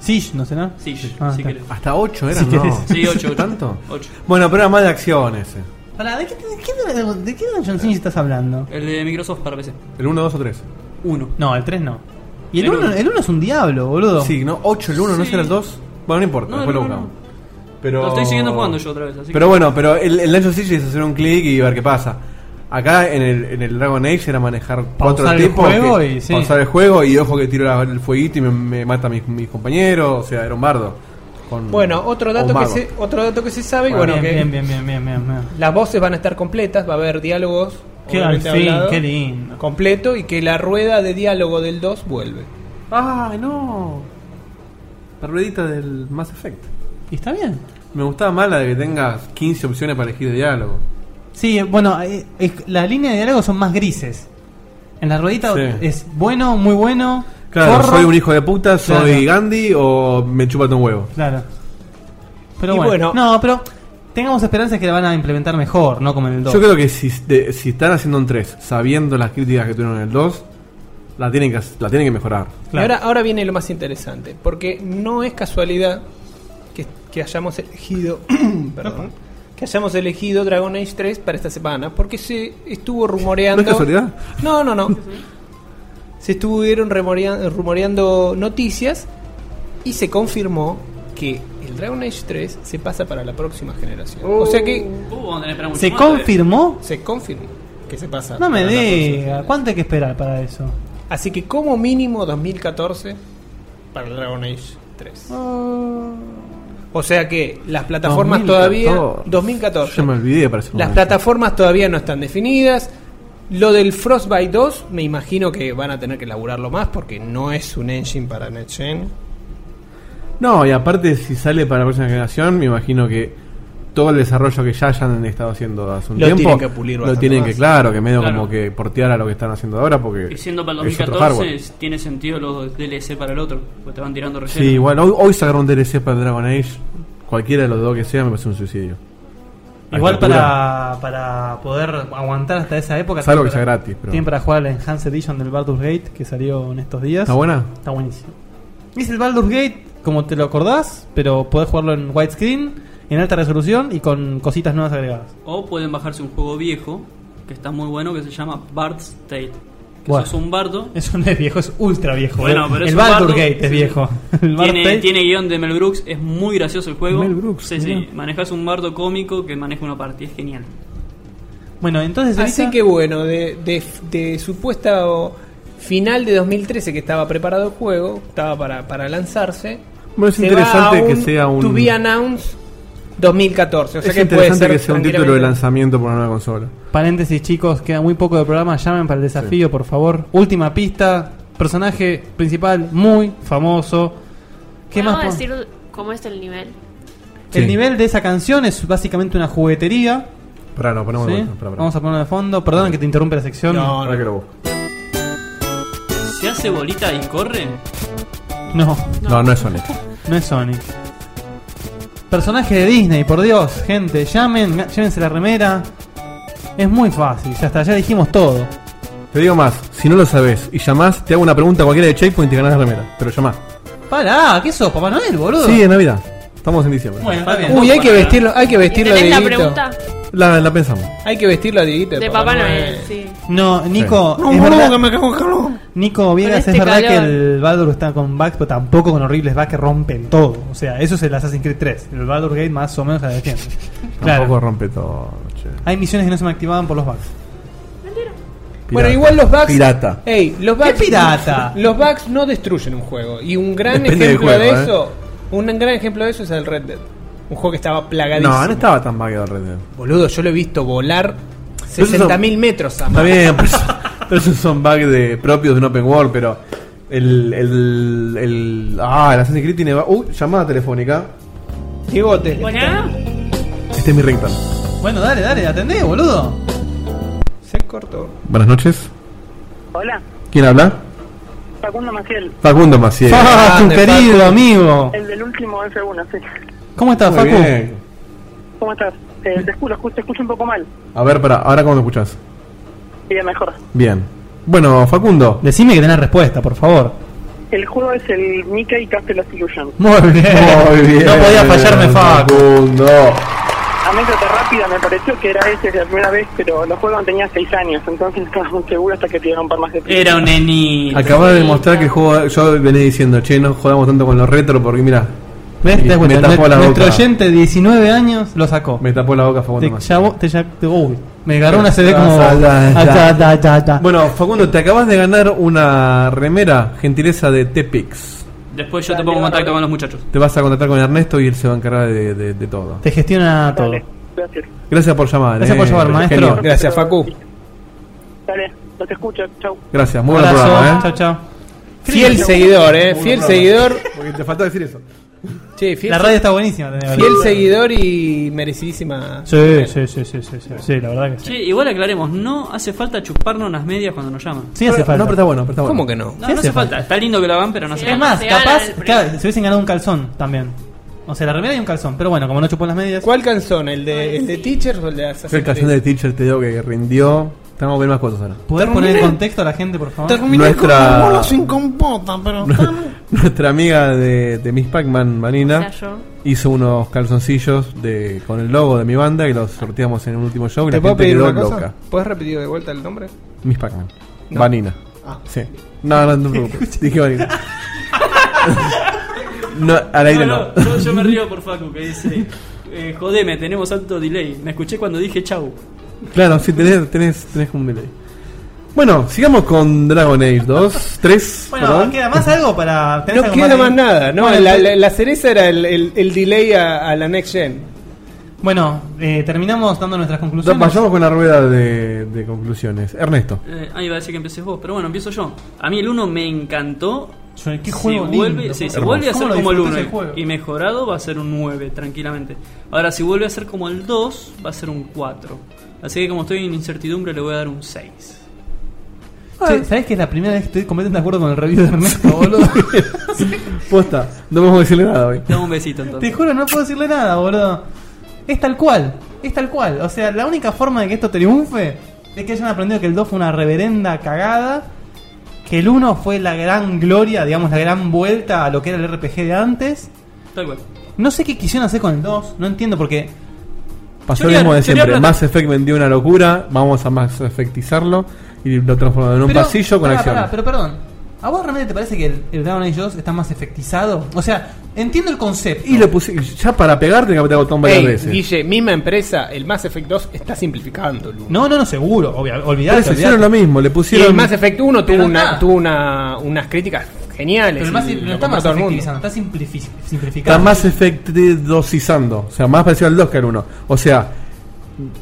Siege, ¿no será? Siege, Ah, si está. querés. Hasta 8 eran, Si querés. ¿no? Sí, ocho, ocho. ¿Tanto? Ocho. Bueno, pero era más de acción ese. Pará, ¿de qué, de qué- de- de qué Dungeon Siege estás hablando? El de Microsoft para PC. ¿El 1, 2 o 3? Uno. No, el 3 no. Y el El 1 uno. el uno es un diablo, boludo. Sí, ¿no? 8, el 1, ¿no Sí. será el 2? Bueno, no importa, No, después lo no, no. buscamos. Pero... Lo estoy siguiendo jugando yo otra vez. Así Pero que- bueno, pero el, el Dungeon Siege es hacer un clic y ver qué pasa. Acá en el, en el Dragon Age era manejar cuatro el tipos. juego que- y sí. Pausar el juego y ojo que tiro la- el fueguito y me, me mata a mis, mis compañeros. O sea, era un bardo. Con- Bueno, otro con dato, que magos. se, otro dato que se sabe, Bueno, bueno, que Ah, bien, bien, bien, bien, bien, bien. las voces van a estar completas, va a haber diálogos. Qué obviamente al fin, hablado, qué lindo. Completo y que la rueda de diálogo del 2 vuelve. ¡Ay, no! La ruedita del Mass Effect. ¿Y está bien? Me gustaba más la de que tengas 15 opciones para elegir de diálogo. Sí, bueno, eh, es- las líneas de diálogo son más grises. En la ruedita Sí. es bueno, muy bueno. Claro, forro. soy un hijo de puta, soy Claro. Gandhi o me chupa tu huevo. Claro. Pero Y bueno, bueno. No, pero tengamos esperanzas que la van a implementar mejor, no como en el 2. Yo creo que si, de- si están haciendo un 3, sabiendo las críticas que tuvieron en el 2, la tienen que, hac- la tienen que mejorar. Claro. Y ahora, ahora viene lo más interesante, porque no es casualidad que, que hayamos elegido, perdón, que hayamos elegido Dragon Age 3 para esta semana, porque se estuvo rumoreando. ¿No es casualidad? No, no, no. se estuvieron rumorea- rumoreando noticias y se confirmó que el Dragon Age 3 se pasa para la próxima generación. O sea que Oh. Uh, vamos a tener que esperar mucho ¿Se más, todavía. confirmó? se confirmó que se pasa. No me para la diga, próxima. ¿cuánto hay que esperar para eso? Así que como mínimo 2014 para el Dragon Age 3. O sea que las plataformas 2014. todavía 2014. Yo me olvidé para ese Las momento. plataformas todavía no están definidas. Lo del Frostbite 2, me imagino que van a tener que elaborarlo más porque no es un engine para NetGen. No, y aparte, si sale para la próxima generación, me imagino que todo el desarrollo que ya hayan estado haciendo hace un Lo tiempo tienen que pulir lo bastante tienen que, más. claro, que medio Claro. como que portear a lo que están haciendo ahora. Porque Y siendo para el es otro 2014, hardware. tiene sentido los DLC para el otro. Porque te van tirando Sí, relleno. igual hoy, hoy sacaron un DLC para Dragon Age. Cualquiera de los dos que sea, me parece un suicidio. A Igual esta altura, para, para poder aguantar hasta esa época. Salvo tienen que sea para- gratis, pero- Tienen para jugar la Enhanced Edition del Baldur's Gate que salió en estos días. ¿Está buena? Está buenísimo. Es el Baldur's Gate, como te lo acordás, pero podés jugarlo en widescreen, en alta resolución y con cositas nuevas agregadas. O pueden bajarse un juego viejo que está muy bueno que se llama Bard's Tale. Que Bueno. sos un bardo. Eso no es viejo, es ultra viejo. Bueno, eh. pero es el un Baldur's bardo- Gate es sí, sí. viejo. El Baldur's Tiene, Gate- tiene guión de Mel Brooks, es muy gracioso el juego. Mel Brooks, sí, sí. mirá. Manejas un bardo cómico que maneja una partida, es genial. Bueno, entonces Así ahorita- que bueno, de, de, de supuesta o final de 2013 que estaba preparado el juego, estaba para, para lanzarse. Bueno, es se va interesante a que sea un- To be announced 2014. O sea es que puede interesante ser que sea un título de tranquilamente- lanzamiento por una nueva consola. Paréntesis, chicos, queda muy poco de programa. Llamen para el desafío, por favor. Última pista. Personaje principal muy famoso. ¿Qué ¿Puedo más? po- decir cómo es el nivel? El Sí. nivel de esa canción es básicamente una juguetería. Pará, no, ponemos ¿sí? de vuelta, pará, pará. Vamos a ponerlo de fondo. Perdón que te interrumpe la sección. No, Ahora que lo busco. ¿Se hace bolita y corre? no, No, no es Sonic. no es Sonic. Personaje de Disney, por Dios, gente. Llamen, ga- llévense la remera. Es muy fácil. Ya hasta ya dijimos todo. Te digo más, si no lo sabes y llamás, te hago una pregunta cualquiera de Checkpoint y te ganás la remera. Pero llamás. Pará, ¿qué sos, Papá Noel, boludo? Sí, en Navidad. Estamos en diciembre. Bueno, está bien. Uy, hay que Para- vestirlo, hay que vestirlo de ¿Entendés la Dieguito. pregunta? La, la pensamos. Hay que vestirlo a Dieguito. De Papá Noel, sí. No, Nico, No, es boludo, verdad- que me cago en calor. Nico Viegas, este es verdad calor. que el Baldur está con bugs, pero tampoco con horribles bugs que rompen todo. O sea, eso es el Assassin's Creed 3. El Baldur Gate más o menos se defiende. Tampoco claro. rompe todo, che. Hay misiones que no se me activaban por los bugs. Bueno, Pirata. igual los bugs. Pirata. Ey, los bugs. ¿Qué pirata? Los bugs no destruyen un juego. Y un gran Depende del ejemplo juego, de eh. eso. Un gran ejemplo de eso es el Red Dead. Un juego que estaba plagadísimo. No, no estaba tan vagueado el Red Dead. Boludo, yo lo he visto volar Pero eso- 60.000 metros a Está bien, pero eso- pero esos son bugs de, propios de un open world, pero el, el, el- Ah, el Assassin's Creed tiene... bu- Uh, llamada telefónica. Gigote. Bueno, Este es mi ringtone. Bueno, dale, dale, atendé, boludo. Se cortó. Buenas noches. Hola, ¿Quién habla? Facundo Maciel, Facundo Maciel. Ah, tu grande, querido Facu. amigo. el del último F1, sí. ¿Cómo estás, Muy Facu? bien. ¿Cómo estás? Eh, te, escucho, escucho- te escucho un poco mal. A ver, para, ahora cómo me escuchás. Bien, mejor. Bien. Bueno, Facundo. Decime que tenés respuesta, por favor. El juego es el Mickey Castle of Illusion. Muy bien. No podía fallarme, Facu. Facundo. Anécdota rápida, me pareció que era ese la primera vez, pero lo jugaban tenía 6 años, entonces estaba muy seguro hasta que tiraron par más de tres. Era un nenito. Acabas de demostrar que el juego. Yo venía diciendo, che, no jodamos tanto con los retro porque mira. ¿Ves? ¿Te das Me cuenta? tapó la Nuestro boca. oyente, 19 años, lo sacó. Me tapó la boca Te Facundo. Massa. llamó- te llam- te- uy, me agarró una CD Ah, como. ya, ya, ya. Ah, ya, ya, ya, ya. Bueno, Facundo, te acabas de ganar una remera, gentileza de Tepix. Después yo te pongo en contacto con los muchachos. Te vas a contactar con Ernesto y él se va a encargar de, de- de todo. Te gestiona todo. Gracias por llamar. eh. Gracias por llamar, maestro. Gracias, Facu. Dale, los escucho, chau. Gracias, muy buen Abrazo, programa, ¿eh? Chao, chao. Fiel seguidor, eh. Fiel seguidor. Porque te faltó decir eso. Che, fiel La se- radio está buenísima. tenés Fiel razón. seguidor y merecidísima. Sí, sí, sí, sí, sí, sí, sí, la verdad que sí. Che, igual aclaremos, no hace falta chuparnos las medias cuando nos llaman. Sí hace falta. No, pero está bueno, pero está bueno. ¿Cómo que no? No, Sí no hace hace falta. Está lindo que lo hagan, pero no hace Es falta. más, Se gana capaz, el premio. claro, se hubiesen ganado un calzón también. O sea, la remera y un calzón, pero bueno, como no chupó las medias. ¿Cuál canzón? ¿El de, el de Teachers o el de Fue el Assassin's canción de Teacher te digo que rindió. Estamos a ver más cosas ahora. ¿Podés Terminé. poner en contexto a la gente, por favor? Terminé Nuestra- con un bolo sin compota, pero. Nuestra amiga de, de Miss Pac-Man, Marina, O sea, yo. hizo unos calzoncillos de, con el logo de mi banda y los sorteamos en el último show. Y ¿Te la puedo gente pedir quedó una cosa? loca. ¿Puedes repetir de vuelta el nombre? Miss Pac-Man. No. Vanina. Ah. Sí. No, no, no te preocupes. Dije Vanina. no, al aire no. No, no, yo, yo me río por Facu que dice: eh, Jodeme, tenemos alto delay. Me escuché cuando dije chau. Claro, sí, tenés, tenés, tenés como un delay. Bueno, sigamos con Dragon Age 2, 3, Bueno, perdón. ¿queda más algo para ¿tenés No algo queda de- más nada, ¿no? Bueno, la, entonces- la- la cereza era el, el- el delay a, a la next gen. Bueno, eh, terminamos dando nuestras Da- conclusiones. Vayamos con la rueda de, de conclusiones. Ernesto. Eh, ah, iba a decir que empecé vos, pero bueno, empiezo yo. A mí el 1 me encantó. Yo, ¿Qué Si juego lindo, vuelve, si- si hermoso. vuelve a ¿Cómo ser lo como el disfrutás 1 ese juego? y mejorado, va a ser un 9, tranquilamente. Ahora, si vuelve a ser como el 2, va a ser un 4. Así que, como estoy en incertidumbre, le voy a dar un 6. Che, ¿Sabés que Ah, es la primera vez que estoy completamente de acuerdo con el review de Ernesto, boludo? Posta, no vamos a decirle nada hoy. Dame un besito Te entonces. juro, no puedo decirle nada, boludo. Es tal cual, es tal cual. O sea, la única forma de que esto triunfe es que hayan aprendido que el 2 fue una reverenda cagada, que el 1 fue la gran gloria, digamos, la gran vuelta a lo que era el RPG de antes. Tal cual. Eh, No sé qué quisieron hacer con el 2, no entiendo porque Pasó lo Yo mismo le- de yo le siempre. hablo- Mass Effect vendió una locura. Vamos a Mass Effectizarlo y lo transformamos en un Pero, pasillo con pará, acción. pará, pero perdón, ¿a vos realmente te parece que el, el Dragon Age 2 está más efectizado? O sea, entiendo el concepto. Y lo puse. Ya para pegarte, que apretar el botón varias Ey, veces. Guille, misma empresa, el Mass Effect 2 está simplificando. Lu. No, no, no, seguro, obvia, Por olvidate, eso hicieron olvidate. lo mismo. Le Y el pusieron. Mass Effect 1 Pero tuvo, una, está. tuvo una, unas críticas geniales. Pero el Mass y Effect no lo está compró más todo el mundo. efectivizando, está simplifi- simplificando. Está más efectidosizando. O sea, más parecido al 2 que al 1. O sea,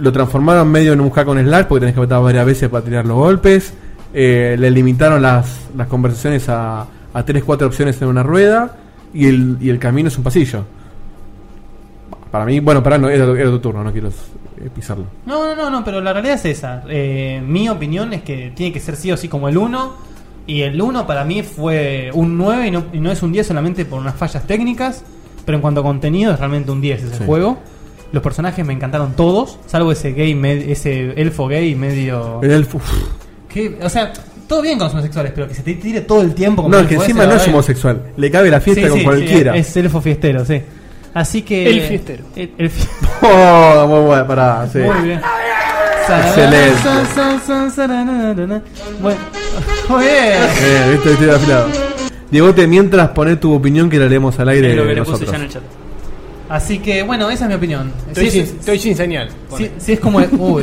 lo transformaron medio en un hack on slash porque tenés que apretar varias veces para tirar los golpes. Eh, le limitaron las, las conversaciones a, a 3-4 opciones en una rueda. Y el, y el camino es un pasillo. Para mí, bueno, para no, era, era tu turno, no quiero eh, pisarlo. No, no, no, no, pero la realidad es esa. Eh, mi opinión es que tiene que ser sí o sí como el 1. Y el 1 para mí fue un 9 y no, y no es un 10 solamente por unas fallas técnicas. Pero en cuanto a contenido es realmente un 10 ese Sí. juego. Los personajes me encantaron todos, salvo ese gay, med- ese elfo gay medio... El elfo- uf. Que, o sea, todo bien con los homosexuales, pero que se te tire todo el tiempo como no, el que elfo encima ese, no la es verdad que- homosexual. Le cabe la fiesta Sí, con sí, sí, cualquiera. es elfo fiestero, sí. Así que... El fiestero. El, el fi- Oh, muy bueno, pará, sí. Muy bien. Excelente. Sa- sa- sa- sararararana. Bueno. Muy bien. Eh, viste, estoy afilado. Diegote, mientras pones tu opinión que la leemos al aire Es lo que le puse nosotros. ya en el chat. Así que, bueno, esa es mi opinión. Estoy, Si sin, es, estoy sin señal. si- si es como el. uy.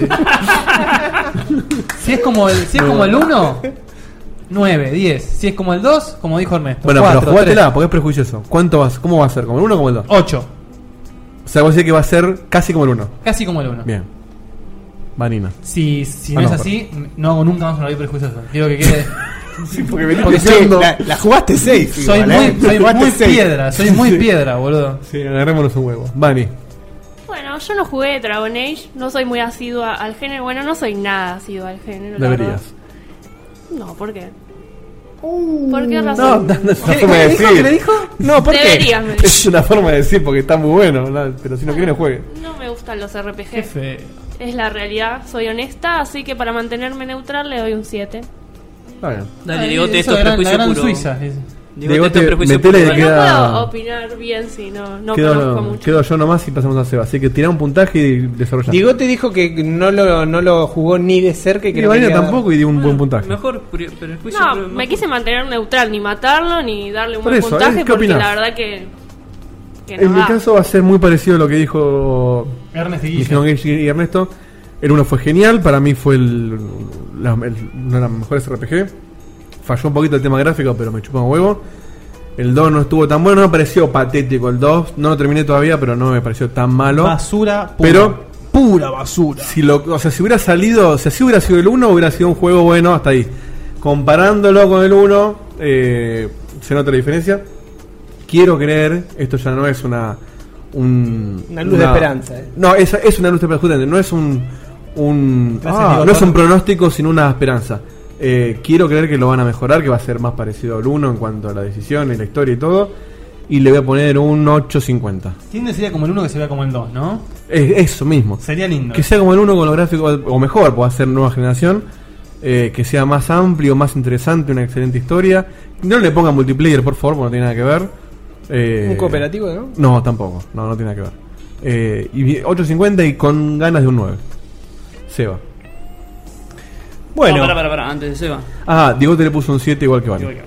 Si es como el, si es como el 1, 9, 10. Si es como el 2, como dijo Ernesto. Bueno, pero jugátela, porque es prejuicioso. ¿Cuánto vas, ¿Cómo va a ser? ¿Como el 1 o como el 2? 8. O sea, vos decís que va a ser casi como el 1. Casi como el 1. Bien. Vanina. Si, si no, Ah, no, es así, no hago nunca más un review prejuicioso. Digo que quede. Sí, porque venís Porque sí, la, la jugaste safe. soy igual, muy, ¿eh? soy Jugaste muy safe. piedra, soy muy piedra, boludo. Sí, agarrémonos un huevo. Vani. Bueno, yo no jugué Dragon Age, no soy muy asidua al género. Bueno, no soy nada asidua al género. la Deberías. verdad. No, ¿por qué? Uh. ¿Por qué razón? no es una ¿Qué- forma qué de dijo? decir. ¿Qué le dijo? No, ¿por qué? Deberías, me dijo. Es una forma de decir porque está muy bueno. ¿no? Pero si no quiere, no juegue. No me gustan los RPG. Qué feo. Es la realidad, soy honesta, así que para mantenerme neutral le doy un 7. Está bien. Dale, Ah, Diegote, eso esto es era la prejuicio gran puro. Suiza. es- Diego, te, prejuicio metele puro. que No queda- puedo opinar bien si no, no conozco quedo, mucho. quedo yo nomás y pasamos a Seba. Así que tirá un puntaje y desarrollá. Diego te dijo que no lo, no lo jugó ni de cerca y que y no Vanina quería dar. tampoco y dio un buen puntaje. Mejor, pero pero el juicio. No, pero me quise mantener neutral, ni matarlo, ni darle un Por buen eso, ¿eh? puntaje, ¿Qué porque opinás? la verdad que, que no En mi da. caso va a ser muy parecido a lo que dijo Ernesto y Guille. dijeron Guille y Ernesto. El uno fue genial, para mí fue el, la- el- uno de los mejores RPG. Falló un poquito el tema gráfico, pero me chupa un huevo. El 2 no estuvo tan bueno, no me pareció patético el 2. No lo terminé todavía, pero no me pareció tan malo. Ah, Basura pura. Pero pura basura. Si lo, o sea, si hubiera salido, o sea, si hubiera sido el 1, hubiera sido un juego bueno hasta ahí. Comparándolo con el 1, eh, se nota la diferencia. Quiero creer, esto ya no es una. un- Una luz de esperanza, eh. No, es, es una luz de esperanza, justamente, no es un. un Gracias, ah, Diego, no es por- un pronóstico, sino una esperanza. Eh, quiero creer que lo van a mejorar, que va a ser más parecido al 1 en cuanto a la decisión y la historia y todo. Y le voy a poner un 850. Tiende sería como el 1 que se vea como el 2, ¿no? Eh, eso mismo. Sería lindo. Que sea como el uno con los gráficos, o mejor, pueda ser nueva generación. eh, que sea más amplio, más interesante, una excelente historia. No le pongan multiplayer, por favor, porque no tiene nada que ver. Eh, Un cooperativo, ¿no? No, tampoco. No, no tiene nada que ver. Eh, y vi- 8.50 y con ganas de un 9. Seba. Bueno. No, pará, pará, pará, antes de Seba. Ah, Diego te le puso un 7 igual que Vale.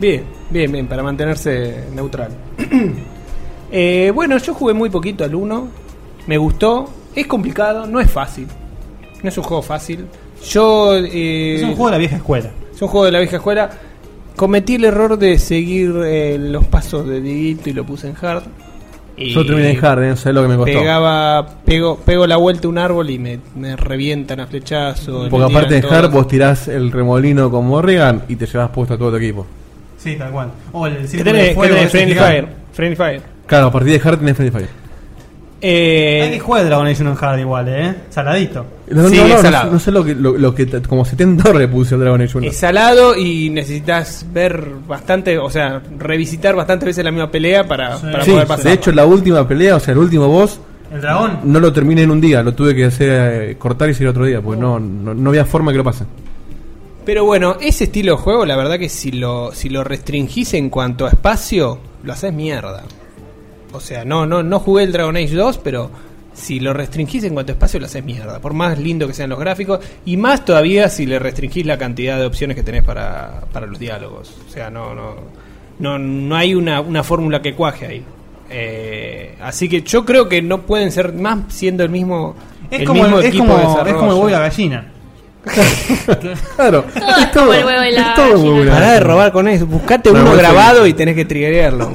Bien, bien, bien, para mantenerse neutral. Eh, bueno, yo jugué muy poquito al 1. Me gustó. Es complicado, no es fácil. No es un juego fácil. Yo. eh, Es un juego de la vieja escuela. Es un juego de la vieja escuela. Cometí el error de seguir eh, los pasos de Dieguito y lo puse en hard. Y Yo terminé en hard, eh, sé lo que me costó. Pegaba, pego, pego la vuelta a un árbol y me, me revientan a flechazo. le porque aparte de tiran hard, todo. vos tirás el remolino con Morrigan y te llevas puesto a todo tu equipo. Sí, tal cual. O el Que círculo de tenés, que fuego. tenés ese Friendly gigante. Fire. Friendly Fire. Claro, a partir de hard tenés Friendly Fire. Eh, Hay que jugar Dragon Age 1 en hard igual, ¿eh? Saladito. No, no, no, no, no sé lo que, lo, lo que t- como 70 le puse al Dragon Age 1. Es salado y necesitas ver bastante, o sea, revisitar bastantes veces la misma pelea para, para Sí, poder pasar. de hecho la última pelea, o sea, el último boss, El dragón. Mm. no lo terminé en un día, lo tuve que hacer eh, cortar y seguir otro día, porque no, no, no había forma que lo pase. Pero bueno, ese estilo de juego, la verdad que si lo, si lo restringís en cuanto a espacio, lo haces mierda. O sea, no, no, no jugué el Dragon Age 2, pero si lo restringís en cuanto a espacio, lo haces mierda. Por más lindo que sean los gráficos, y más todavía si le restringís la cantidad de opciones que tenés para, para los diálogos. O sea, no, no, no, no hay una, una fórmula que cuaje ahí. Eh, así que yo creo que no pueden ser más siendo el mismo. Es el como mismo el- es equipo como- de es desarrollo. como el huevo y la gallina. claro. Todo es como el huevo y la gallina. Pará de robar con eso. Buscate No, uno igual grabado y tenés que triggerearlo.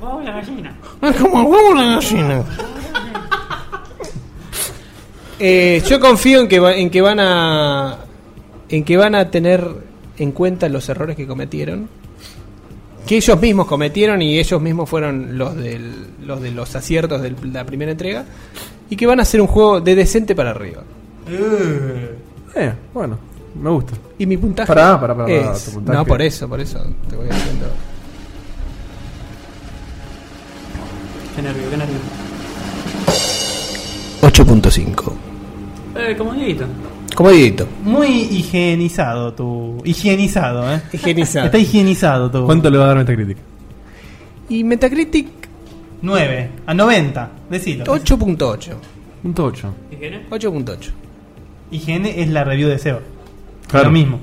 Vamos a la gallina. Es como el huevo la gallina. Eh, yo confío en que, va- en que van a. En que van a tener en cuenta los errores que cometieron. Que ellos mismos cometieron y ellos mismos fueron los, del, los de los aciertos de la primera entrega. Y que van a hacer un juego de decente para arriba. Eh, bueno, me gusta. Y mi puntaje. Pará, pará, pará, pará, es- tu puntaje. No, por eso, por eso. Te voy diciendo. Qué nervio, qué nervio. 8.5. Eh, como Dieguito. Como Dieguito. Muy higienizado tu. Higienizado, ¿eh? Higienizado. Está higienizado todo. ¿Cuánto le va a dar esta crítica? Y Metacritic 9. A 90. Decilo. 8.8. 8. 8.8. IGN es la review de SEO. Claro. Lo mismo.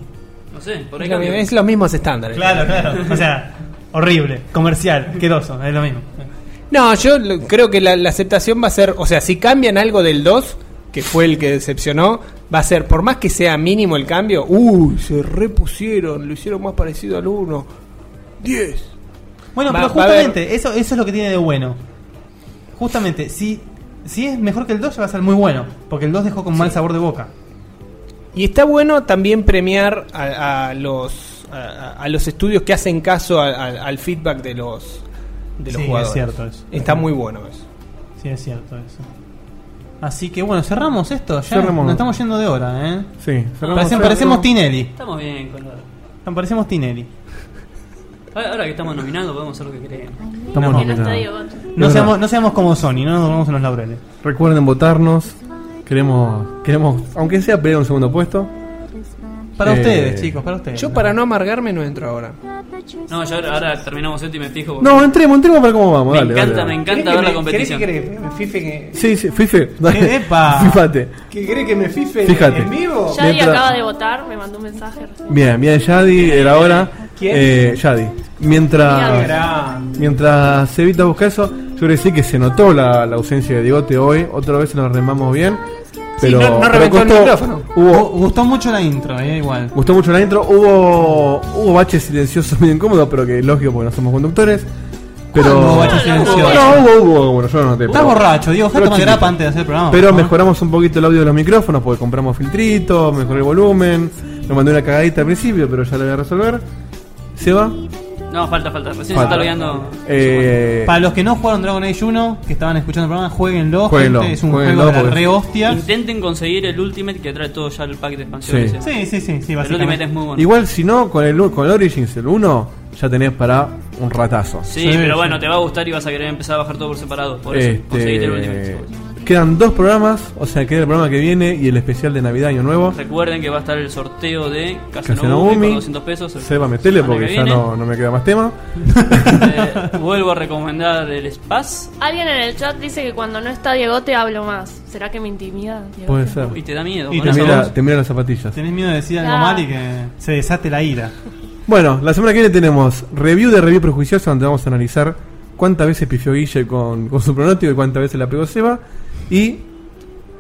No sé, por ahí Es lo cambia. mismo- es los mismos estándares. Claro, claro. O sea, horrible. Comercial. Quedoso. Es lo mismo. No, yo lo- creo que la, la aceptación va a ser, o sea, si cambian algo del 2, que fue el que decepcionó, va a ser, por más que sea mínimo el cambio, uy, se repusieron, lo hicieron más parecido al 1. 10. Bueno, Va- pero va a haber- justamente, eso, eso es lo que tiene de bueno. Justamente, si, si es mejor que el 2, ya va a ser muy bueno. Porque el 2 dejó con mal sabor de boca. Y está bueno también premiar a, a los, a- a, a los estudios que hacen caso a- a- al feedback de los, de los Sí, jugadores. es cierto eso. Está muy bueno eso. Sí, es cierto eso. Así que bueno, cerramos esto. Ya Cerramos. nos estamos yendo de hora, ¿eh? Sí, cerramos, Parece- cerramos. parecemos Tinelli. Estamos bien con lo- Parecemos Tinelli. Ahora ahora que estamos nominados, podemos hacer lo que queremos. Estamos no, nominados. No Es seamos, verdad. no seamos como Sony, no nos dormamos en los laureles. Recuerden votarnos. Queremos, queremos, aunque sea pelear un segundo puesto. Para Eh, ustedes, chicos, para ustedes. Yo para no amargarme no entro ahora. No, ya ahora, ahora terminamos esto y me fijo. porque- No, entremos, entremos para cómo vamos. Me dale, encanta, dale. me encanta ver la competición. Sí, sí, fife. Dale. ¡Epa! Fíjate. ¿Qué cree que me fife Fíjate. en vivo? Yadi Mientras- acaba de votar, me mandó un mensaje. Bien, bien, Yadi, era hora. ¿Quién? Eh, Yadi. Mira, Mientras, grande. mientras Evita busca eso, yo creo que sí que se notó la, la ausencia de Digote hoy. Otra vez nos remamos bien. Pero, no- no pero reventó el costó- micrófono. Hubo, Gu- Gustó mucho la intro, eh, igual. Gustó mucho la intro. Hubo, hubo baches silenciosos medio incómodos, pero que lógico porque no somos conductores. Pero. ¿Cuándo hubo Ah, baches no, silenciosos? hubo, hubo, bueno, yo no noté. Estás pero- borracho, Ah. Diego, dejá pero tomar chiquito. grapa antes de hacer el programa, Pero por favor. mejoramos un poquito el audio de los micrófonos porque compramos filtritos, mejoré el volumen. Me mandé una cagadita al principio, pero ya la voy a resolver. ¿Se va? No, falta, falta. Recién Falta. se está logueando. Eh, Para los que no jugaron Dragon Age 1, que estaban escuchando el programa, jueguenlo. Jueguenlo, gente, es un jueguenlo, juego de la porque- re hostia. Intenten conseguir el Ultimate que trae todo ya el pack de Sí. expansiones. Sí, sí, sí, sí, El Ultimate básicamente. es muy bueno. Igual, si no, con el, con el Origins, el 1, ya tenés para un ratazo. Sí, pero bueno, te va a gustar y vas a querer empezar a bajar todo por separado. Por eso, Este, conseguite el Ultimate. quedan dos programas, o sea, queda el programa que viene y el especial de Navidad Año Nuevo. Recuerden que va a estar el sorteo de Casanova Casanobumi, por 200 pesos. el- Seba, metele semana porque que ya viene. no, no me queda más tema. Eh, vuelvo a recomendar el Spaz. Alguien en el chat dice que cuando no está Diego te hablo más. ¿Será que me intimida? Diegote? Puede ser. Y te da miedo. Y te, con esa mira, voz. te mira las zapatillas. Tenés miedo de decir algo Ah. mal y que se desate la ira. Bueno, la semana que viene tenemos review de Review Prejuiciosa, donde vamos a analizar cuántas veces pifió Guille con, con su pronóstico y cuántas veces la pegó Seba. Y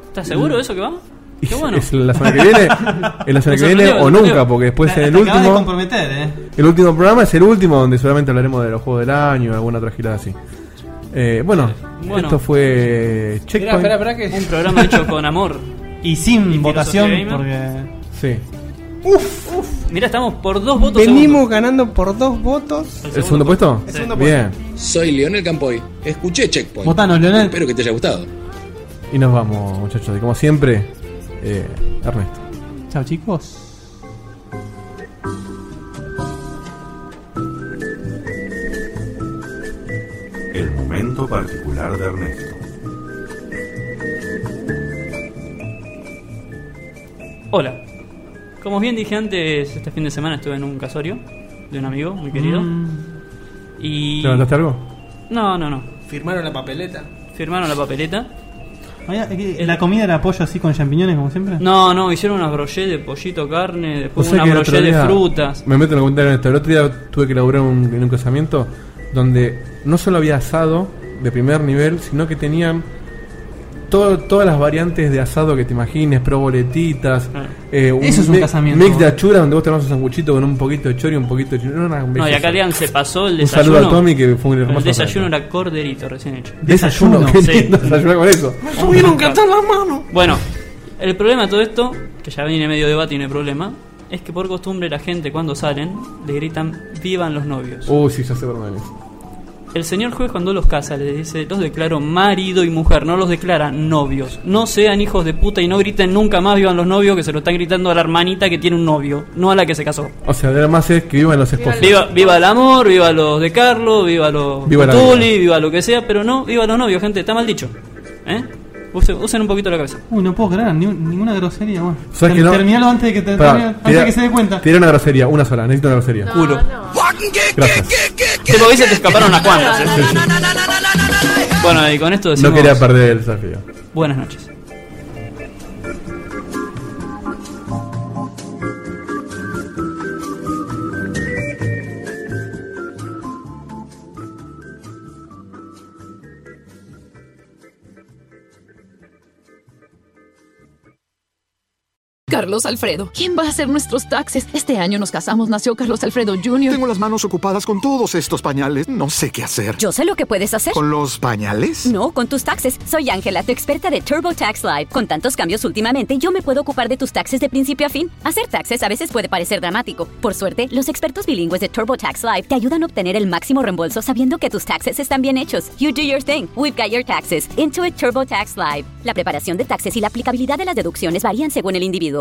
¿Estás seguro de eso que va? Qué bueno. es la semana que viene, es la semana que viene o nunca, porque después en el acabas de último. comprometer, eh. El último programa es el último donde solamente hablaremos de los juegos del año, alguna otra girada así. Eh, bueno, Bueno. esto fue Espera, Checkpoint. espera, espera que Un programa hecho con amor. Y sin votación, filosofía porque. Sí. Uf, uf. Mira, estamos por dos votos. Venimos ganando por dos votos. ¿El segundo puesto? El segundo Bien. Soy Leonel Campoy. Escuché Checkpoint. Votanos, Leonel. Espero que te haya gustado. Y nos vamos, muchachos. Y como siempre, eh, Ernesto. Chao, chicos. El momento particular de Ernesto. Hola. Como bien dije antes, este fin de semana estuve en un casorio de un amigo muy querido. Mm, Y. Mm. ¿Te levantaste algo? No, no, no. Firmaron la papeleta. Firmaron la papeleta. Oye, aquí, ¿La comida era pollo así con champiñones, como siempre? No, no, hicieron unas brochets de pollito, carne, O después sea una que el otro brochets de día- frutas. Me meto en el comentario en esto. El otro día tuve que laburar un- en un casamiento donde no solo había asado de primer nivel, sino que tenían todo- todas las variantes de asado que te imagines, proboletitas. Ah. eh, Eso es un mi- casamiento. ¿eh? Mix de achura donde vos te vas un sanguchito con un poquito de chori, un poquito de chori. Era una No, y belleza. acá Lean se pasó el Un desayuno. saludo a Tommy, que fue un hermoso El desayuno era corderito recién hecho. Desayuno, qué Sí. lindo desayunar con eso. Subieron cantar la mano. Bueno, el problema de todo esto, que ya viene medio debate y no hay problema, es que por costumbre la gente cuando salen le gritan vivan los novios. Uy, Uh, sí, ya sé por dónde venís. El señor juez cuando los casa les dice, los declaro marido y mujer, no los declara novios. No sean hijos de puta y no griten nunca más vivan los novios que se lo están gritando a la hermanita que tiene un novio, no a la que se casó. O sea, además es que vivan los esposos. Viva, viva el amor, viva los de Carlos, viva los Viva la Tuli, viva lo que sea, pero no, viva los novios, gente, está mal dicho. ¿Eh? Usen, usen un poquito la cabeza. Uy, no puedo creer, ni- ninguna grosería, bueno. ¿Sabes que no? Terminalo antes de que te Pará, termine- antes de que se dé cuenta. Tira una grosería, una sola, necesito una grosería. Culo. Ah, Gracias. Te lo se te escaparon unas cuantas. ¿eh? Bueno, y con esto decimos No quería perder el desafío. buenas noches. Carlos Alfredo, ¿quién va a hacer nuestros taxes? Este año nos casamos, nació Carlos Alfredo Jr. Tengo las manos ocupadas con todos estos pañales. No sé qué hacer. Yo sé lo que puedes hacer. ¿Con los pañales? No, con tus taxes. Soy Ángela, tu experta de TurboTax Live. Con tantos cambios últimamente, yo me puedo ocupar de tus taxes de principio a fin. Hacer taxes a veces puede parecer dramático. Por suerte, los expertos bilingües de TurboTax Live te ayudan a obtener el máximo reembolso sabiendo que tus taxes están bien hechos. You do your thing. We've got your taxes. Intuit TurboTax Live. La preparación de taxes y la aplicabilidad de las deducciones varían según el individuo.